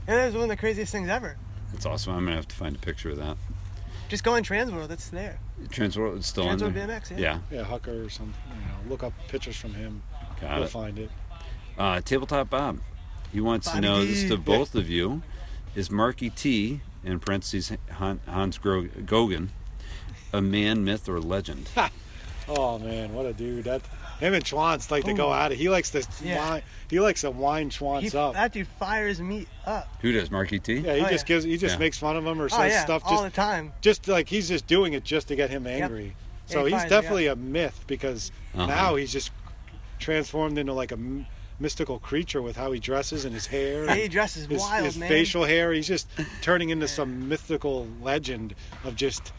Speaker 3: it was one of the craziest things ever.
Speaker 1: That's awesome. I'm gonna have to find a picture of that.
Speaker 3: Just go in Transworld, it's there.
Speaker 1: Transworld it's still
Speaker 3: Transworld
Speaker 1: in there.
Speaker 3: BMX, yeah.
Speaker 2: yeah, Hucker or something. You know, look up pictures from him.
Speaker 1: Got
Speaker 2: you'll
Speaker 1: it.
Speaker 2: find it.
Speaker 1: Uh, Tabletop Bob. He wants to
Speaker 3: Bobby
Speaker 1: know this
Speaker 3: D.
Speaker 1: to both of you. Is Marky T, in parentheses, Han- Hans Gro- Gogan, a man, myth, or legend?
Speaker 2: Oh man, what a dude! That him and Schwantz like to go
Speaker 3: Ooh.
Speaker 2: at it. He likes to
Speaker 3: Yeah.
Speaker 2: wine. He likes to wine Schwantz
Speaker 3: He,
Speaker 2: up.
Speaker 3: that dude fires me up.
Speaker 1: Who does Marquis T?
Speaker 2: yeah, he
Speaker 3: oh,
Speaker 2: just
Speaker 3: yeah.
Speaker 2: gives. He just
Speaker 1: Yeah.
Speaker 2: makes fun of him or says
Speaker 3: oh yeah,
Speaker 2: stuff.
Speaker 3: all
Speaker 2: Just
Speaker 3: the time.
Speaker 2: just like he's just doing it just to get him angry.
Speaker 3: Yeah,
Speaker 2: So
Speaker 3: he
Speaker 2: he's
Speaker 3: finds it, yeah.
Speaker 2: definitely a myth because
Speaker 1: Uh-huh.
Speaker 2: now he's just transformed into like a m- mystical creature with how he dresses and his hair.
Speaker 3: Yeah, (laughs) he
Speaker 2: and
Speaker 3: dresses
Speaker 2: his,
Speaker 3: wild,
Speaker 2: his
Speaker 3: man.
Speaker 2: facial hair. He's just turning
Speaker 3: (laughs)
Speaker 2: into some mythical legend of just.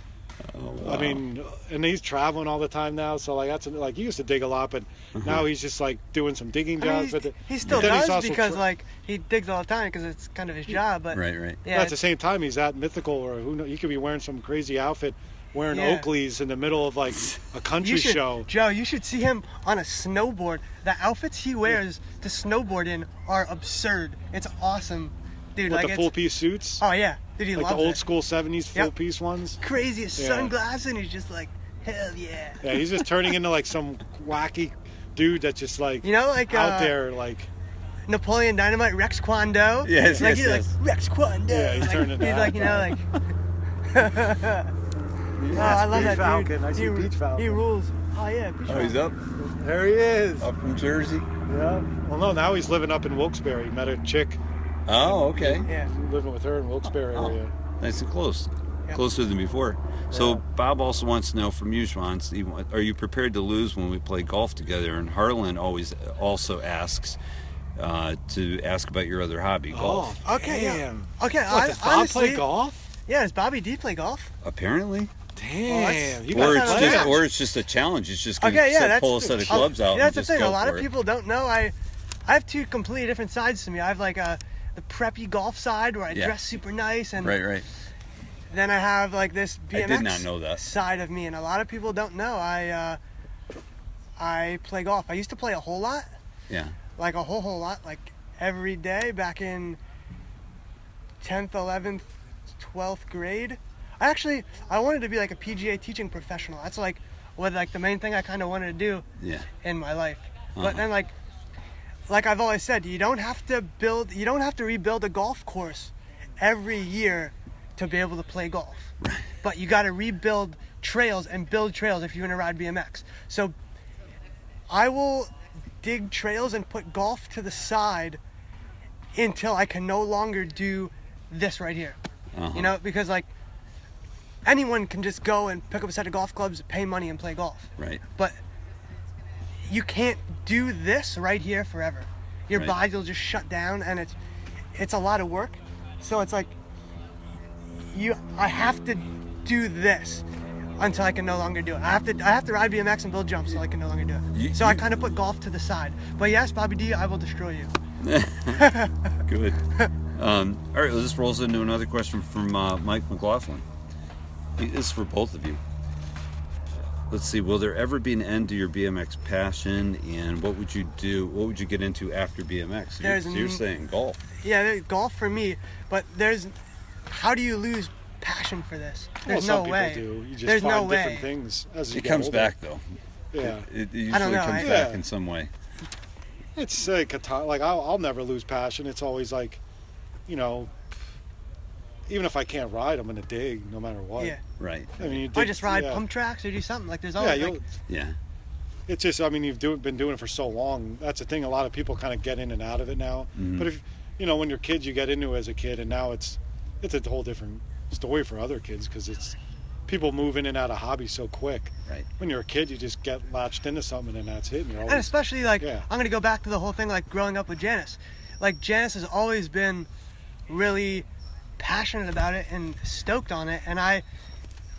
Speaker 1: Oh,
Speaker 2: I mean, and he's traveling all the time now. So like that's like he used to dig a lot, but
Speaker 1: Uh-huh.
Speaker 2: now he's just like doing some digging
Speaker 3: I mean,
Speaker 2: jobs.
Speaker 3: he,
Speaker 2: but the-
Speaker 3: he still
Speaker 2: but then he's
Speaker 3: does
Speaker 2: also
Speaker 3: because
Speaker 2: tra-
Speaker 3: like he digs all the time because it's kind of his job. But
Speaker 1: Right, right.
Speaker 2: But
Speaker 3: Yeah,
Speaker 2: at the same time, he's that mythical, or who knows? He could be wearing some crazy outfit, wearing
Speaker 3: Yeah.
Speaker 2: Oakleys in the middle of
Speaker 3: (laughs)
Speaker 2: like a country
Speaker 3: you should,
Speaker 2: show.
Speaker 3: Joe, you should see him on a snowboard. The outfits he wears to snowboard in are absurd. It's awesome, dude.
Speaker 2: With
Speaker 3: like
Speaker 2: the
Speaker 3: it's,
Speaker 2: full piece suits,
Speaker 3: oh yeah, dude, he
Speaker 2: like the
Speaker 3: loves
Speaker 2: old
Speaker 3: it.
Speaker 2: school '70s full
Speaker 3: Yep.
Speaker 2: piece ones.
Speaker 3: craziest
Speaker 2: Yeah.
Speaker 3: sunglasses, and he's just like, hell yeah.
Speaker 2: Yeah, he's just turning into like some wacky dude that's just like
Speaker 3: You know, like
Speaker 2: out
Speaker 3: uh,
Speaker 2: there, like
Speaker 3: Napoleon Dynamite, Rex Kwando.
Speaker 1: Yes,
Speaker 3: like,
Speaker 1: yes,
Speaker 3: he's
Speaker 1: yes.
Speaker 3: Like, Rex Kwando.
Speaker 2: Yeah, he's
Speaker 3: like,
Speaker 2: turned into
Speaker 3: He's
Speaker 2: that
Speaker 3: like, you know, like.
Speaker 1: (laughs)
Speaker 3: oh, I love that
Speaker 4: Falcon.
Speaker 3: dude.
Speaker 4: I see
Speaker 3: he,
Speaker 4: Beach
Speaker 3: He
Speaker 4: Falcon.
Speaker 3: rules. Oh yeah, Beach
Speaker 1: Oh,
Speaker 3: Falcon.
Speaker 1: he's up,
Speaker 4: There he is.
Speaker 1: up from Jersey.
Speaker 4: Yeah.
Speaker 2: Oh, well, no, now he's living up in Wilkes-Barre. He met a chick
Speaker 1: Oh, okay.
Speaker 3: Yeah.
Speaker 2: living with her in Wilkes-Barre
Speaker 3: Oh,
Speaker 2: area.
Speaker 1: Nice and close.
Speaker 3: Yeah.
Speaker 1: Closer than before. So Bob also wants to know from you, Sean, Steve, are you prepared to lose when we play golf together? And Harlan always also asks uh, to ask about your other hobby,
Speaker 3: Oh.
Speaker 1: golf.
Speaker 3: Okay.
Speaker 4: Damn.
Speaker 3: Yeah. Okay.
Speaker 2: What,
Speaker 3: I,
Speaker 2: does Bob
Speaker 3: honestly,
Speaker 2: play golf?
Speaker 3: Yeah, does Bobby D play golf?
Speaker 1: Apparently,
Speaker 2: Damn, you
Speaker 1: or
Speaker 2: guys
Speaker 1: it's
Speaker 2: play
Speaker 1: just
Speaker 2: that?
Speaker 1: or it's just a challenge. It's just gonna
Speaker 3: Okay, yeah,
Speaker 1: set-
Speaker 3: that's
Speaker 1: pull a set of clubs
Speaker 3: oh,
Speaker 1: out.
Speaker 3: Yeah,
Speaker 1: and
Speaker 3: that's the
Speaker 1: just
Speaker 3: thing.
Speaker 1: go
Speaker 3: A lot of
Speaker 1: for it.
Speaker 3: people don't know I, I have two completely different sides to me. I have like a the preppy golf side where I
Speaker 1: Yeah.
Speaker 3: dress super nice, and
Speaker 1: Right, right.
Speaker 3: then I have like this
Speaker 1: I
Speaker 3: BMX
Speaker 1: did not know that.
Speaker 3: side of me, and a lot of people don't know I, uh, I play golf. I used to play a whole lot,
Speaker 1: Yeah.
Speaker 3: like a whole whole lot, like every day back in tenth, eleventh, twelfth grade. I actually I wanted to be like a PGA teaching professional. That's like what like the main thing I kind of wanted to do
Speaker 1: Yeah.
Speaker 3: in my life.
Speaker 1: Uh-huh.
Speaker 3: But then like like I've always said, you don't have to build you don't have to rebuild a golf course every year to be able to play golf. But you got to rebuild trails and build trails if you want to ride BMX. So I will dig trails and put golf to the side until I can no longer do this right here.
Speaker 1: Uh-huh.
Speaker 3: You know, because like anyone can just go and pick up a set of golf clubs, pay money and play golf
Speaker 1: Right.
Speaker 3: but you can't do this right here forever. Your
Speaker 1: Right.
Speaker 3: body will just shut down, and it's it's a lot of work. So it's like you, I have to do this until I can no longer do it. I have to I have to ride BMX and build jumps until I can no longer do it.
Speaker 1: You-
Speaker 3: so I
Speaker 1: you-
Speaker 3: kind of put golf to the side. But yes, Bobby D, I will destroy you.
Speaker 1: Good. (laughs) Um, all right, well, this rolls into another question from uh, Mike McLaughlin. This is for both of you. Let's see. Will there ever be an end to your BMX passion? And what would you do? What would you get into after BMX? You're,
Speaker 3: There's
Speaker 1: so you're
Speaker 3: n-
Speaker 1: saying golf.
Speaker 3: Yeah, there- golf for me. But there's how do you lose passion for this?
Speaker 2: Well,
Speaker 3: There's
Speaker 2: some
Speaker 3: no
Speaker 2: people
Speaker 3: way.
Speaker 2: do. You just
Speaker 3: there's
Speaker 2: find
Speaker 3: no
Speaker 2: different
Speaker 3: way.
Speaker 2: things as you
Speaker 1: It
Speaker 2: get
Speaker 1: comes
Speaker 2: older.
Speaker 1: back though.
Speaker 2: Yeah,
Speaker 1: It, it usually
Speaker 3: I don't know,
Speaker 1: comes
Speaker 3: I-
Speaker 1: back
Speaker 2: Yeah.
Speaker 1: in some way.
Speaker 2: It's like a ti- like I'll, I'll never lose passion. It's always like, you know, even if I can't ride, I'm gonna dig no matter what.
Speaker 3: Yeah.
Speaker 1: Right.
Speaker 2: I mean, you dig,
Speaker 3: Or just ride
Speaker 2: yeah.
Speaker 3: pump tracks or do something. Like there's
Speaker 2: Yeah,
Speaker 3: always like
Speaker 2: you'll,
Speaker 1: Yeah.
Speaker 2: it's just I mean you've do, been doing it for so long. That's the thing. A lot of people kind of get in and out of it now. But if you know when you're kids, you get into it as a kid, and now it's it's a whole different story for other kids because it's people move in and out of hobbies so quick.
Speaker 1: Right.
Speaker 2: When you're a kid, you just get latched into something, and that's it. And you're
Speaker 3: and
Speaker 2: always
Speaker 3: especially like
Speaker 2: Yeah.
Speaker 3: I'm gonna go back to the whole thing like growing up with Janice. Like Janice has always been really passionate about it and stoked on it, and I,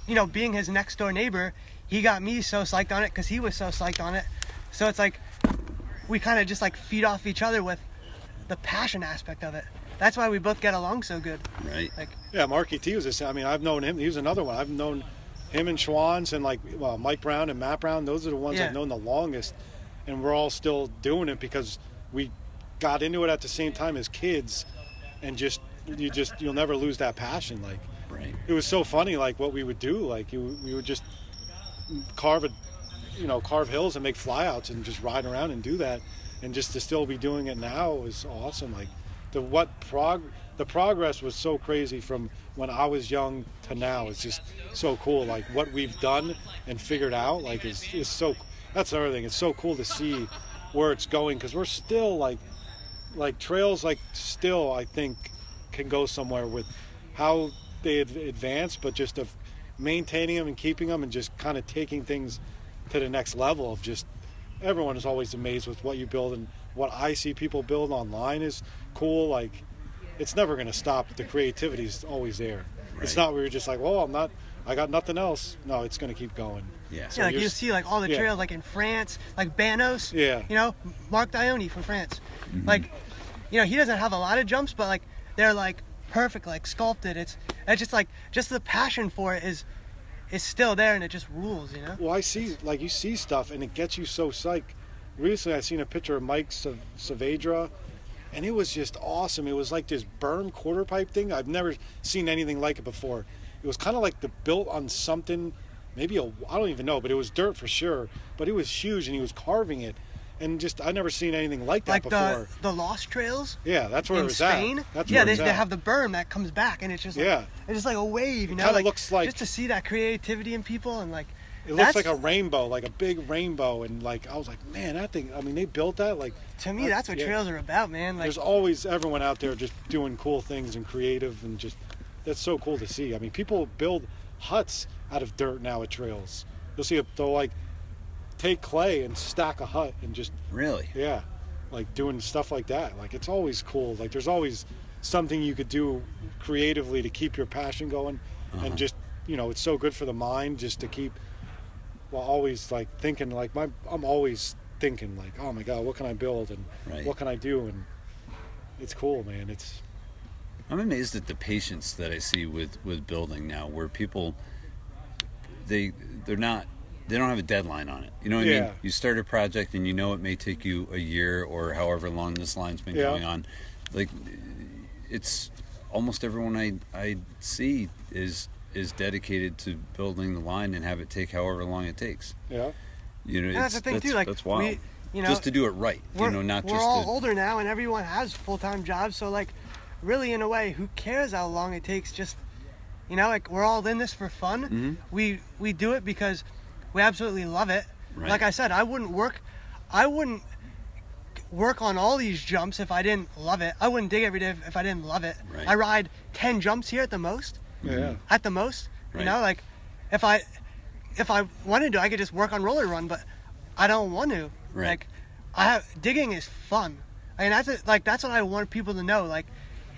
Speaker 3: you know, being his next door neighbor, he got me so psyched on it because he was so psyched on it. So it's like we kind of just like feed off each other with the passion aspect of it. That's why we both get along so good.
Speaker 1: Right.
Speaker 3: Like
Speaker 2: Yeah, Marky T was this. I mean, I've known him. He was another one. I've known him and Schwans and like well, Mike Brown and Matt Brown. Those are the ones
Speaker 3: Yeah.
Speaker 2: I've known the longest, and we're all still doing it because we got into it at the same time as kids, and just you just you'll never lose that passion. Like
Speaker 1: Right.
Speaker 2: it was so funny. Like what we would do. Like you, we would just carve a, you know, carve hills and make flyouts and just ride around and do that, and just to still be doing it now is awesome. Like the what prog the progress was so crazy from when I was young to now. It's just so cool. Like what we've done and figured out, like is is so. That's another thing. It's so cool to see where it's going because we're still like, like trails like still I think can go somewhere with how they ad- advance, but just of maintaining them and keeping them and just kind of taking things to the next level of just everyone is always amazed with what you build and what I see people build online is cool. Like it's never going to stop. but The creativity is always there. It's
Speaker 1: Right.
Speaker 2: not where you're just like, well, I'm not, I got nothing else. No, it's going to keep going.
Speaker 1: Yeah.
Speaker 3: yeah, like
Speaker 2: you're
Speaker 3: you
Speaker 2: s-
Speaker 3: see like all the
Speaker 2: yeah.
Speaker 3: trails like in France, like Banos.
Speaker 2: Yeah.
Speaker 3: You know, Mark Dione from France.
Speaker 1: Mm-hmm.
Speaker 3: Like, you know, he doesn't have a lot of jumps, but like they're like perfect, like sculpted. It's it's just like just the passion for it is is still there and it just rules, you know?
Speaker 2: Well, I see, like, you see stuff and it gets you so psyched. Recently, I seen a picture of Mike Sa- Saavedra, and it was just awesome. It was like this berm quarter pipe thing. I've never seen anything like it before. It was kind of like the built on something, maybe a, I don't even know, but it was dirt for sure. But it was huge, and he was carving it, and just I've never seen anything like that
Speaker 3: Like
Speaker 2: before.
Speaker 3: the the lost trails.
Speaker 2: yeah, that's where it
Speaker 3: in
Speaker 2: was
Speaker 3: Spain.
Speaker 2: at. That's
Speaker 3: yeah,
Speaker 2: where
Speaker 3: they,
Speaker 2: it was
Speaker 3: they
Speaker 2: at.
Speaker 3: have the berm that comes back, and it's just like,
Speaker 2: Yeah.
Speaker 3: it's just like a wave, you know.
Speaker 2: kinda looks like-
Speaker 3: just to see that creativity in people and like
Speaker 2: It looks
Speaker 3: that's-
Speaker 2: like a rainbow, like a big rainbow, and like I was like, man, that thing. I mean, they built that. Like
Speaker 3: to me that's what
Speaker 2: yeah.
Speaker 3: trails are about, man. Like
Speaker 2: there's always everyone out there just doing cool things and creative, and just that's so cool to see. I mean, people build huts out of dirt now at trails. You'll see it, they'll like take clay and stack a hut and just
Speaker 1: Really?
Speaker 2: yeah, like doing stuff like that. Like it's always cool. Like there's always something you could do creatively to keep your passion going, and just you know, it's so good for the mind just to keep. Well, always like thinking. Like my, I'm always thinking. Like, oh my god, what can I build and
Speaker 1: Right.
Speaker 2: what can I do? And it's cool, man. It's
Speaker 1: I'm amazed at the patience that I see with with building now, where people they they're not they don't have a deadline on it. You know what I
Speaker 2: Yeah.
Speaker 1: mean? You start a project and you know it may take you a year or however long this line's been
Speaker 2: Yeah.
Speaker 1: going on. Like it's almost everyone I I see is is dedicated to building the line and have it take however long it takes.
Speaker 2: yeah,
Speaker 1: You know,
Speaker 3: And that's
Speaker 1: it's-
Speaker 3: the thing, too, like,
Speaker 1: that's wild.
Speaker 3: we- you know,
Speaker 1: just to do it right.
Speaker 3: we're,
Speaker 1: You know, not
Speaker 3: we're
Speaker 1: just
Speaker 3: all
Speaker 1: to,
Speaker 3: older now, and everyone has full-time jobs. So like, really, in a way, who cares how long it takes? Just you know, like we're all in this for fun.
Speaker 1: Mm-hmm.
Speaker 3: We we do it because we absolutely love it.
Speaker 1: Right.
Speaker 3: Like I said, I wouldn't work, I wouldn't work on all these jumps if I didn't love it. I wouldn't dig every day if, if I didn't love it.
Speaker 1: Right.
Speaker 3: I ride ten jumps here at the most
Speaker 2: yeah.
Speaker 3: at the most.
Speaker 1: Right.
Speaker 3: You know, like if I if I wanted to, I could just work on roller run, but I don't want to.
Speaker 1: Right.
Speaker 3: Like I have digging is fun, and that's it, like that's what I want people to know. Like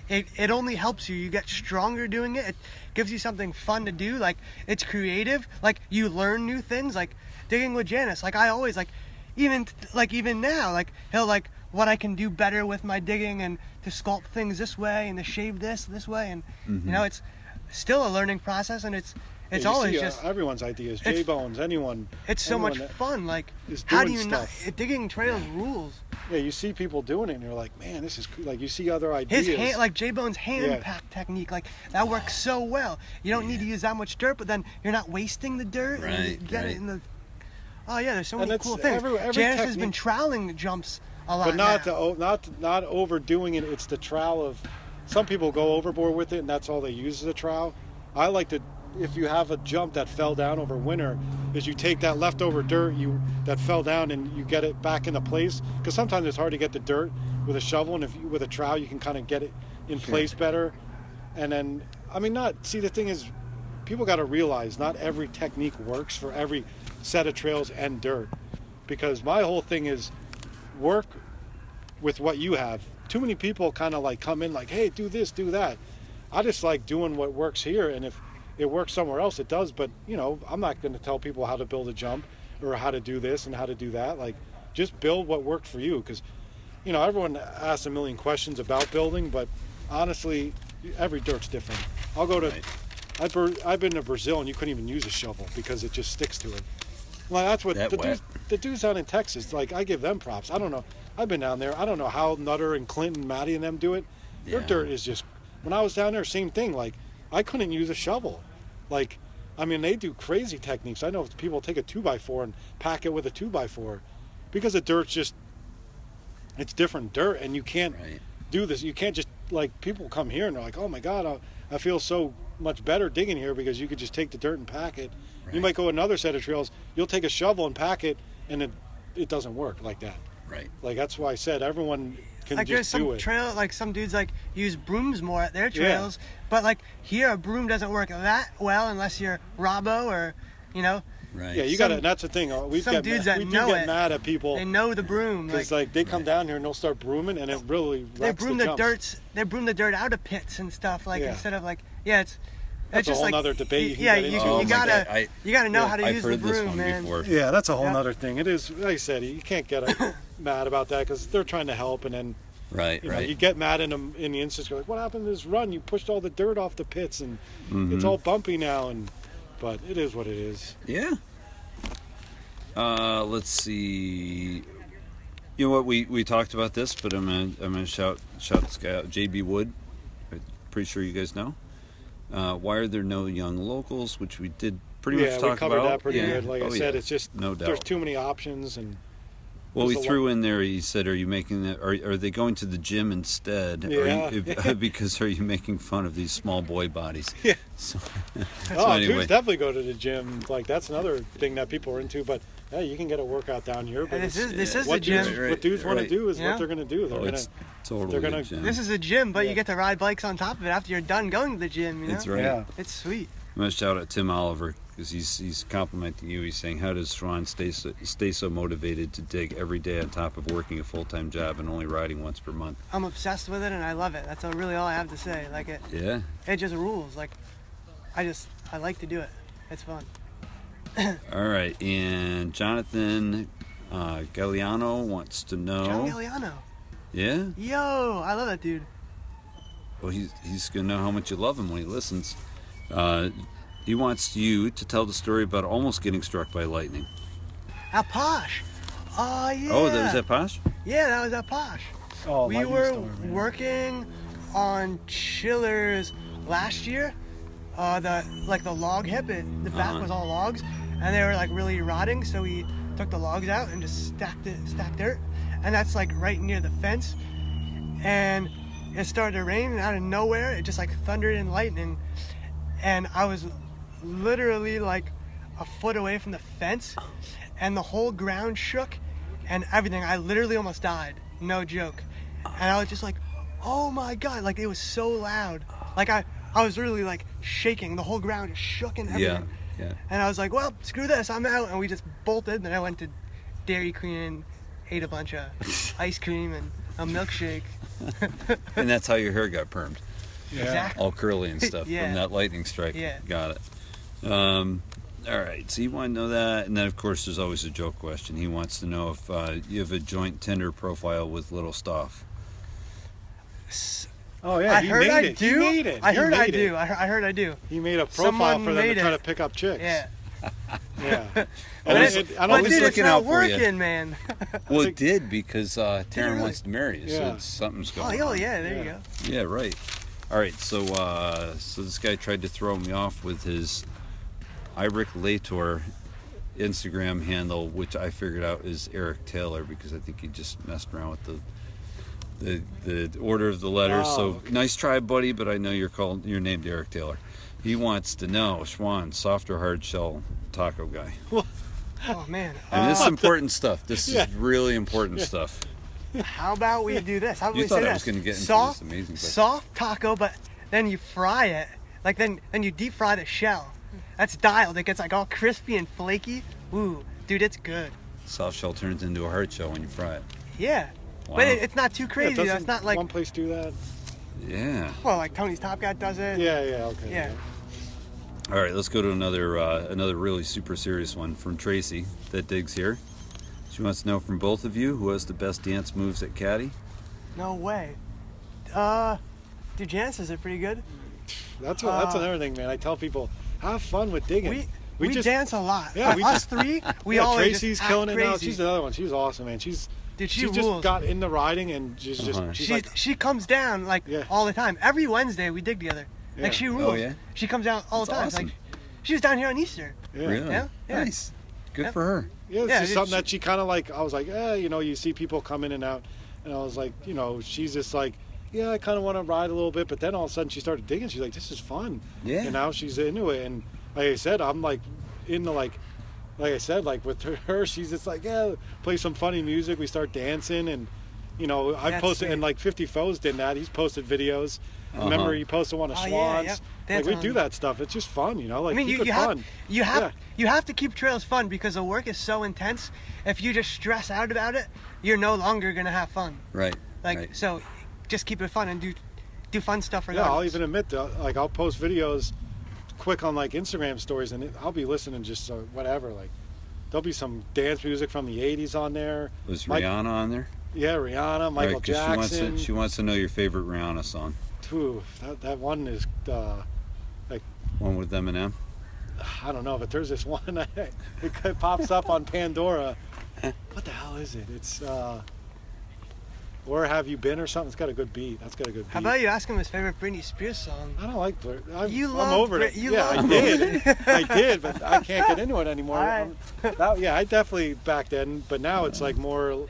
Speaker 3: it it only helps you. You get stronger doing it. It gives you something fun to do. Like it's creative. Like you learn new things. Like digging with Janice. Like I always like even like even now like he'll like what I can do better with my digging and to sculpt things this way and to shave this this way and you know it's still a learning process and it's it's
Speaker 2: You
Speaker 3: always
Speaker 2: see, uh,
Speaker 3: just
Speaker 2: everyone's ideas.
Speaker 3: it's-
Speaker 2: J Bones, anyone.
Speaker 3: it's so much
Speaker 2: anyone that-
Speaker 3: fun like
Speaker 2: is
Speaker 3: how do
Speaker 2: doing
Speaker 3: you
Speaker 2: stuff.
Speaker 3: not digging trails rules
Speaker 2: Yeah, you see people doing it, and you're like, man, this is cool. like you see other ideas.
Speaker 3: his hand like J Bone's hand
Speaker 2: Yeah.
Speaker 3: pack technique like that works so well you don't need to use that much dirt but then you're not wasting the dirt and you
Speaker 1: Right,
Speaker 3: get
Speaker 1: right.
Speaker 3: it in the oh yeah there's so
Speaker 2: And
Speaker 3: many
Speaker 2: it's
Speaker 3: cool things
Speaker 2: every- every
Speaker 3: Janice has been
Speaker 2: technique-
Speaker 3: troweling jumps a lot
Speaker 2: but not
Speaker 3: now.
Speaker 2: the o not not overdoing it. It's the trowel of some people go overboard with it, and that's all they use is a trowel. I like to if you have a jump that fell down over winter, is you take that leftover dirt you that fell down and you get it back into place. Because sometimes it's hard to get the dirt with a shovel, and if you, with a trowel you can kind of get it in place better. And then I mean, not see the thing is, people got to realize not every technique works for every set of trails and dirt. Because my whole thing is work with what you have. Too many people kind of like come in like, hey, do this, do that. I just like doing what works here, and if it works somewhere else, it does. But you know, I'm not going to tell people how to build a jump or how to do this and how to do that. Like, just build what worked for you, because you know everyone asks a million questions about building, but honestly, every dirt's different. I'll go to.
Speaker 1: Right.
Speaker 2: I've, bur- I've been to Brazil and you couldn't even use a shovel because it just sticks to it. Like that's what
Speaker 1: That
Speaker 2: the,
Speaker 1: wet.
Speaker 2: dudes, the dudes down in Texas, like I give them props. I don't know. I've been down there. I don't know how Nutter and Clinton, Maddie and them do it. Their
Speaker 1: Yeah.
Speaker 2: dirt is just. When I was down there, same thing. Like I couldn't use a shovel. Like I mean, they do crazy techniques. I know people take a two by four and pack it with a two by four because the dirt's just. It's different dirt, and you can't
Speaker 1: Right.
Speaker 2: do this. You can't just like people come here and they're like, oh my god, I, I feel so much better digging here because you could just take the dirt and pack it. You
Speaker 1: Right.
Speaker 2: might go another set of trails. You'll take a shovel and pack it, and it it doesn't work like that.
Speaker 1: Right.
Speaker 2: Like that's why I said everyone can
Speaker 3: Like there's
Speaker 2: just do
Speaker 3: some
Speaker 2: it.
Speaker 3: trail, like some dudes like use brooms more at their
Speaker 2: Yeah.
Speaker 3: trails, but like here a broom doesn't work that well unless you're Robbo or, you know,
Speaker 1: Right.
Speaker 2: yeah, you
Speaker 3: some-
Speaker 2: got to. That's the thing. uh, We've
Speaker 3: some
Speaker 2: got
Speaker 3: dudes
Speaker 2: ma-
Speaker 3: that
Speaker 2: we do
Speaker 3: know
Speaker 2: get
Speaker 3: it,
Speaker 2: mad at people
Speaker 3: they know the broom. Like,
Speaker 2: because like, they come down here and they'll start brooming, and it really
Speaker 3: they
Speaker 2: wrecks
Speaker 3: broom
Speaker 2: the,
Speaker 3: the,
Speaker 2: jumps.
Speaker 3: dirt, they broom the dirt out of pits and stuff. Like
Speaker 2: Yeah.
Speaker 3: instead of like, yeah, it's.
Speaker 2: That's
Speaker 3: it's
Speaker 2: a
Speaker 3: just
Speaker 2: whole
Speaker 3: like,
Speaker 2: nother debate you can
Speaker 3: yeah,
Speaker 2: get
Speaker 3: you,
Speaker 2: into.
Speaker 1: Oh
Speaker 3: you
Speaker 1: my
Speaker 3: gotta
Speaker 1: God, I-
Speaker 3: you gotta know
Speaker 1: yeah,
Speaker 3: how to
Speaker 1: I've
Speaker 3: use
Speaker 1: heard
Speaker 3: the broom,
Speaker 1: this one
Speaker 3: man.
Speaker 1: before.
Speaker 2: Yeah, that's a whole
Speaker 3: Yeah.
Speaker 2: nother thing. It is, like I said, you can't get
Speaker 3: (coughs)
Speaker 2: uh, mad about that because they're trying to help, and then
Speaker 1: Right.
Speaker 2: you, know,
Speaker 1: right.
Speaker 2: you get mad in, them in the instance. You're like, what happened to this run? You pushed all the dirt off the pits, and it's
Speaker 1: Mm-hmm.
Speaker 2: all bumpy now. And but it is what it is.
Speaker 1: Yeah. Uh, let's see. You know what? We, we talked about this, but I'm gonna I'm gonna shout shout this guy out, JB Wood. I'm pretty sure you guys know. Uh, why are there no young locals? Which we did pretty
Speaker 2: yeah,
Speaker 1: much
Speaker 2: we
Speaker 1: talk
Speaker 2: covered
Speaker 1: about.
Speaker 2: that pretty
Speaker 1: Yeah.
Speaker 2: good. Like
Speaker 1: Oh,
Speaker 2: I said,
Speaker 1: yeah.
Speaker 2: it's just
Speaker 1: No
Speaker 2: there's
Speaker 1: doubt.
Speaker 2: too many
Speaker 1: (laughs)
Speaker 2: options, and
Speaker 1: Well, we
Speaker 2: there's a
Speaker 1: threw
Speaker 2: lot-
Speaker 1: in there. He said, "Are you making that? Are, are they going to the gym instead? Are you-
Speaker 2: Yeah.
Speaker 1: if- uh, (laughs) because are you making fun of these small boy
Speaker 2: (laughs)
Speaker 1: bodies? Yeah. So,
Speaker 2: oh,
Speaker 1: anyway.
Speaker 2: dudes definitely go to the gym. Like that's another thing that people are into. But yeah, you can get a workout down here. But
Speaker 3: And this
Speaker 2: it's-
Speaker 3: is this is a
Speaker 2: what
Speaker 3: gym.
Speaker 2: dudes,
Speaker 1: Right,
Speaker 2: what dudes want
Speaker 1: right.
Speaker 2: to do is
Speaker 3: Yeah.
Speaker 2: what they're going to do. They're
Speaker 1: oh,
Speaker 2: going
Speaker 1: it's
Speaker 2: to
Speaker 1: totally
Speaker 2: they're gonna-
Speaker 1: a gym.
Speaker 3: This is a gym, but
Speaker 2: Yeah.
Speaker 3: you get to ride bikes on top of it after you're done going to the gym. You know?
Speaker 1: That's right.
Speaker 4: Yeah.
Speaker 3: It's sweet.
Speaker 1: I'm gonna shout out Tim Oliver because he's he's complimenting you. He's saying, "How does Ron stay so, stay so motivated to dig every day on top of working a full time job and only riding once per month?"
Speaker 3: I'm obsessed with it and I love it. That's all- really all I have to say. Like it,
Speaker 1: Yeah,
Speaker 3: it just rules. Like I just I like to do it. It's fun.
Speaker 1: all right. And Jonathan uh, Galliano wants to know.
Speaker 3: John Galliano.
Speaker 1: yeah,
Speaker 3: Yo, I love that dude.
Speaker 1: well, he's he's gonna know how much you love him when he listens. Uh, he wants you to tell the story about almost getting struck by lightning.
Speaker 3: At Posh. Oh yeah.
Speaker 1: Oh, that was at Posh.
Speaker 3: Yeah, that was at Posh.
Speaker 4: Oh,
Speaker 3: we
Speaker 4: lightning
Speaker 3: were
Speaker 4: storm, man.
Speaker 3: working on chillers last year. Uh, the like the log hip, it, the back
Speaker 1: Uh-huh.
Speaker 3: was all logs, and they were like really rotting. So we took the logs out and just stacked it, stacked dirt, and that's like right near the fence. And it started to rain, and out of nowhere, it just like thundered and lightning, and I was literally like a foot away from the fence, and the whole ground shook, and everything. I literally almost died. No joke. And I was just like, oh my god, like it was so loud. Like I, I was really like shaking. The whole ground just shook and
Speaker 1: Yeah,
Speaker 3: everything.
Speaker 1: yeah.
Speaker 3: And I was like, well, screw this, I'm out. And we just bolted. Then I went to Dairy Queen and ate
Speaker 1: (laughs)
Speaker 3: a bunch of ice cream and a milkshake.
Speaker 1: And that's how your hair got permed.
Speaker 4: Yeah.
Speaker 1: (laughs)
Speaker 3: Exactly.
Speaker 1: all curly and stuff
Speaker 3: Yeah.
Speaker 1: from that lightning strike.
Speaker 3: Yeah.
Speaker 1: Got it. Um, all right. So you want to know that, and then of course there's always a joke question. He wants to know if uh, you have a joint Tinder profile with Little Stuff.
Speaker 2: oh yeah,
Speaker 3: I
Speaker 2: he
Speaker 3: heard
Speaker 2: made
Speaker 3: I
Speaker 2: it.
Speaker 3: do.
Speaker 2: He made it.
Speaker 3: I
Speaker 2: He
Speaker 3: heard I
Speaker 2: made
Speaker 3: do.
Speaker 2: it.
Speaker 3: I heard, I heard I do.
Speaker 2: He made a profile
Speaker 3: Someone
Speaker 2: for them to
Speaker 3: made
Speaker 2: try
Speaker 3: it.
Speaker 2: to pick up chicks.
Speaker 3: Yeah.
Speaker 2: Yeah. And
Speaker 1: Always-
Speaker 2: it- it- I don't
Speaker 3: But
Speaker 1: always
Speaker 3: dude,
Speaker 2: think-
Speaker 3: it's
Speaker 1: looking
Speaker 3: not
Speaker 1: out for you.
Speaker 3: working, man. (laughs)
Speaker 1: Well, it
Speaker 2: think-
Speaker 1: did because uh, Taryn
Speaker 3: really?
Speaker 1: wants to marry you, so
Speaker 2: Yeah.
Speaker 1: it's- something's
Speaker 3: oh,
Speaker 1: going
Speaker 3: yo,
Speaker 1: on.
Speaker 3: yeah, there
Speaker 2: Yeah.
Speaker 3: you go.
Speaker 1: Yeah, right. All right. So uh, so this guy tried to throw me off with his Irick Lator Instagram handle, which I figured out is Eric Taylor because I think he just messed around with the the, the order of the letters. so
Speaker 2: Oh, okay.
Speaker 1: nice try, buddy, but I know you're called you're named Eric Taylor. He wants to know Schwan, soft or hard shell taco
Speaker 2: (laughs)
Speaker 1: guy.
Speaker 3: Oh man.
Speaker 1: (laughs) And this
Speaker 3: Uh,
Speaker 1: is important stuff. This
Speaker 2: Yeah.
Speaker 1: is really important stuff.
Speaker 3: Uh, How about we do this? How about
Speaker 1: You
Speaker 3: we
Speaker 1: thought
Speaker 3: say
Speaker 1: I
Speaker 3: this?
Speaker 1: was gonna get into
Speaker 3: soft,
Speaker 1: this amazing question.
Speaker 3: soft taco, but then you fry it. Like then, then you deep fry the shell. That's dialed. It gets like all crispy and flaky. Ooh, dude, it's good.
Speaker 1: Soft shell turns into a hard shell when you fry it.
Speaker 3: Yeah.
Speaker 1: Wow.
Speaker 3: But it, it's not too
Speaker 2: Yeah,
Speaker 3: crazy. though.
Speaker 2: doesn't
Speaker 3: It's not like
Speaker 2: one place do
Speaker 3: (laughs)
Speaker 2: that.
Speaker 1: Yeah.
Speaker 3: well, like Tony's Top Cat does it.
Speaker 2: Yeah, yeah, okay.
Speaker 3: Yeah.
Speaker 1: All right, let's go to another uh, another really super serious one from Tracy that digs here. She wants to know from both of you who has the best dance moves at Caddy.
Speaker 3: No way. Uh, dude, Janice is it pretty good.
Speaker 2: That's what, that's
Speaker 3: Uh,
Speaker 2: another thing, man. I tell people, have fun with digging.
Speaker 3: We we, dance a lot.
Speaker 2: Yeah,
Speaker 3: Like,
Speaker 2: we
Speaker 3: us
Speaker 1: (laughs)
Speaker 2: just-
Speaker 3: three, we
Speaker 2: yeah,
Speaker 3: always
Speaker 2: Tracy's
Speaker 3: just act
Speaker 2: killing it now.
Speaker 3: crazy.
Speaker 2: She's another one. She's awesome, man. She's
Speaker 3: Dude, she
Speaker 2: she
Speaker 3: rules.
Speaker 2: just got in the riding and she's just
Speaker 1: Uh-huh.
Speaker 2: she's,
Speaker 3: she
Speaker 2: like
Speaker 3: she comes down like
Speaker 2: Yeah.
Speaker 3: all the time. Every Wednesday we dig together.
Speaker 2: Yeah.
Speaker 3: Like she rules.
Speaker 1: Oh, yeah?
Speaker 3: She comes down all the time.
Speaker 1: That's
Speaker 3: Like
Speaker 1: awesome.
Speaker 3: she was down here on Easter.
Speaker 2: yeah.
Speaker 1: Really?
Speaker 3: Yeah, yeah.
Speaker 1: Nice. Good
Speaker 3: Yeah.
Speaker 1: for her.
Speaker 2: Yeah, it's
Speaker 3: Yeah,
Speaker 2: just
Speaker 3: it-
Speaker 2: something that she kind of like. I was like, eh, you know, you see people come in and out, and I was like, you know, she's just like, yeah, I kind of want to ride a little bit. But then all of a sudden she started digging. She's like, this is fun.
Speaker 1: Yeah.
Speaker 2: And now she's into it. And like I said, I'm like into like, like I said, like with (laughs) her, she's just like, yeah, play some funny music. We start dancing and, you know, I
Speaker 3: That's
Speaker 2: posted
Speaker 3: sweet.
Speaker 2: and like 50 Foes did that. He's posted videos.
Speaker 1: Uh-huh.
Speaker 2: Remember, he posted one of
Speaker 3: Oh, yeah,
Speaker 2: Swans.
Speaker 3: yeah.
Speaker 2: Like
Speaker 3: That's
Speaker 2: we
Speaker 3: on-
Speaker 2: do that stuff. It's just fun, you know. Like
Speaker 3: I mean,
Speaker 2: keep
Speaker 3: you,
Speaker 2: it
Speaker 3: you
Speaker 2: fun.
Speaker 3: have you have
Speaker 2: Yeah.
Speaker 3: you have to keep trails fun because the work is so intense. If you just stress out about it, you're no longer gonna have fun.
Speaker 1: Right.
Speaker 3: Like
Speaker 1: right.
Speaker 3: so, just keep it fun and do do fun stuff.
Speaker 2: Yeah, I'll
Speaker 3: Regardless.
Speaker 2: even admit that. Like, I'll post videos quick on like Instagram stories, and it, I'll be listening just so whatever. Like, there'll be some dance music from the '80s on there.
Speaker 1: was
Speaker 2: Mike-
Speaker 1: Rihanna on there?
Speaker 2: Yeah, Rihanna, Michael
Speaker 1: right, 'cause She
Speaker 2: Jackson.
Speaker 1: wants, to, she wants to know your favorite Rihanna song.
Speaker 2: Ooh, that, that one is. Uh,
Speaker 1: One with Eminem.
Speaker 2: I don't know, but there's this (laughs) one. it pops up on Pandora. What the hell is it? It's. Uh, where have you been or something? It's got a good beat. That's got a good beat.
Speaker 3: How about you ask him his favorite Britney Spears song?
Speaker 2: I don't like Blur. I'm,
Speaker 3: You
Speaker 2: I'm
Speaker 3: love
Speaker 2: over
Speaker 3: Brit-
Speaker 2: it.
Speaker 3: you
Speaker 2: yeah,
Speaker 3: love
Speaker 2: I did. (laughs) I did, but I can't get into it anymore.
Speaker 3: All right.
Speaker 2: I'm- that- yeah, I definitely back then, but now it's like more,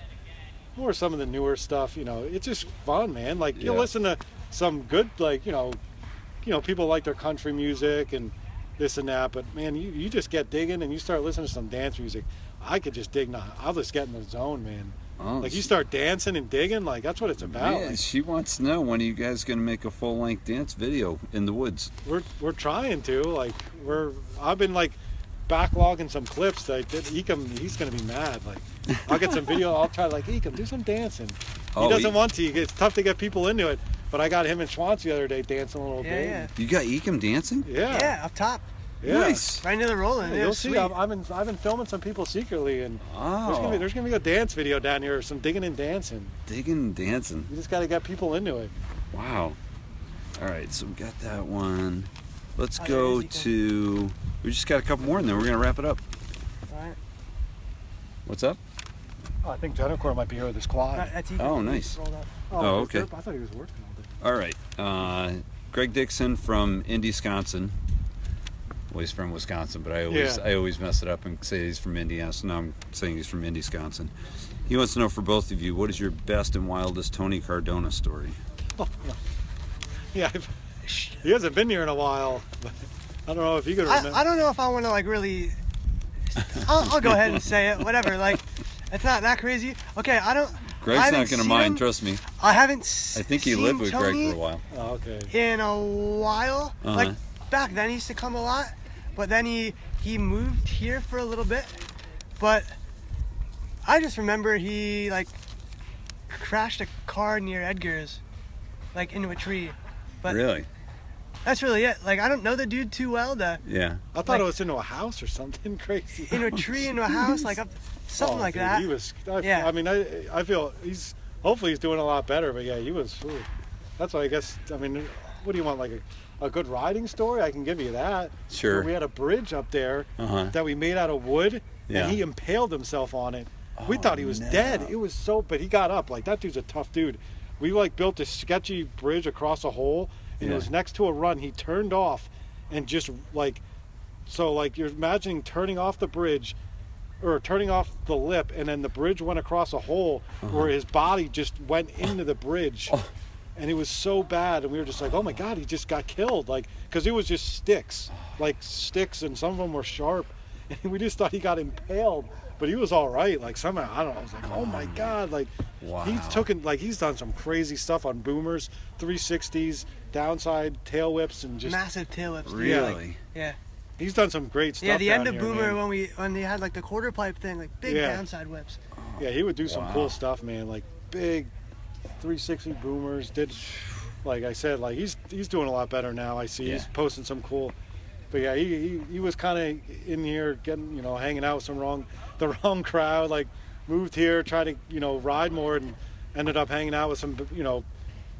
Speaker 2: more some of the newer stuff. You know, it's just fun, man. Like you
Speaker 1: Yeah.
Speaker 2: listen to some good, like you know, you know, people like their country music and this and that. But man, you, you just get digging and you start listening to some dance music. I could just dig. Now I'll just get in the zone, man.
Speaker 1: Oh,
Speaker 2: Like
Speaker 1: she-
Speaker 2: you start dancing and digging, like that's what it's about.
Speaker 1: Yeah,
Speaker 2: Like,
Speaker 1: she wants to know when are you guys going to make a full length dance video in the woods?
Speaker 2: we're we're trying to like we're I've been like backlogging some clips that I did Ecom he's gonna be mad like I'll get some video I'll try like Ecom do some dancing
Speaker 1: Oh,
Speaker 2: he doesn't
Speaker 1: E-
Speaker 2: want to it's tough to get people into it but I got him and Schwantz the other day dancing a little
Speaker 3: Yeah,
Speaker 2: bit
Speaker 3: yeah.
Speaker 1: You got Ecom dancing?
Speaker 2: yeah
Speaker 3: Yeah, up top,
Speaker 2: yeah.
Speaker 1: Nice.
Speaker 3: right near the rolling.
Speaker 2: Yeah,
Speaker 3: Yeah,
Speaker 2: you'll
Speaker 3: sweet.
Speaker 2: see. I'm, I'm in, I've been filming some people secretly, and there's, gonna
Speaker 1: Oh,
Speaker 2: be, there's gonna be a dance video down here, some digging and dancing.
Speaker 1: digging and dancing.
Speaker 2: You just gotta get people into it.
Speaker 1: Wow. All right, so we got that one. Let's
Speaker 3: Oh, there
Speaker 1: go
Speaker 3: is Ecom.
Speaker 1: to. We just got a couple more and then we're going to wrap it up.
Speaker 3: All right.
Speaker 1: What's up?
Speaker 2: Oh, I think Jennifer might be here with his quad.
Speaker 3: That- that's Ethan.
Speaker 1: Oh, nice.
Speaker 3: Rolled up.
Speaker 1: Oh, okay.
Speaker 2: I thought he was working all day.
Speaker 1: All right. Uh, Greg Dixon from Indy, Wisconsin. Well, he's from Wisconsin, but I always
Speaker 2: Yeah.
Speaker 1: I always mess it up and say he's from Indiana. So now I'm saying he's from Indy, Wisconsin. He wants to know for both of you, what is your best and wildest Tony Cardona story?
Speaker 2: (laughs) Yeah, I've, he hasn't been here in a while. But I don't know if you could remember.
Speaker 3: I, I don't know if I want to like really. I'll, I'll go ahead and say it. Whatever. Like, it's not that crazy. Okay, I don't. I
Speaker 1: Greg's
Speaker 3: haven't
Speaker 1: not going to
Speaker 3: seen
Speaker 1: mind.
Speaker 3: him-
Speaker 1: Trust me.
Speaker 3: I haven't.
Speaker 1: I think he lived with Greg for a while. Uh-huh.
Speaker 2: Oh, okay.
Speaker 3: in a while. Like back then, he used to come a lot, but then he he moved here for a little bit. But I just remember he like crashed a car near Edgar's, like into a tree. But
Speaker 1: Really?
Speaker 3: that's really it. Like I don't know the dude too well to
Speaker 1: Yeah.
Speaker 2: I thought it was into a house or something (laughs) crazy.
Speaker 3: into a tree into a house like up, something
Speaker 2: Oh,
Speaker 3: like
Speaker 2: dude,
Speaker 3: that.
Speaker 2: He was. I,
Speaker 3: Yeah.
Speaker 2: I mean, I I feel he's hopefully he's doing a lot better, but yeah, he was. ooh. that's why I guess. I mean, what do you want? Like a, a good riding story? I can give you that.
Speaker 1: Sure.
Speaker 2: We had a bridge up there
Speaker 1: Uh-huh.
Speaker 2: that we made out of wood,
Speaker 1: Yeah.
Speaker 2: and he impaled himself on it. we
Speaker 1: Oh,
Speaker 2: thought he was
Speaker 1: no.
Speaker 2: dead. It was so, but he got up. Like that dude's a tough dude. We like built this sketchy bridge across a hole, and
Speaker 1: Yeah.
Speaker 2: it was next to a run. He turned off, and just like so like you're imagining turning off the bridge or turning off the lip and then the bridge went across a hole where his body just went into the bridge and it was so bad and we were just like oh my god he just got killed like because it was just sticks like sticks and some of them were sharp (laughs) and we just thought he got impaled but he was all right like somehow i don't know i was like oh my god like
Speaker 1: Wow.
Speaker 2: he's taken like he's done some crazy stuff on boomers 360s downside tail whips and just
Speaker 3: Massive tail whips. dude.
Speaker 1: Really?
Speaker 3: Yeah.
Speaker 2: he's done some great stuff
Speaker 3: Yeah. The
Speaker 2: down
Speaker 3: end of
Speaker 2: here,
Speaker 3: Boomer
Speaker 2: man.
Speaker 3: when we when they had like the quarter pipe thing, like big
Speaker 2: Yeah.
Speaker 3: downside whips.
Speaker 2: Yeah, he would do some
Speaker 1: Wow.
Speaker 2: cool stuff, man. Like big 360 boomers. Did like I said, like he's he's doing a lot better now. I see he's
Speaker 1: Yeah.
Speaker 2: posting some cool. But yeah, he he, he was kind of in here getting you know hanging out with some wrong (laughs) the wrong crowd. Like moved here, tried to you know ride more, and ended up hanging out with some you know.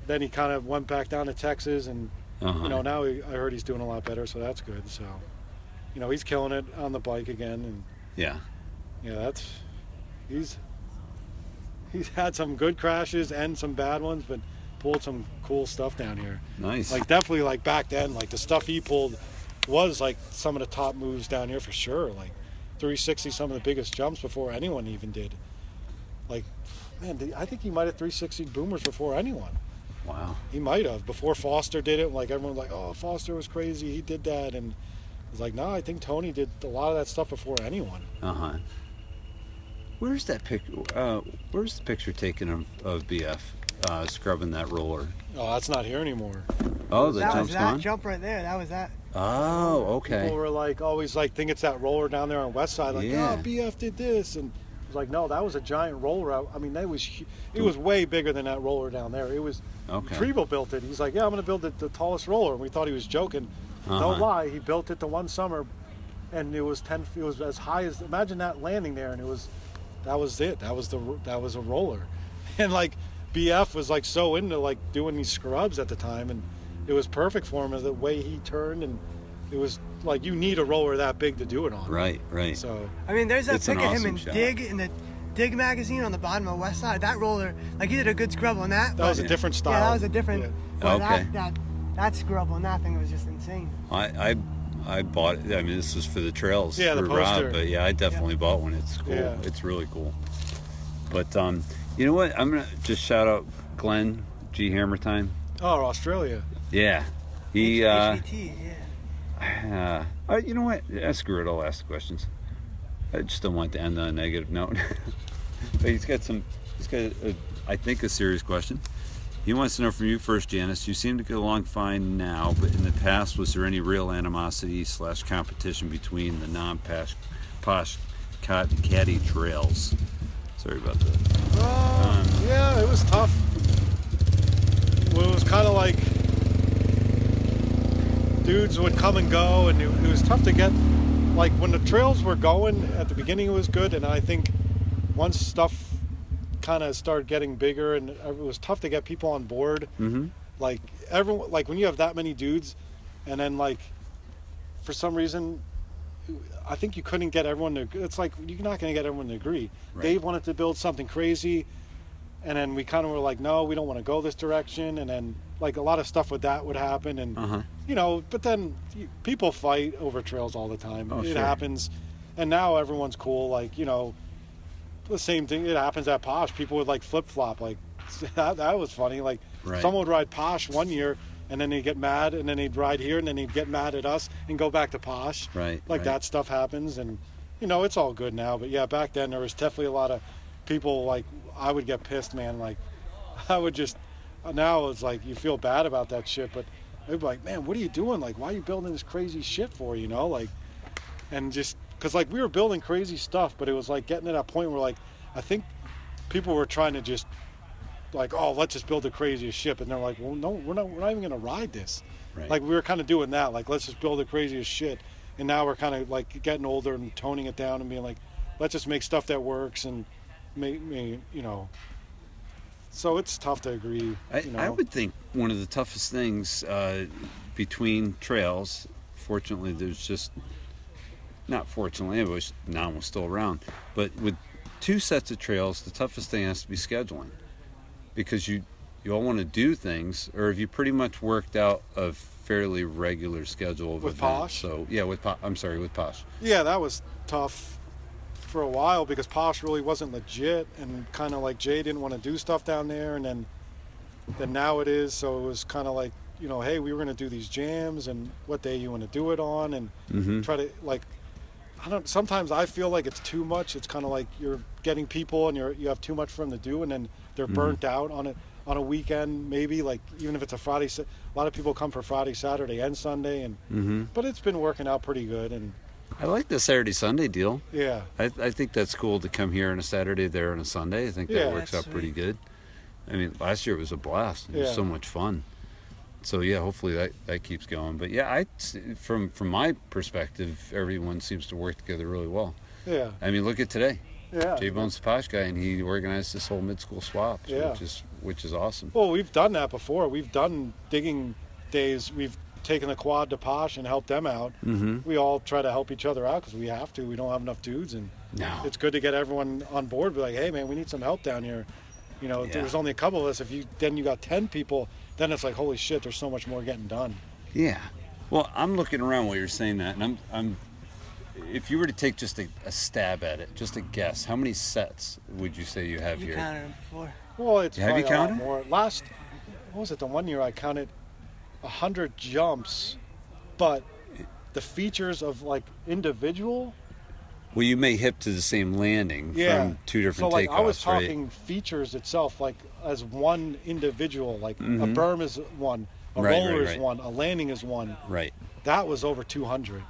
Speaker 2: Then he kind of went back down to Texas, and
Speaker 1: Uh-huh.
Speaker 2: you know now he, I heard he's doing a lot better, so that's good. So you know he's killing it on the bike again, and
Speaker 1: Yeah.
Speaker 2: yeah, that's he's he's had some good crashes and some bad ones, but pulled some cool stuff down here.
Speaker 1: Nice.
Speaker 2: Like definitely like back then, like the stuff he pulled was like some of the top moves down here for sure. Like 360, some of the biggest jumps before anyone even did. Like, man, I think he might have 360 boomers before anyone.
Speaker 1: Wow.
Speaker 2: He might have before Foster did it. Like everyone was like, "Oh, Foster was crazy. He did that," and it's like, "No, I think Tony did a lot of that stuff before anyone."
Speaker 1: Uh huh. Where's that pic? Uh, where's the picture taken of, of BF uh, scrubbing that roller?
Speaker 2: Oh, that's not here anymore.
Speaker 1: Oh, the
Speaker 3: that was
Speaker 1: jump's
Speaker 3: that
Speaker 1: gone.
Speaker 3: jump right there. That was that.
Speaker 1: Oh, okay.
Speaker 2: People were like, always like, think it's that roller down there on West Side. Like,
Speaker 1: Yeah.
Speaker 2: oh, BF did this, and it was like, no, that was a giant roller. I, I mean, that was hu- it was way bigger than that roller down there. It was
Speaker 1: Okay.
Speaker 2: Preble built it. He's like, yeah, I'm gonna build the, the tallest roller. And we thought he was joking. No
Speaker 1: Uh-huh.
Speaker 2: lie, he built it the one summer, and it was ten. It was as high as imagine that landing there, and it was that was it. That was the ro- that was a roller, (laughs) and like BF was like so into like doing these scrubs at the time, and it was perfect for him the way he turned, and it was like you need a roller that big to do it on.
Speaker 1: Right, right.
Speaker 2: So
Speaker 3: I mean, there's that
Speaker 1: It's an
Speaker 3: pic of him
Speaker 1: awesome
Speaker 3: in
Speaker 1: shot.
Speaker 3: Dig in the Dig magazine on the bottom of West Side. That roller, like he did a good scrub on that.
Speaker 2: that was a
Speaker 1: Yeah.
Speaker 2: different style.
Speaker 3: Yeah, that was a different.
Speaker 2: Yeah.
Speaker 3: but
Speaker 1: Okay.
Speaker 3: That, that, that scrub on that thing was just insane.
Speaker 1: I, I I bought it. I mean, this was for the trails
Speaker 2: Yeah, the
Speaker 1: for
Speaker 2: poster.
Speaker 1: Rob, but yeah, I definitely bought one. It's cool.
Speaker 2: Yeah.
Speaker 1: It's really cool. But um, you know what? I'm gonna just shout out Glenn G Hammer time.
Speaker 2: Oh, Australia.
Speaker 1: Yeah,
Speaker 2: E
Speaker 1: he. Uh,
Speaker 3: HVT, yeah.
Speaker 1: uh, I- you know what? Yeah, screw it. I'll ask the questions. I just don't want to end on a negative note. (laughs) but he's got some. He's got, a, I think, a serious question. He wants to know from you first, Janice. You seem to get along fine now, but in the past, was there any real animosity slash competition between the non-posh, posh, cotton caddy trails? Sorry about that.
Speaker 2: Uh, yeah, it was tough. Well, it was kind of like dudes would come and go, and it, it was tough to get. Like when the trails were going at the beginning, it was good, and I think once stuff kind of started getting bigger, and it was tough to get people on board.
Speaker 1: Mm-hmm.
Speaker 2: Like everyone, like when you have that many dudes, and then like for some reason. I think you couldn't get everyone to. It's like you're not going to get everyone to agree.
Speaker 1: Right.
Speaker 2: Dave wanted to build something crazy and then we kind of were like no we don't want to go this direction and then like a lot of stuff with that would happen and
Speaker 1: Uh-huh.
Speaker 2: you know but then you- people fight over trails all the time
Speaker 1: Oh,
Speaker 2: it
Speaker 1: sure.
Speaker 2: happens and now everyone's cool like you know the same thing it happens at posh people would like flip-flop like (laughs) that, that was funny like
Speaker 1: Right.
Speaker 2: someone would ride posh one year and then they'd get mad and then they'd ride here and then they'd get mad at us and go back to posh
Speaker 1: Right,
Speaker 2: like
Speaker 1: right.
Speaker 2: that stuff happens and you know it's all good now but yeah back then there was definitely a lot of people like i would get pissed man like (laughs) i would just now it's like you feel bad about that shit but they'd be like man what are you doing like why are you building this crazy shit for you know like and just because like we were building crazy stuff but it was like getting to that point where like i think people were trying to just like oh let's just build the craziest ship and they're like well no we're not we're not even gonna ride this
Speaker 1: Right.
Speaker 2: like we were kind of doing that like let's just build the craziest shit and now we're kind of like getting older and toning it down and being like let's just make stuff that works and make me you know so it's tough to agree
Speaker 1: I,
Speaker 2: you know
Speaker 1: I would think one of the toughest things uh, between trails. Fortunately, there's just not fortunately. I wish Nam was still around, but with two sets of trails, the toughest thing has to be scheduling, because you you all want to do things, or have you pretty much worked out a fairly regular schedule of
Speaker 2: With
Speaker 1: events?
Speaker 2: Posh?
Speaker 1: So yeah, with Posh. I'm sorry, with Posh.
Speaker 2: Yeah, that was tough for a while because Posh really wasn't legit, and kind of like Jay didn't want to do stuff down there, and then then now it is. So it was kind of like you know, hey, we were going to do these jams, and what day you want to do it on, and try to like. I don't. Sometimes I feel like it's too much. It's kind of like you're getting people, and you're you have too much for them to do, and then they're burnt out on it on a weekend. Maybe like even if it's a Friday, Sa- a lot of people come for Friday, Saturday, and Sunday, and but it's been working out pretty good, and
Speaker 1: I like the Saturday Sunday deal.
Speaker 2: yeah.
Speaker 1: I, I think that's cool to come here on a Saturday, there on a Sunday. I think that
Speaker 2: Yeah.
Speaker 1: works out
Speaker 3: That's
Speaker 1: pretty good. I mean, last year it was a blast. It was
Speaker 2: Yeah.
Speaker 1: so much fun. So yeah, hopefully that, that keeps going. But yeah, I from from my perspective, everyone seems to work together really well.
Speaker 2: Yeah,
Speaker 1: I mean, look at today.
Speaker 2: yeah.
Speaker 1: J Bone's the posh guy, and he organized this whole mid school swap,
Speaker 2: Yeah.
Speaker 1: which is which is awesome.
Speaker 2: Well, we've done that before. We've done digging days. We've taken the quad to Posh and helped them out.
Speaker 1: Mhm.
Speaker 2: We all try to help each other out because we have to. We don't have enough dudes, and
Speaker 1: No.
Speaker 2: it's good to get everyone on board. Be like, hey, man, we need some help down here. You know,
Speaker 1: Yeah.
Speaker 2: there's only a couple of us. If you then you got ten people, then it's like, holy shit, there's so much more getting done.
Speaker 1: Yeah. Well, I'm looking around while you're saying that, and I'm, I'm. If you were to take just a, a stab at it, just a guess, how many sets would you say you have
Speaker 3: You
Speaker 1: here?
Speaker 3: counted him before.
Speaker 2: Well, it's
Speaker 1: Have you
Speaker 2: probably a lot
Speaker 1: counted?
Speaker 2: more. Last what was it? The one year I counted a hundred jumps, but the features of like individual.
Speaker 1: Well, you may hip to the same landing
Speaker 2: Yeah.
Speaker 1: from two different
Speaker 2: so like
Speaker 1: takeoffs,
Speaker 2: I was
Speaker 1: right?
Speaker 2: talking features itself, like as one individual, like a berm is one, a
Speaker 1: Mm-hmm. Right,
Speaker 2: roller
Speaker 1: right,
Speaker 2: is
Speaker 1: right.
Speaker 2: one, a landing is one.
Speaker 1: Right.
Speaker 2: That was over 200.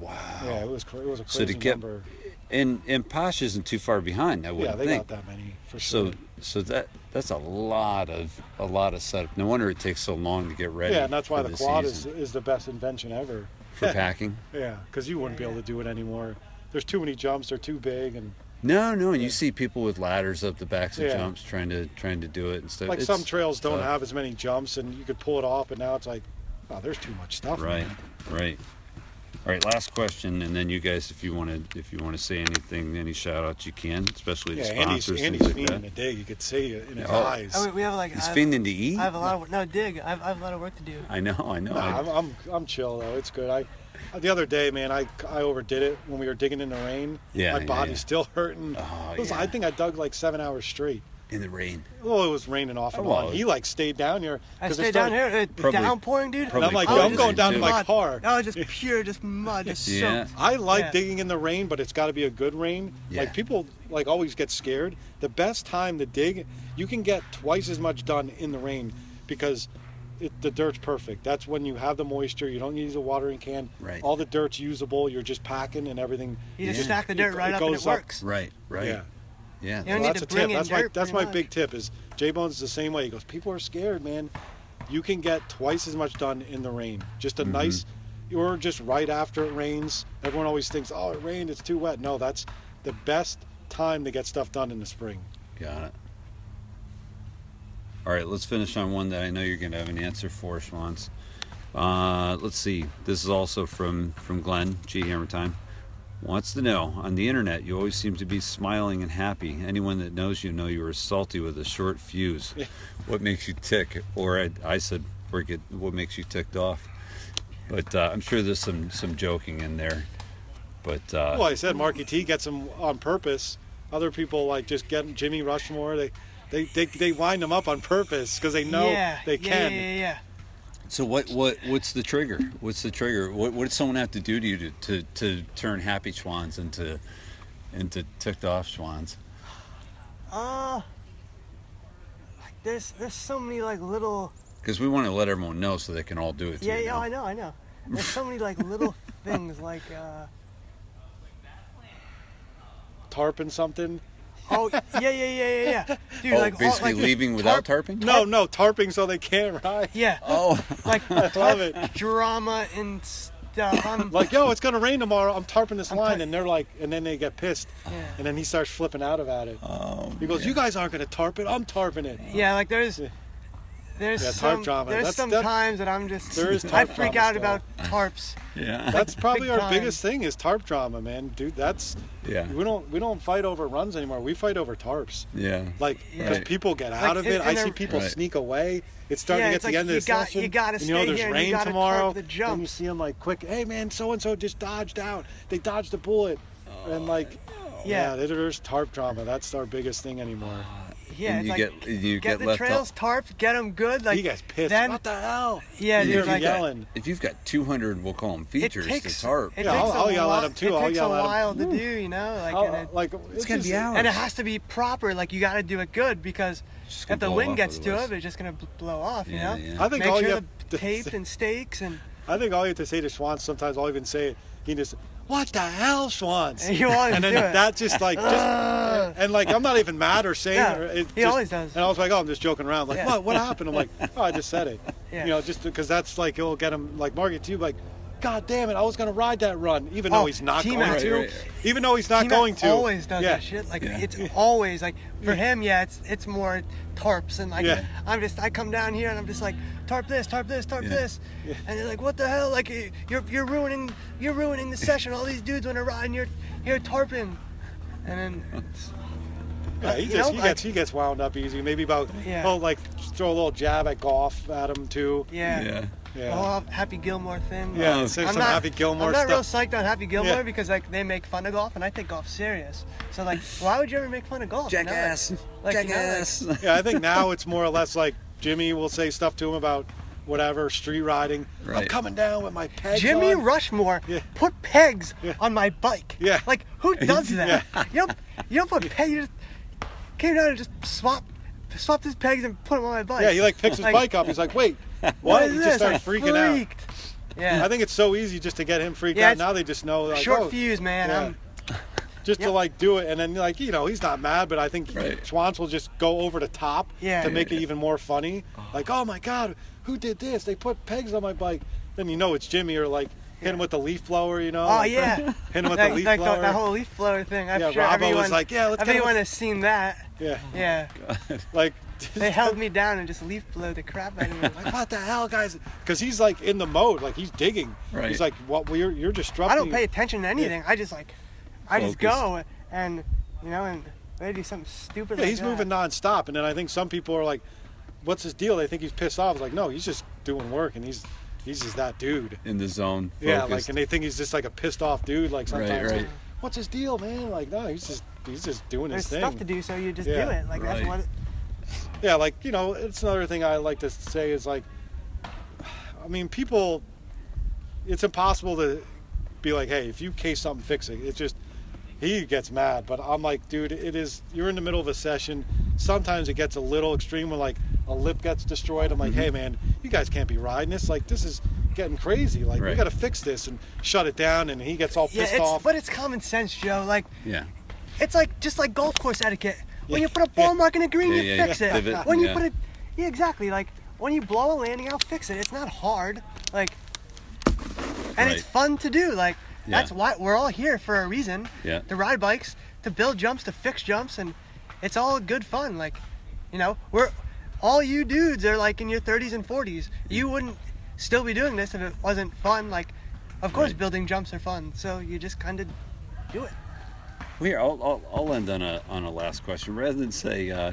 Speaker 1: Wow.
Speaker 2: Yeah, it was cra- it was a
Speaker 1: So to
Speaker 2: crazy
Speaker 1: get
Speaker 2: number.
Speaker 1: and and Posh isn't too far behind. I wouldn't
Speaker 2: Yeah, they
Speaker 1: think.
Speaker 2: got that many for sure.
Speaker 1: So so that that's a lot of a lot of setup. No wonder it takes so long to get ready.
Speaker 2: yeah, and that's why
Speaker 1: for the
Speaker 2: the quad is, (laughs)
Speaker 1: season.
Speaker 2: is the best invention ever.
Speaker 1: for packing.
Speaker 2: Yeah, because you wouldn't be able to do it anymore. There's too many jumps. They're too big, and
Speaker 1: No, no, and you see people with ladders up the backs of
Speaker 2: Yeah.
Speaker 1: jumps trying to trying to do it and stuff.
Speaker 2: like
Speaker 1: It's
Speaker 2: some trails don't
Speaker 1: tough.
Speaker 2: have as many jumps, and you could pull it off. But now it's like, oh, there's too much stuff.
Speaker 1: Right,
Speaker 2: man.
Speaker 1: right. All right, last question, and then you guys, if you want to, if you want to say anything, any shout outs, you can, especially
Speaker 2: Yeah,
Speaker 1: to
Speaker 2: Andy's
Speaker 1: sponsors,
Speaker 2: Andy's
Speaker 1: things
Speaker 2: feeding
Speaker 1: like
Speaker 2: to
Speaker 1: that.
Speaker 2: dig. You could see it in his
Speaker 1: Oh.
Speaker 2: eyes.
Speaker 3: I mean, we have like
Speaker 1: He's
Speaker 3: I, have,
Speaker 1: fiending to eat.
Speaker 3: I have a lot of work. No dig. I've, I have a lot of work to do.
Speaker 1: I know, I know.
Speaker 2: Nah,
Speaker 1: I-
Speaker 2: I'm, I'm I'm chill though. It's good. I the other day, man, I I overdid it when we were digging in the rain.
Speaker 1: Yeah,
Speaker 2: my
Speaker 1: yeah,
Speaker 2: body's
Speaker 1: yeah.
Speaker 2: still hurting.
Speaker 1: Oh,
Speaker 2: It was-
Speaker 1: yeah.
Speaker 2: I think I dug like seven hours straight.
Speaker 1: in the rain.
Speaker 2: Well, it was raining off and
Speaker 1: Oh, well,
Speaker 2: on. He like stayed down here.
Speaker 3: I
Speaker 2: 'cause it
Speaker 3: stayed down
Speaker 2: started-
Speaker 3: here. It,
Speaker 1: Probably-
Speaker 3: downpouring, dude.
Speaker 1: probably
Speaker 2: And I'm like,
Speaker 1: Oh,
Speaker 2: yo,
Speaker 1: it
Speaker 2: I'm
Speaker 1: was
Speaker 2: going down to
Speaker 1: raining,
Speaker 2: my
Speaker 1: too.
Speaker 2: car.
Speaker 3: No, just pure, just mud,
Speaker 1: (laughs)
Speaker 3: just
Speaker 1: Yeah.
Speaker 3: soaked.
Speaker 2: I like
Speaker 3: Yeah.
Speaker 2: digging in the rain, but it's got to be a good rain.
Speaker 1: Yeah.
Speaker 2: Like people like always get scared. The best time to dig, you can get twice as much done in the rain because it, the dirt's perfect. That's when you have the moisture. You don't use a watering can.
Speaker 1: Right.
Speaker 2: All the dirt's usable. You're just packing and everything.
Speaker 3: You just
Speaker 1: Yeah.
Speaker 3: stack the dirt
Speaker 2: It-
Speaker 3: right
Speaker 2: it
Speaker 3: up and it
Speaker 2: goes up.
Speaker 3: works.
Speaker 1: Right, right.
Speaker 2: Yeah.
Speaker 1: Yeah,
Speaker 3: You don't
Speaker 2: Well,
Speaker 3: need
Speaker 2: that's
Speaker 3: to
Speaker 2: a
Speaker 3: bring
Speaker 2: tip.
Speaker 3: in
Speaker 2: That's my
Speaker 3: dirt
Speaker 2: that's my
Speaker 3: pretty
Speaker 2: big
Speaker 3: much.
Speaker 2: tip is J Bones is the same way. He goes, people are scared, man. You can get twice as much done in the rain. Just a
Speaker 3: Mm-hmm.
Speaker 2: nice, or just right after it rains. Everyone always thinks, oh, it rained, it's too wet. No, that's the best time to get stuff done in the spring.
Speaker 1: Got it. All right, let's finish on one that I know you're going to have an answer for, Schwanz. Uh, let's see. This is also from from Glenn G Hammer Time. Wants to know on the internet. You always seem to be smiling and happy. Anyone that knows you know you are salty with a short fuse. what makes you tick? Or I, I said, or get what makes you ticked off? But uh, I'm sure there's some some joking in there. But uh,
Speaker 2: Well, I said Marky T gets them on purpose. Other people like just get Jimmy Rushmore. They they they, they wind them up on purpose because they know
Speaker 3: yeah,
Speaker 2: they
Speaker 3: yeah,
Speaker 2: can.
Speaker 3: Yeah, yeah, yeah.
Speaker 1: So what what what's the trigger? What's the trigger? What what does someone have to do to you to to, to turn happy swans into into ticked off swans?
Speaker 3: Uh, like there's there's so many like little.
Speaker 1: Because we want to let everyone know so they can all do it. too,
Speaker 3: Yeah,
Speaker 1: you
Speaker 3: yeah, I know, I know. There's so
Speaker 1: (laughs)
Speaker 3: many like little things like. uh
Speaker 2: Tarpon something.
Speaker 3: Oh yeah, yeah, yeah, yeah, yeah. Dude,
Speaker 1: Oh,
Speaker 3: like all-
Speaker 1: basically
Speaker 3: like,
Speaker 1: leaving without
Speaker 3: tarp-
Speaker 1: tarping.
Speaker 2: No, no, tarping so they can't (laughs) ride.
Speaker 3: Yeah,
Speaker 1: Oh, (laughs)
Speaker 3: like
Speaker 2: Love it.
Speaker 3: drama and stuff. I'm
Speaker 2: like, yo, it's gonna rain tomorrow. I'm tarping this
Speaker 3: I'm
Speaker 2: line,
Speaker 3: tar-
Speaker 2: and they're like, and then they get pissed,
Speaker 3: Yeah.
Speaker 2: and then he starts flipping out about it.
Speaker 1: oh.
Speaker 2: He goes, "You guys aren't gonna tarp it. I'm tarping it."
Speaker 3: Yeah, like there's
Speaker 2: Yeah.
Speaker 3: there's
Speaker 2: Yeah, tarp
Speaker 3: some
Speaker 2: drama.
Speaker 3: there's
Speaker 2: That's-
Speaker 3: some
Speaker 2: that-
Speaker 3: times that I'm just
Speaker 2: There is
Speaker 3: I
Speaker 2: tarp
Speaker 3: freak
Speaker 2: drama
Speaker 3: out
Speaker 2: still.
Speaker 3: about tarps.
Speaker 1: Yeah.
Speaker 2: That's probably
Speaker 3: big
Speaker 2: our
Speaker 3: time.
Speaker 2: biggest thing is tarp drama, man. Dude, that's
Speaker 1: yeah.
Speaker 2: we don't we don't fight over runs anymore. We fight over tarps.
Speaker 1: Yeah.
Speaker 2: Like,
Speaker 3: Yeah.
Speaker 2: because
Speaker 1: Right.
Speaker 2: people get out of
Speaker 3: in-
Speaker 2: it. I
Speaker 3: in a-
Speaker 2: see people
Speaker 1: Right.
Speaker 2: sneak away. It's starting
Speaker 3: Yeah,
Speaker 2: to get
Speaker 3: it's
Speaker 2: to
Speaker 3: like,
Speaker 2: the end
Speaker 3: you
Speaker 2: of the
Speaker 3: got-
Speaker 2: session.
Speaker 3: you gotta
Speaker 2: and you know,
Speaker 3: stay
Speaker 2: there's
Speaker 3: here and you
Speaker 2: rain
Speaker 3: gotta tarp
Speaker 2: tomorrow.
Speaker 3: the
Speaker 2: And you
Speaker 3: jumps.
Speaker 2: see them like quick. Hey, man, so and so just dodged out. They dodged a bullet. and like,
Speaker 3: Yeah.
Speaker 2: Oh, yeah, there's tarp drama. That's our biggest thing anymore.
Speaker 3: Yeah,
Speaker 1: and
Speaker 3: it's
Speaker 1: you
Speaker 3: like
Speaker 1: get you
Speaker 3: get,
Speaker 1: get,
Speaker 3: the
Speaker 1: left
Speaker 3: trails tarps, get them good. Like
Speaker 2: he gets pissed.
Speaker 3: Then,
Speaker 2: what the hell?
Speaker 3: yeah,
Speaker 1: If
Speaker 2: And
Speaker 3: dude,
Speaker 1: you've
Speaker 2: you're
Speaker 3: like
Speaker 1: got,
Speaker 2: yelling.
Speaker 1: if you've got 200, we'll call them features
Speaker 3: it takes
Speaker 1: to tarp.
Speaker 3: It
Speaker 2: Yeah,
Speaker 3: takes
Speaker 2: I'll- I'll
Speaker 3: a
Speaker 2: yell at
Speaker 3: while-
Speaker 2: 'em too.
Speaker 3: It
Speaker 2: I'll
Speaker 3: takes
Speaker 2: yell
Speaker 3: a
Speaker 2: at 'em.
Speaker 3: while to do, you know, like
Speaker 2: How-
Speaker 3: and it,
Speaker 2: like
Speaker 1: it's gonna be
Speaker 2: just-
Speaker 1: out.
Speaker 3: and it has to be proper. Like you got to do it good because
Speaker 1: It's just
Speaker 3: if
Speaker 1: gonna
Speaker 3: the
Speaker 1: blow
Speaker 3: wind
Speaker 1: off
Speaker 3: gets to
Speaker 1: otherwise.
Speaker 3: it, it's just gonna bl- blow off. You
Speaker 1: Yeah,
Speaker 3: know,
Speaker 1: yeah.
Speaker 2: I think
Speaker 3: make
Speaker 2: all
Speaker 3: sure
Speaker 2: you
Speaker 3: the
Speaker 2: have to
Speaker 3: tape and stakes and
Speaker 2: I think all you have to say to Schwanz sometimes I'll even say it. He just what the hell, Schwanz?
Speaker 3: (laughs) You always
Speaker 2: and then
Speaker 3: do it.
Speaker 2: that just like
Speaker 3: (laughs)
Speaker 2: just and like I'm not even mad or saying
Speaker 3: Yeah,
Speaker 2: or it
Speaker 3: he
Speaker 2: just-
Speaker 3: always does.
Speaker 2: And I was like, oh, I'm just joking around. Like
Speaker 3: Yeah.
Speaker 2: what? What happened? I'm
Speaker 3: (laughs)
Speaker 2: like, oh, I just said it.
Speaker 3: Yeah.
Speaker 2: You know, just because that's like it'll get him like Market too. Like, god damn it, I was gonna ride that run, even
Speaker 3: Oh,
Speaker 2: though he's not
Speaker 3: T-Mac.
Speaker 2: going to.
Speaker 1: Right, right, right.
Speaker 2: Even though he's not
Speaker 3: He
Speaker 2: going to.
Speaker 3: always does
Speaker 2: yeah.
Speaker 3: that shit. Like
Speaker 1: Yeah.
Speaker 3: it's always like for him, yeah, it's it's more tarps and like
Speaker 2: Yeah.
Speaker 3: I'm just I come down here and I'm just like tarp this, tarp this, tarp
Speaker 1: Yeah.
Speaker 3: this, and they're like, what the hell? Like eh, you're you're ruining you're ruining
Speaker 1: (laughs)
Speaker 3: the session. All these dudes when they're riding, you're you're tarping, and then
Speaker 2: Yeah, he
Speaker 3: You
Speaker 2: just
Speaker 3: know,
Speaker 2: he
Speaker 3: like-
Speaker 2: gets he gets wound up easy. Maybe about
Speaker 3: Yeah.
Speaker 2: he'll like throw a little jab at golf at him too.
Speaker 3: yeah. Oh.
Speaker 1: Yeah.
Speaker 3: The
Speaker 2: Yeah.
Speaker 3: whole Happy Gilmore thing.
Speaker 2: Yeah,
Speaker 3: Like,
Speaker 2: say some Happy Gilmore
Speaker 3: I'm not
Speaker 2: stuff.
Speaker 3: real psyched on Happy Gilmore
Speaker 2: Yeah.
Speaker 3: because like they make fun of golf and I take golf serious. So like, why would you ever make fun of golf? you know? Like,
Speaker 1: Jackass.
Speaker 3: like, you know, like-
Speaker 1: Jackass.
Speaker 2: Yeah, I think now it's more or less like Jimmy will say stuff to him about whatever street riding. I'm
Speaker 1: Right.
Speaker 2: coming down with my pegs.
Speaker 3: Jimmy
Speaker 2: on.
Speaker 3: Rushmore
Speaker 2: Yeah.
Speaker 3: put pegs
Speaker 2: Yeah.
Speaker 3: on my bike.
Speaker 2: (laughs) Yeah.
Speaker 3: Like who does that? You don't you don't put pegs. You just came down and just swap swapped his pegs and put them on my bike.
Speaker 2: yeah, he like picks his bike up. He's like,
Speaker 3: (laughs)
Speaker 2: wait, what?
Speaker 3: is
Speaker 2: he
Speaker 3: this?
Speaker 2: just starts
Speaker 3: I
Speaker 2: freaking out.
Speaker 3: freaked. Yeah.
Speaker 2: I think it's so easy just to get him freaked
Speaker 3: Yeah,
Speaker 2: out.
Speaker 3: it's
Speaker 2: Now they just know, like,
Speaker 3: Short
Speaker 2: oh,
Speaker 3: fuse, man.
Speaker 2: yeah.
Speaker 3: I'm,
Speaker 2: (laughs) just
Speaker 3: Yep.
Speaker 2: to like do it, and then like you know he's not mad, but I think
Speaker 1: Right.
Speaker 2: Schwantz will just go over the top
Speaker 3: Yeah.
Speaker 2: to make it even more funny. Like, oh my god, who did this? They put pegs on my bike. Then you know it's Jimmy or like hit him with the leaf blower, you know?
Speaker 3: oh
Speaker 2: like, (laughs)
Speaker 3: yeah.
Speaker 2: hit him with
Speaker 3: Like-
Speaker 2: the leaf
Speaker 3: like
Speaker 2: blower.
Speaker 3: that whole leaf blower thing. I'm
Speaker 2: Yeah,
Speaker 3: sure
Speaker 2: Robbo was
Speaker 3: everyone,
Speaker 2: like, "Yeah, let's get him
Speaker 3: everyone
Speaker 2: with-"
Speaker 3: has seen that.
Speaker 2: yeah, (laughs)
Speaker 3: Yeah.
Speaker 2: like
Speaker 3: They held me down and just leaf blew the crap out
Speaker 2: (laughs)
Speaker 3: of me.
Speaker 2: like, what the hell, guys? Because he's like in the mode, like he's digging.
Speaker 1: Right.
Speaker 2: He's like, what? Well, you're you're disrupting.
Speaker 3: I don't pay attention to anything. I just like, I just
Speaker 1: Focus.
Speaker 3: go and you know, and they do something stupid.
Speaker 2: Yeah,
Speaker 3: like
Speaker 2: he's
Speaker 3: that.
Speaker 2: moving nonstop, and then I think some people are like, "What's his deal?" They think he's pissed off. It's like, no, he's just doing work, and he's he's just that dude.
Speaker 1: (laughs) in the zone.
Speaker 2: Yeah, like,
Speaker 1: focused.
Speaker 2: and they think he's just like a pissed off dude. Like
Speaker 1: Right,
Speaker 2: sometimes,
Speaker 1: right.
Speaker 2: what's his deal, man? Like, no, he's just he's just doing
Speaker 3: There's
Speaker 2: his thing.
Speaker 3: stuff to do, so you just do
Speaker 2: Yeah,
Speaker 3: it. Like
Speaker 1: right.
Speaker 3: that's what.
Speaker 2: Yeah, like you know, it's another thing I like to say is like, I mean, people, it's impossible to be like, hey, if you case something, fix it. It's just he gets mad, but I'm like, dude, it is. You're in the middle of a session. Sometimes it gets a little extreme when like a lip gets destroyed. I'm like,
Speaker 1: Mm-hmm.
Speaker 2: hey, man, you guys can't be riding this. Like, this is getting crazy. Like, we
Speaker 1: Right.
Speaker 2: got to fix this and shut it down. And he gets all
Speaker 3: Yeah,
Speaker 2: pissed
Speaker 3: it's
Speaker 2: off.
Speaker 3: but it's common sense, Joe. Like
Speaker 1: yeah,
Speaker 3: it's like just like golf course etiquette. When
Speaker 2: Yeah,
Speaker 3: you put a ball
Speaker 2: yeah.
Speaker 3: mark in the green,
Speaker 1: Yeah,
Speaker 3: you
Speaker 1: yeah, you
Speaker 3: fix it.
Speaker 1: pivot,
Speaker 3: when you
Speaker 1: yeah.
Speaker 3: put it, yeah, exactly. Like when you blow a landing, I'll fix it. It's not hard. Like, and it's
Speaker 1: Right.
Speaker 3: fun to do. Like
Speaker 1: Yeah.
Speaker 3: that's why we're all here for a reason.
Speaker 1: Yeah.
Speaker 3: To ride bikes, to build jumps, to fix jumps, and it's all good fun. Like, you know, we're all you dudes are like in your 30s and 40s.
Speaker 1: Mm.
Speaker 3: You wouldn't still be doing this if it wasn't fun. Like, of course,
Speaker 1: Right.
Speaker 3: building jumps are fun. So you just kind of do it.
Speaker 1: Well, Here, I'll, I'll, I'll end on a on a last question. Rather than say, uh,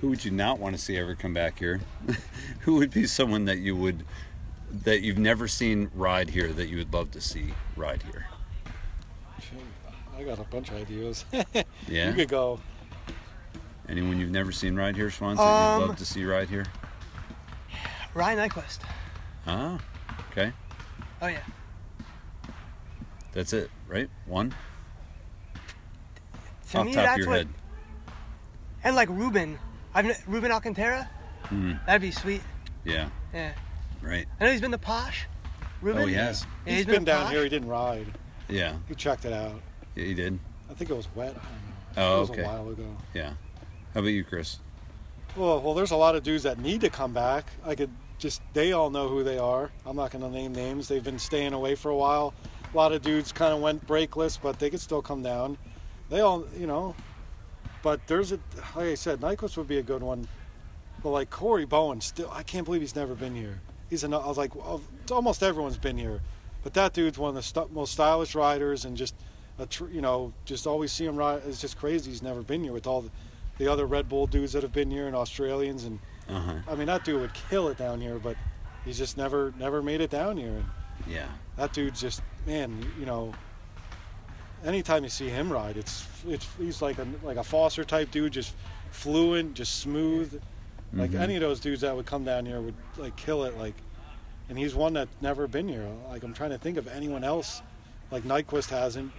Speaker 1: who would you not want to see ever come back here? (laughs) who would be someone that you would that you've never seen ride here that you would love to see ride here?
Speaker 2: I got a bunch of ideas. (laughs)
Speaker 1: Yeah.
Speaker 2: You could go.
Speaker 1: Anyone you've never seen ride here, Swans, that you'd
Speaker 3: Um,
Speaker 1: love to see ride here?
Speaker 3: Ryan Nyquist.
Speaker 1: Ah, okay.
Speaker 3: Oh yeah.
Speaker 1: That's it, right? One
Speaker 3: To
Speaker 1: off
Speaker 3: me,
Speaker 1: top
Speaker 3: that's
Speaker 1: of your
Speaker 3: what.
Speaker 1: head.
Speaker 3: And like Ruben, I've kn- Ruben Alcantara.
Speaker 1: Hmm.
Speaker 3: That'd be sweet.
Speaker 1: Yeah.
Speaker 3: Yeah.
Speaker 1: Right.
Speaker 3: I know he's been the posh. Ruben.
Speaker 1: Oh, he has.
Speaker 3: Yeah,
Speaker 2: he's been
Speaker 3: the
Speaker 2: down
Speaker 3: Posh.
Speaker 2: here. He didn't ride.
Speaker 1: Yeah.
Speaker 2: He checked it out.
Speaker 1: Yeah, you did.
Speaker 2: I think it was wet. I don't know.
Speaker 1: Oh,
Speaker 2: it was
Speaker 1: okay.
Speaker 2: a while ago. Oh,
Speaker 1: Yeah. How about you, Chris?
Speaker 2: Well, well, there's a lot of dudes that need to come back. I could just, they all know who they are. I'm not going to name names. They've been staying away for a while. A lot of dudes kind of went breakless, but they could still come down. They all, you know, but there's a, like I said, Nyquist would be a good one. But like Corey Bowen, still, I can't believe he's never been here. He's an, I was like, well, it's almost everyone's been here. But that dude's one of the st- most stylish riders and just, a tr- you know, just always see him ride. It's just crazy he's never been here with all the, the other Red Bull dudes that have been here and Australians. And
Speaker 1: Uh huh.
Speaker 2: I mean, that dude would kill it down here, but he's just never, never made it down here. And
Speaker 1: Yeah.
Speaker 2: that dude's just, man, you know, anytime you see him ride, it's, it's, he's like a, like a Foster type dude, just fluent, just smooth. Like any of those dudes that would come down here would like kill it. Like, and he's one that's never been here. Like I'm trying to think of anyone else. Like Nyquist hasn't,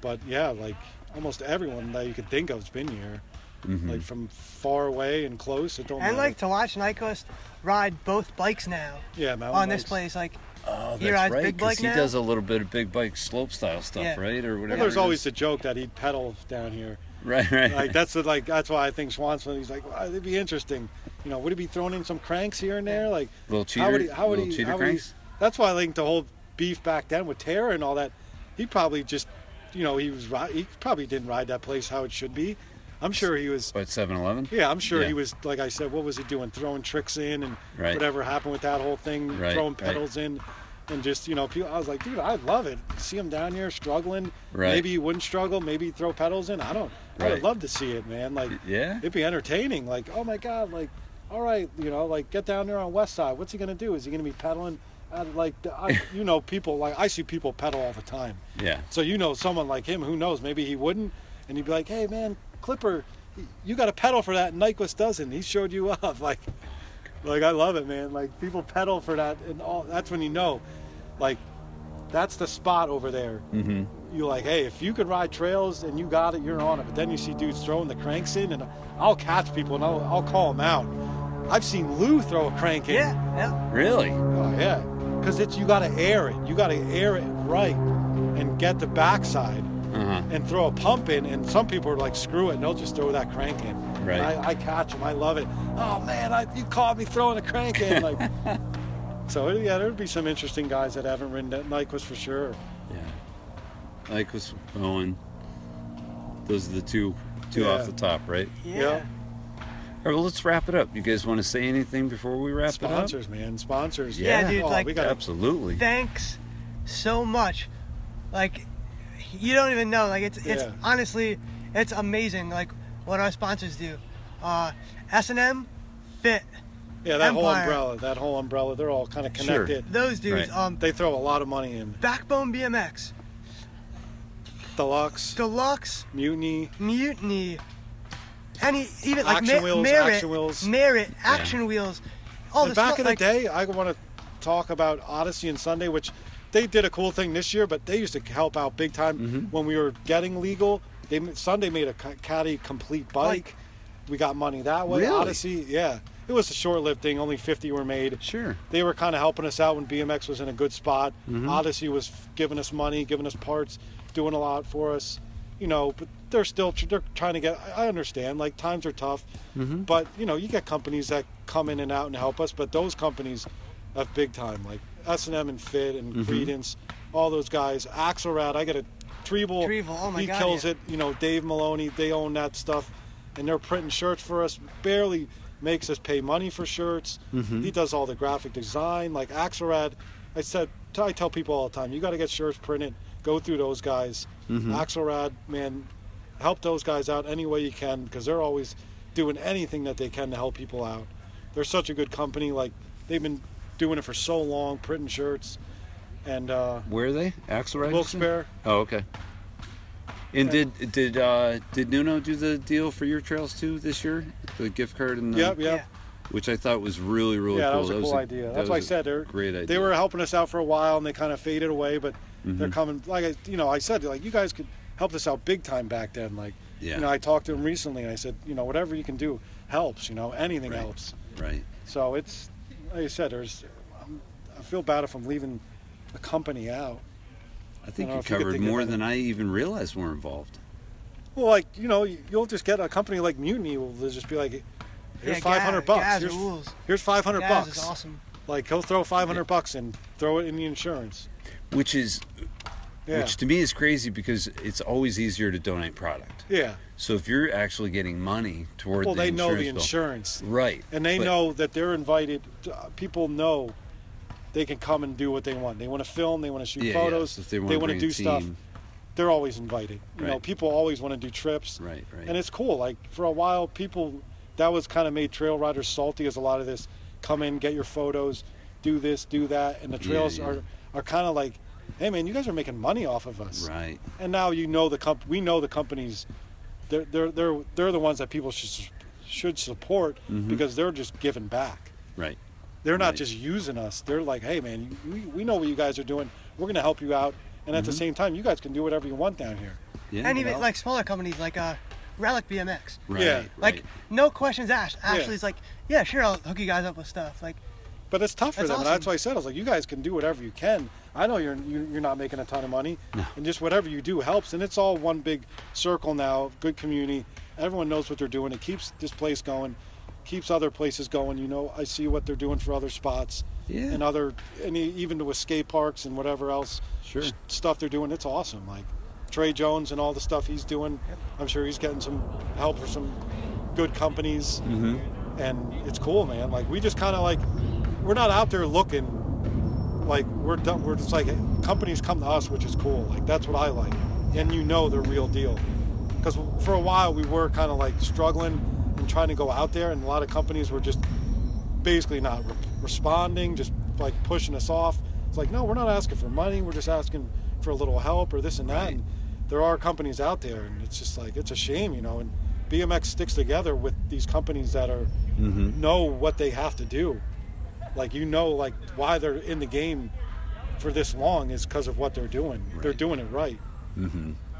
Speaker 2: but yeah, like almost everyone that you could think of has been here. Like from far away and close, it don't matter.
Speaker 3: And like to watch Nyquist ride both bikes now
Speaker 2: yeah, mountain
Speaker 3: on this
Speaker 2: bikes.
Speaker 3: place. Like
Speaker 1: Oh,
Speaker 3: He rides big bike
Speaker 1: he
Speaker 3: now?
Speaker 1: does a little bit of big bike slope style stuff,
Speaker 3: Yeah.
Speaker 1: right? Or whatever.
Speaker 2: Well, there's
Speaker 1: it
Speaker 2: always
Speaker 1: is.
Speaker 2: the joke that he'd pedal down here.
Speaker 1: (laughs) right, right.
Speaker 2: Like that's the, like that's why I think Swanson. He's like, wow, it'd be interesting. You know, would he be throwing in some cranks here and there? Like
Speaker 1: Little
Speaker 2: How would
Speaker 1: cheater-
Speaker 2: he? How would
Speaker 1: little
Speaker 2: he?
Speaker 1: cheater
Speaker 2: How would he
Speaker 1: cranks?
Speaker 2: that's why I think the whole beef back then with Tara and all that. He probably just, you know, he was ri- he probably didn't ride that place how it should be. I'm sure he was.
Speaker 1: But 7-Eleven.
Speaker 2: Yeah, I'm sure
Speaker 1: Yeah.
Speaker 2: he was. Like I said, what was he doing? Throwing tricks in and
Speaker 1: Right.
Speaker 2: whatever happened with that whole thing.
Speaker 1: Right,
Speaker 2: Throwing
Speaker 1: right.
Speaker 2: pedals in, and just you know, people, I was like, dude, I love it. See him down here struggling.
Speaker 1: Right.
Speaker 2: Maybe he wouldn't struggle. Maybe he'd throw pedals in. I don't. I
Speaker 1: Right.
Speaker 2: would love to see it, man. Like,
Speaker 1: yeah.
Speaker 2: it'd be entertaining. Like, oh my god, like, all right, you know, like get down there on West Side. What's he gonna do? Is he gonna be pedaling? At, like, the-
Speaker 1: (laughs)
Speaker 2: I, you know, people like I see people pedal all the time.
Speaker 1: Yeah.
Speaker 2: So you know someone like him, who knows? Maybe he wouldn't, and he'd be like, "Hey, man, Clipper, you got a pedal for that, and Nyquist doesn't. He showed you up. (laughs) Like, like I love it, man. Like people pedal for that, and all. That's when you know, like, that's the spot over there. Mm-hmm. You're like, hey, if you could ride trails and you got it, you're on it. But then you see dudes throwing the cranks in, and I'll catch people and I'll, I'll call them out. I've seen Lou throw a crank in.
Speaker 3: Yeah, yeah.
Speaker 1: Really?
Speaker 2: Oh yeah, because it's you got to air it. You got to air it right and get the backside
Speaker 1: Uh-huh.
Speaker 2: and throw a pump in. And some people are like, screw it, and they'll just throw that crank in. And
Speaker 1: Right.
Speaker 2: I, I catch them. I love it. Oh man, I, you caught me throwing a crank
Speaker 1: (laughs)
Speaker 2: in. Like, so yeah, there'd be some interesting guys that haven't ridden that Nyquist for sure.
Speaker 1: Yeah. Nyquist, Bowen. Those are the two, two
Speaker 2: Yeah.
Speaker 1: off the top, right?
Speaker 3: Yeah.
Speaker 1: All right, well, let's wrap it up. You guys want to say anything before we wrap it up?
Speaker 2: Sponsors, man, sponsors.
Speaker 1: Yeah,
Speaker 3: dude,
Speaker 2: Oh,
Speaker 3: like-
Speaker 2: we got
Speaker 1: Absolutely.
Speaker 3: Thanks so much. Like you don't even know. Like it's it's
Speaker 2: Yeah.
Speaker 3: honestly it's amazing like what our sponsors do. Uh S and M Fit.
Speaker 2: yeah, that whole
Speaker 3: Empire.
Speaker 2: umbrella, that whole umbrella. They're all kind of
Speaker 1: Sure.
Speaker 2: connected.
Speaker 3: Those dudes,
Speaker 1: Right.
Speaker 3: um
Speaker 2: They throw a lot of money in
Speaker 3: Backbone BMX,
Speaker 2: deluxe,
Speaker 3: Deluxe,
Speaker 2: mutiny.
Speaker 3: Mutiny, any even like
Speaker 2: Action
Speaker 3: Ma-
Speaker 2: wheels,
Speaker 3: Merit,
Speaker 2: action wheels.
Speaker 3: Merit, Action Wheels, all
Speaker 2: and
Speaker 3: the
Speaker 2: back
Speaker 3: stuff,
Speaker 2: in the
Speaker 3: Oh, like,
Speaker 2: day, I want to talk about Odyssey and Sunday, which they did a cool thing this year, but they used to help out big time when we were getting legal. They ma- Sunday made a ca- caddy complete bike.
Speaker 3: Bike.
Speaker 2: We got money that way.
Speaker 1: Really?
Speaker 2: Odyssey, yeah, it was a short-lived thing. Only 50 were made.
Speaker 1: Sure.
Speaker 2: They were kind of helping us out when BMX was in a good spot. Odyssey was f- giving us money, giving us parts, doing a lot for us. You know, but they're still tr- they're trying to get. I- I understand, like times are tough, but you know, you get companies that come in and out and help us, but those companies have big time, like S and M and Fit and Credence, all those guys. Axelrad, I got a Treble.
Speaker 3: Treble, oh my
Speaker 2: he
Speaker 3: God,
Speaker 2: kills
Speaker 3: yeah.
Speaker 2: it. You know, Dave Maloney, they own that stuff, and they're printing shirts for us. Barely makes us pay money for shirts. He does all the graphic design. Like Axelrad, I said, I tell people all the time, you got to get shirts printed. Go through those guys. Axelrad, man, help those guys out any way you can because they're always doing anything that they can to help people out. They're such a good company. Like they've been doing it for so long, printing shirts, and uh,
Speaker 1: Where are they? Axelrod?
Speaker 2: Wilkes Barre.
Speaker 1: Oh, okay. And did did uh, did Nuno do the deal for your trails too this year? The gift card and the,
Speaker 2: Yep, yep.
Speaker 3: Yeah.
Speaker 1: which I thought was really really
Speaker 2: yeah,
Speaker 1: cool.
Speaker 2: that was a cool idea.
Speaker 1: that
Speaker 2: That's why I
Speaker 1: was a
Speaker 2: said they're
Speaker 1: great idea. Mm-hmm.
Speaker 2: They were helping us out for a while, and they kind of faded away. But they're coming. Like I, you know, I said like you guys could help us out big time back then. Like,
Speaker 1: Yeah.
Speaker 2: you know, I talked to them recently, and I said, you know, whatever you can do helps. You know, anything
Speaker 1: Right.
Speaker 2: helps.
Speaker 1: right.
Speaker 2: So it's like I said, there's. I'm, I feel bad if I'm leaving the company out.
Speaker 1: I think
Speaker 2: I don't know
Speaker 1: you
Speaker 2: if you could
Speaker 1: covered
Speaker 2: think of
Speaker 1: more
Speaker 2: any-
Speaker 1: than I even realized were involved.
Speaker 2: Well, like you know, you'll just get a company like Mutiny will they'll just be like, here's
Speaker 3: Yeah,
Speaker 2: five
Speaker 3: Gaz-
Speaker 2: hundred bucks.
Speaker 3: Gaz
Speaker 2: Here's,
Speaker 3: rules.
Speaker 2: here's five hundred
Speaker 3: Guys,
Speaker 2: bucks.
Speaker 3: it's awesome.
Speaker 2: Like he'll throw five hundred bucks and throw it in the insurance.
Speaker 1: which is
Speaker 2: Yeah.
Speaker 1: which to me is crazy because it's always easier to donate product.
Speaker 2: yeah.
Speaker 1: So if you're actually getting money toward
Speaker 2: Well,
Speaker 1: the
Speaker 2: they know
Speaker 1: insurance
Speaker 2: the
Speaker 1: bill-
Speaker 2: insurance,
Speaker 1: right,
Speaker 2: and they
Speaker 1: but-
Speaker 2: know that they're invited. to- uh, people know they can come and do what they want. They want to film. They want to shoot
Speaker 1: Yeah, yeah.
Speaker 2: photos.
Speaker 1: So if they wanna
Speaker 2: they want to
Speaker 1: bring a
Speaker 2: do stuff.
Speaker 1: team.
Speaker 2: They're always invited. You know,
Speaker 1: Right.
Speaker 2: people always want to do trips.
Speaker 1: Right, right.
Speaker 2: And it's cool. Like for a while, people that was kind of made trail riders salty. As a lot of this, come in, get your photos, do this, do that, and the trails
Speaker 1: yeah.
Speaker 2: are are kind of like, hey man, you guys are making money off of us
Speaker 1: right,
Speaker 2: and now you know the comp- we know the companies they're they're they're, they're the ones that people should su- should support because they're just giving back
Speaker 1: right,
Speaker 2: they're not
Speaker 1: Right.
Speaker 2: just using us they're like hey man we, we know what you guys are doing we're going to help you out and at the same time you guys can do whatever you want down here
Speaker 1: yeah,
Speaker 3: and even
Speaker 2: know?
Speaker 3: like smaller companies like uh, Relic BMX.
Speaker 1: right,
Speaker 2: yeah,
Speaker 1: right.
Speaker 3: Like no questions asked. Ashley's like, yeah, sure, I'll hook you guys up with stuff. Like
Speaker 2: but it's tough for
Speaker 3: That's
Speaker 2: them and that's
Speaker 3: awesome.
Speaker 2: why i said i was like you guys can do whatever you can i know you're you- you're not making a ton of money and just whatever you do helps and it's all one big circle now of good community everyone knows what they're doing it keeps this place going keeps other places going you know i see what they're doing for other spots
Speaker 1: Yeah.
Speaker 2: and other and e- even to escape parks and whatever else
Speaker 1: Sure.
Speaker 2: s- stuff they're doing it's awesome like trey jones and all the stuff he's doing i'm sure he's getting some help for some good companies
Speaker 1: Mm-hmm.
Speaker 2: and it's cool man like we just kind of like we're not out there looking like we're done we're just like companies come to us which is cool like that's what i like and you know the real deal because for a while we were kind of like struggling and trying to go out there and a lot of companies were just basically not re- responding just like pushing us off it's like no we're not asking for money we're just asking for a little help or this and that and there are companies out there and it's just like it's a shame you know and BMX sticks together with these companies that are know what they have to do. Like you know, like why they're in the game for this long is because of what they're doing. They're doing it right.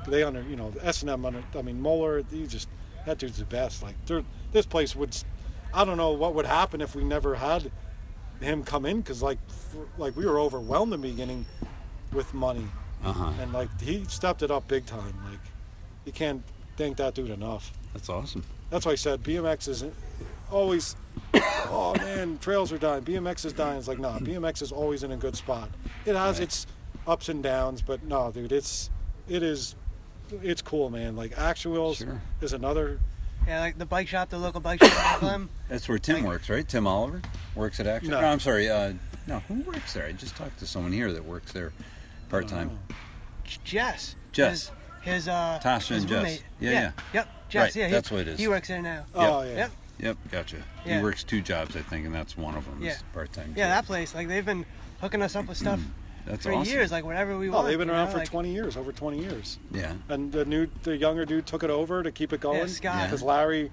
Speaker 2: They under you know S and M under I mean Moeller. He just that dude's the best. Like they're, this place would. s- I don't know what would happen if we never had him come in because like f- like we were overwhelmed in the beginning with money
Speaker 1: Uh-huh.
Speaker 2: and like he stepped it up big time. Like you can't thank that dude enough.
Speaker 1: That's awesome.
Speaker 2: That's why I said BMX isn't always. (coughs) oh man, trails are dying. BMX is dying. It's like nah, BMX is always in a good spot. It has its ups and downs, but no, dude, it's it is it's cool, man. Like actuals
Speaker 1: Sure.
Speaker 2: is another.
Speaker 3: Yeah, like the bike shop, the local bike shop in Bethlehem.
Speaker 1: That's where Tim works, right? Tim Oliver works at Action.
Speaker 2: No.
Speaker 1: No, I'm sorry. Uh, no, who works there? I just talked to someone here that works there part time.
Speaker 2: Oh.
Speaker 3: J- Jess.
Speaker 1: Jess.
Speaker 3: His, his uh.
Speaker 1: Tasha
Speaker 3: his
Speaker 1: and Jess.
Speaker 3: roommate.
Speaker 1: Yeah, yeah.
Speaker 3: Yep. Jess.
Speaker 1: Right,
Speaker 3: Yeah. He,
Speaker 1: that's what it is.
Speaker 3: He works there now.
Speaker 2: Oh yeah.
Speaker 3: Yep. yep.
Speaker 1: Yep, gotcha.
Speaker 3: Yeah.
Speaker 1: He works two jobs, I think, and that's one of them.
Speaker 3: Yeah.
Speaker 1: Is part time.
Speaker 3: Yeah, that place. Like they've been hooking us up with stuff
Speaker 1: That's
Speaker 3: for
Speaker 1: awesome.
Speaker 3: years. Like whatever we
Speaker 2: Oh,
Speaker 3: want.
Speaker 2: they've been
Speaker 3: you
Speaker 2: around
Speaker 3: know,
Speaker 2: for
Speaker 3: like,
Speaker 2: 20 years, over 20 years.
Speaker 1: Yeah.
Speaker 2: and the new the younger dude took it over to keep it going
Speaker 3: Yeah, Scott.
Speaker 2: because Larry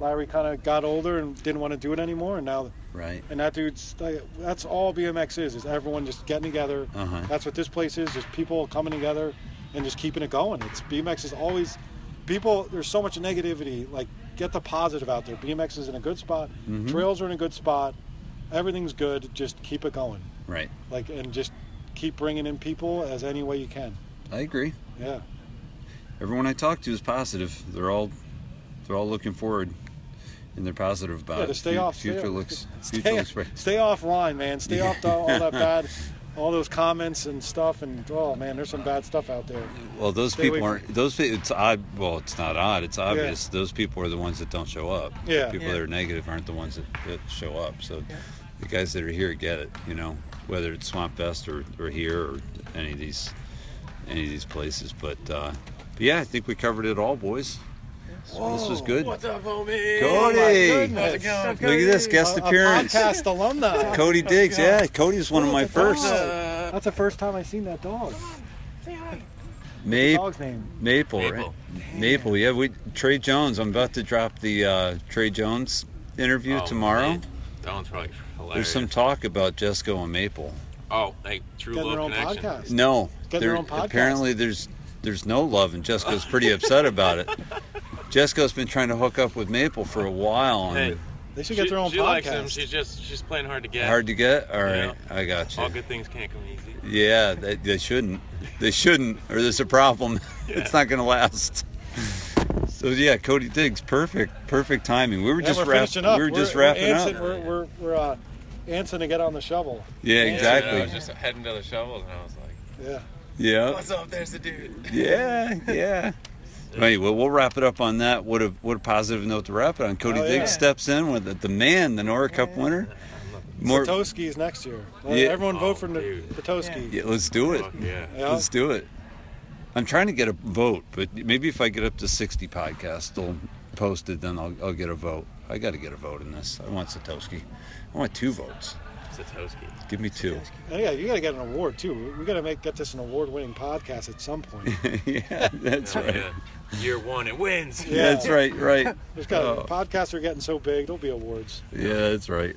Speaker 2: Larry kind of got older and didn't want to do it anymore and now
Speaker 1: Right.
Speaker 2: and that dude's like, that's all BMX is is everyone just getting together
Speaker 1: Uh-huh.
Speaker 2: that's what this place is just people coming together and just keeping it going it's BMX is always people there's so much negativity like get the positive out there BMX is in a good spot
Speaker 1: Mm-hmm.
Speaker 2: trails are in a good spot everything's good just keep it going
Speaker 1: Right.
Speaker 2: like and just keep bringing in people as any way you can
Speaker 1: I agree.
Speaker 2: yeah
Speaker 1: Everyone I talk to is positive. They're all they're all looking forward and they're positive about
Speaker 2: Yeah,
Speaker 1: it.
Speaker 2: to stay
Speaker 1: Uh, Fu-
Speaker 2: off.
Speaker 1: Future
Speaker 2: stay, (laughs)
Speaker 3: (laughs)
Speaker 1: looks
Speaker 2: Stay,
Speaker 1: future looks bright.
Speaker 2: stay offline, man. Stay off the,
Speaker 1: (laughs)
Speaker 2: all that bad, all those comments and stuff. And oh man, there's some bad stuff out there.
Speaker 1: Well, those
Speaker 2: Stay away
Speaker 1: people aren't. Those pe- it's odd. Well, it's not odd. It's obvious. Those people are the ones that don't show up. The
Speaker 2: Yeah.
Speaker 1: people
Speaker 3: Yeah.
Speaker 1: that are negative aren't the ones that, that show up. So, the guys that are here get it. You know, whether it's Swamp Fest or, or here or any of these any of these places. But, uh, but yeah, I think we covered it all, boys. So this was good. Cody,
Speaker 4: up, homie?
Speaker 2: goodness.
Speaker 1: look at this guest
Speaker 2: A- a
Speaker 1: appearance.
Speaker 2: podcast
Speaker 1: (laughs)
Speaker 2: Oh, alumni.
Speaker 1: Cody Diggs. Yeah, Cody's one of my
Speaker 2: Look at
Speaker 1: first.
Speaker 2: that. That's the first time I seen that dog.
Speaker 1: Mape,
Speaker 2: Dog's name.
Speaker 1: Maple, right?
Speaker 5: Maple.
Speaker 1: Maple. Yeah, we Trey Jones. I'm about to drop the uh, Trey Jones interview
Speaker 5: Oh,
Speaker 1: tomorrow.
Speaker 5: man. That one's probably
Speaker 1: There's
Speaker 5: hilarious.
Speaker 1: some talk about Jesco and Maple.
Speaker 5: oh, hey, true
Speaker 2: Getting
Speaker 5: love
Speaker 2: their own
Speaker 5: connection.
Speaker 2: podcast.
Speaker 1: No,
Speaker 2: Get their
Speaker 1: there-
Speaker 2: own podcast.
Speaker 1: apparently there's there's no love, and Jesco's pretty upset about
Speaker 2: (laughs)
Speaker 1: it. Jesco's been trying to hook up with Maple for a while,
Speaker 5: Hey,
Speaker 1: and
Speaker 2: They should
Speaker 5: she,
Speaker 2: get their own
Speaker 5: she
Speaker 2: podcast.
Speaker 5: likes him. She's just she's playing hard to get.
Speaker 1: hard to get. All right,
Speaker 5: Yeah.
Speaker 1: I got you.
Speaker 5: All good things can't come easy.
Speaker 1: Yeah, they, they shouldn't. They shouldn't, or there's a problem. (laughs) it's not going to last. So yeah, Cody Diggs, perfect, perfect timing. We were
Speaker 2: Yeah,
Speaker 1: just
Speaker 2: we're
Speaker 1: wrapping.
Speaker 2: finishing up.
Speaker 1: We were just wrapping
Speaker 2: antsy-
Speaker 1: up.
Speaker 2: We're, we're, we're uh, antsing to get on the shovel.
Speaker 1: Yeah,
Speaker 5: I was
Speaker 1: exactly.
Speaker 5: just heading to the shovels, and I was like,
Speaker 2: Yeah.
Speaker 1: Yeah,
Speaker 5: "What's up? There's the dude."
Speaker 1: yeah, yeah. Anyway, well, we'll wrap it up on that. What a what a positive note to wrap it on. Cody
Speaker 2: Oh, yeah.
Speaker 1: Diggs steps in with the, the man, the Nora Cup winner. More,
Speaker 2: Petoskey is next year. Let
Speaker 1: Yeah.
Speaker 2: Everyone
Speaker 5: Oh,
Speaker 2: vote for
Speaker 5: dude.
Speaker 2: Petoskey.
Speaker 1: yeah, let's do it.
Speaker 5: Fuck yeah.
Speaker 2: Yeah.
Speaker 1: Let's do it. I'm trying to get a vote, but maybe if I get up to 60 podcasts still posted, then I'll, I'll get a vote. I got to get a vote in this. I want Satoshi. I want two votes.
Speaker 5: Satoshi.
Speaker 1: Give me two. (laughs)
Speaker 2: And yeah, you got to get an award too. We got to make get this an award-winning podcast at some point.
Speaker 1: (laughs) yeah, that's
Speaker 5: Hell
Speaker 1: right.
Speaker 5: yeah. Year one, it wins.
Speaker 2: Yeah.
Speaker 1: That's right. Right.
Speaker 2: There's got
Speaker 1: Oh.
Speaker 2: podcasts are getting so big. There'll be awards.
Speaker 1: Yeah, that's right.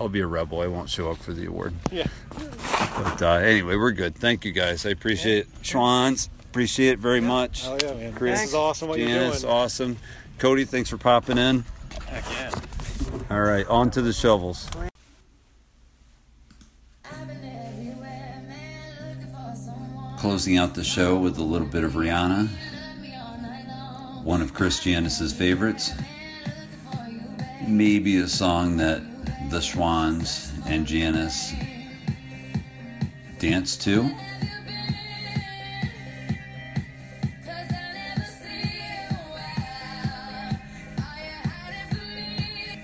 Speaker 1: I'll be a rebel. I won't show up for the award.
Speaker 2: Yeah.
Speaker 1: But uh, anyway, we're good. Thank you guys. I appreciate it. Schwans, appreciate it very much.
Speaker 2: Oh yeah, man.
Speaker 1: Chris,
Speaker 2: this is awesome. What
Speaker 1: Jan,
Speaker 2: you're
Speaker 1: it's
Speaker 2: doing.
Speaker 1: awesome. Cody, thanks for popping in.
Speaker 5: Heck yeah.
Speaker 1: All right, on to the shovels. Closing out the show with a little bit of Rihanna, one of Chris Janice's favorites. Maybe a song that the Schwans and Janice dance to.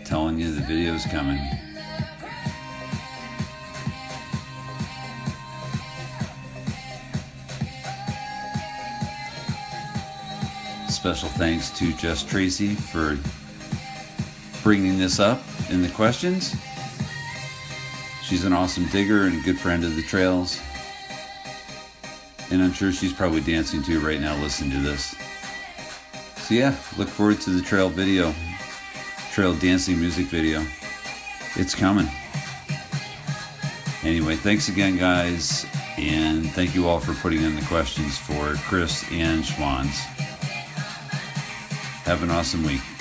Speaker 1: Telling you the video's coming. Special thanks to Jess Tracy for bringing this up in the questions. She's an awesome digger and a good friend of the trails. And I'm sure she's probably dancing too right now listening to this. So yeah, look forward to the trail video, trail dancing music video. It's coming. Anyway, thanks again, guys, and thank you all for putting in the questions for Chris and Schwans. Have an awesome week.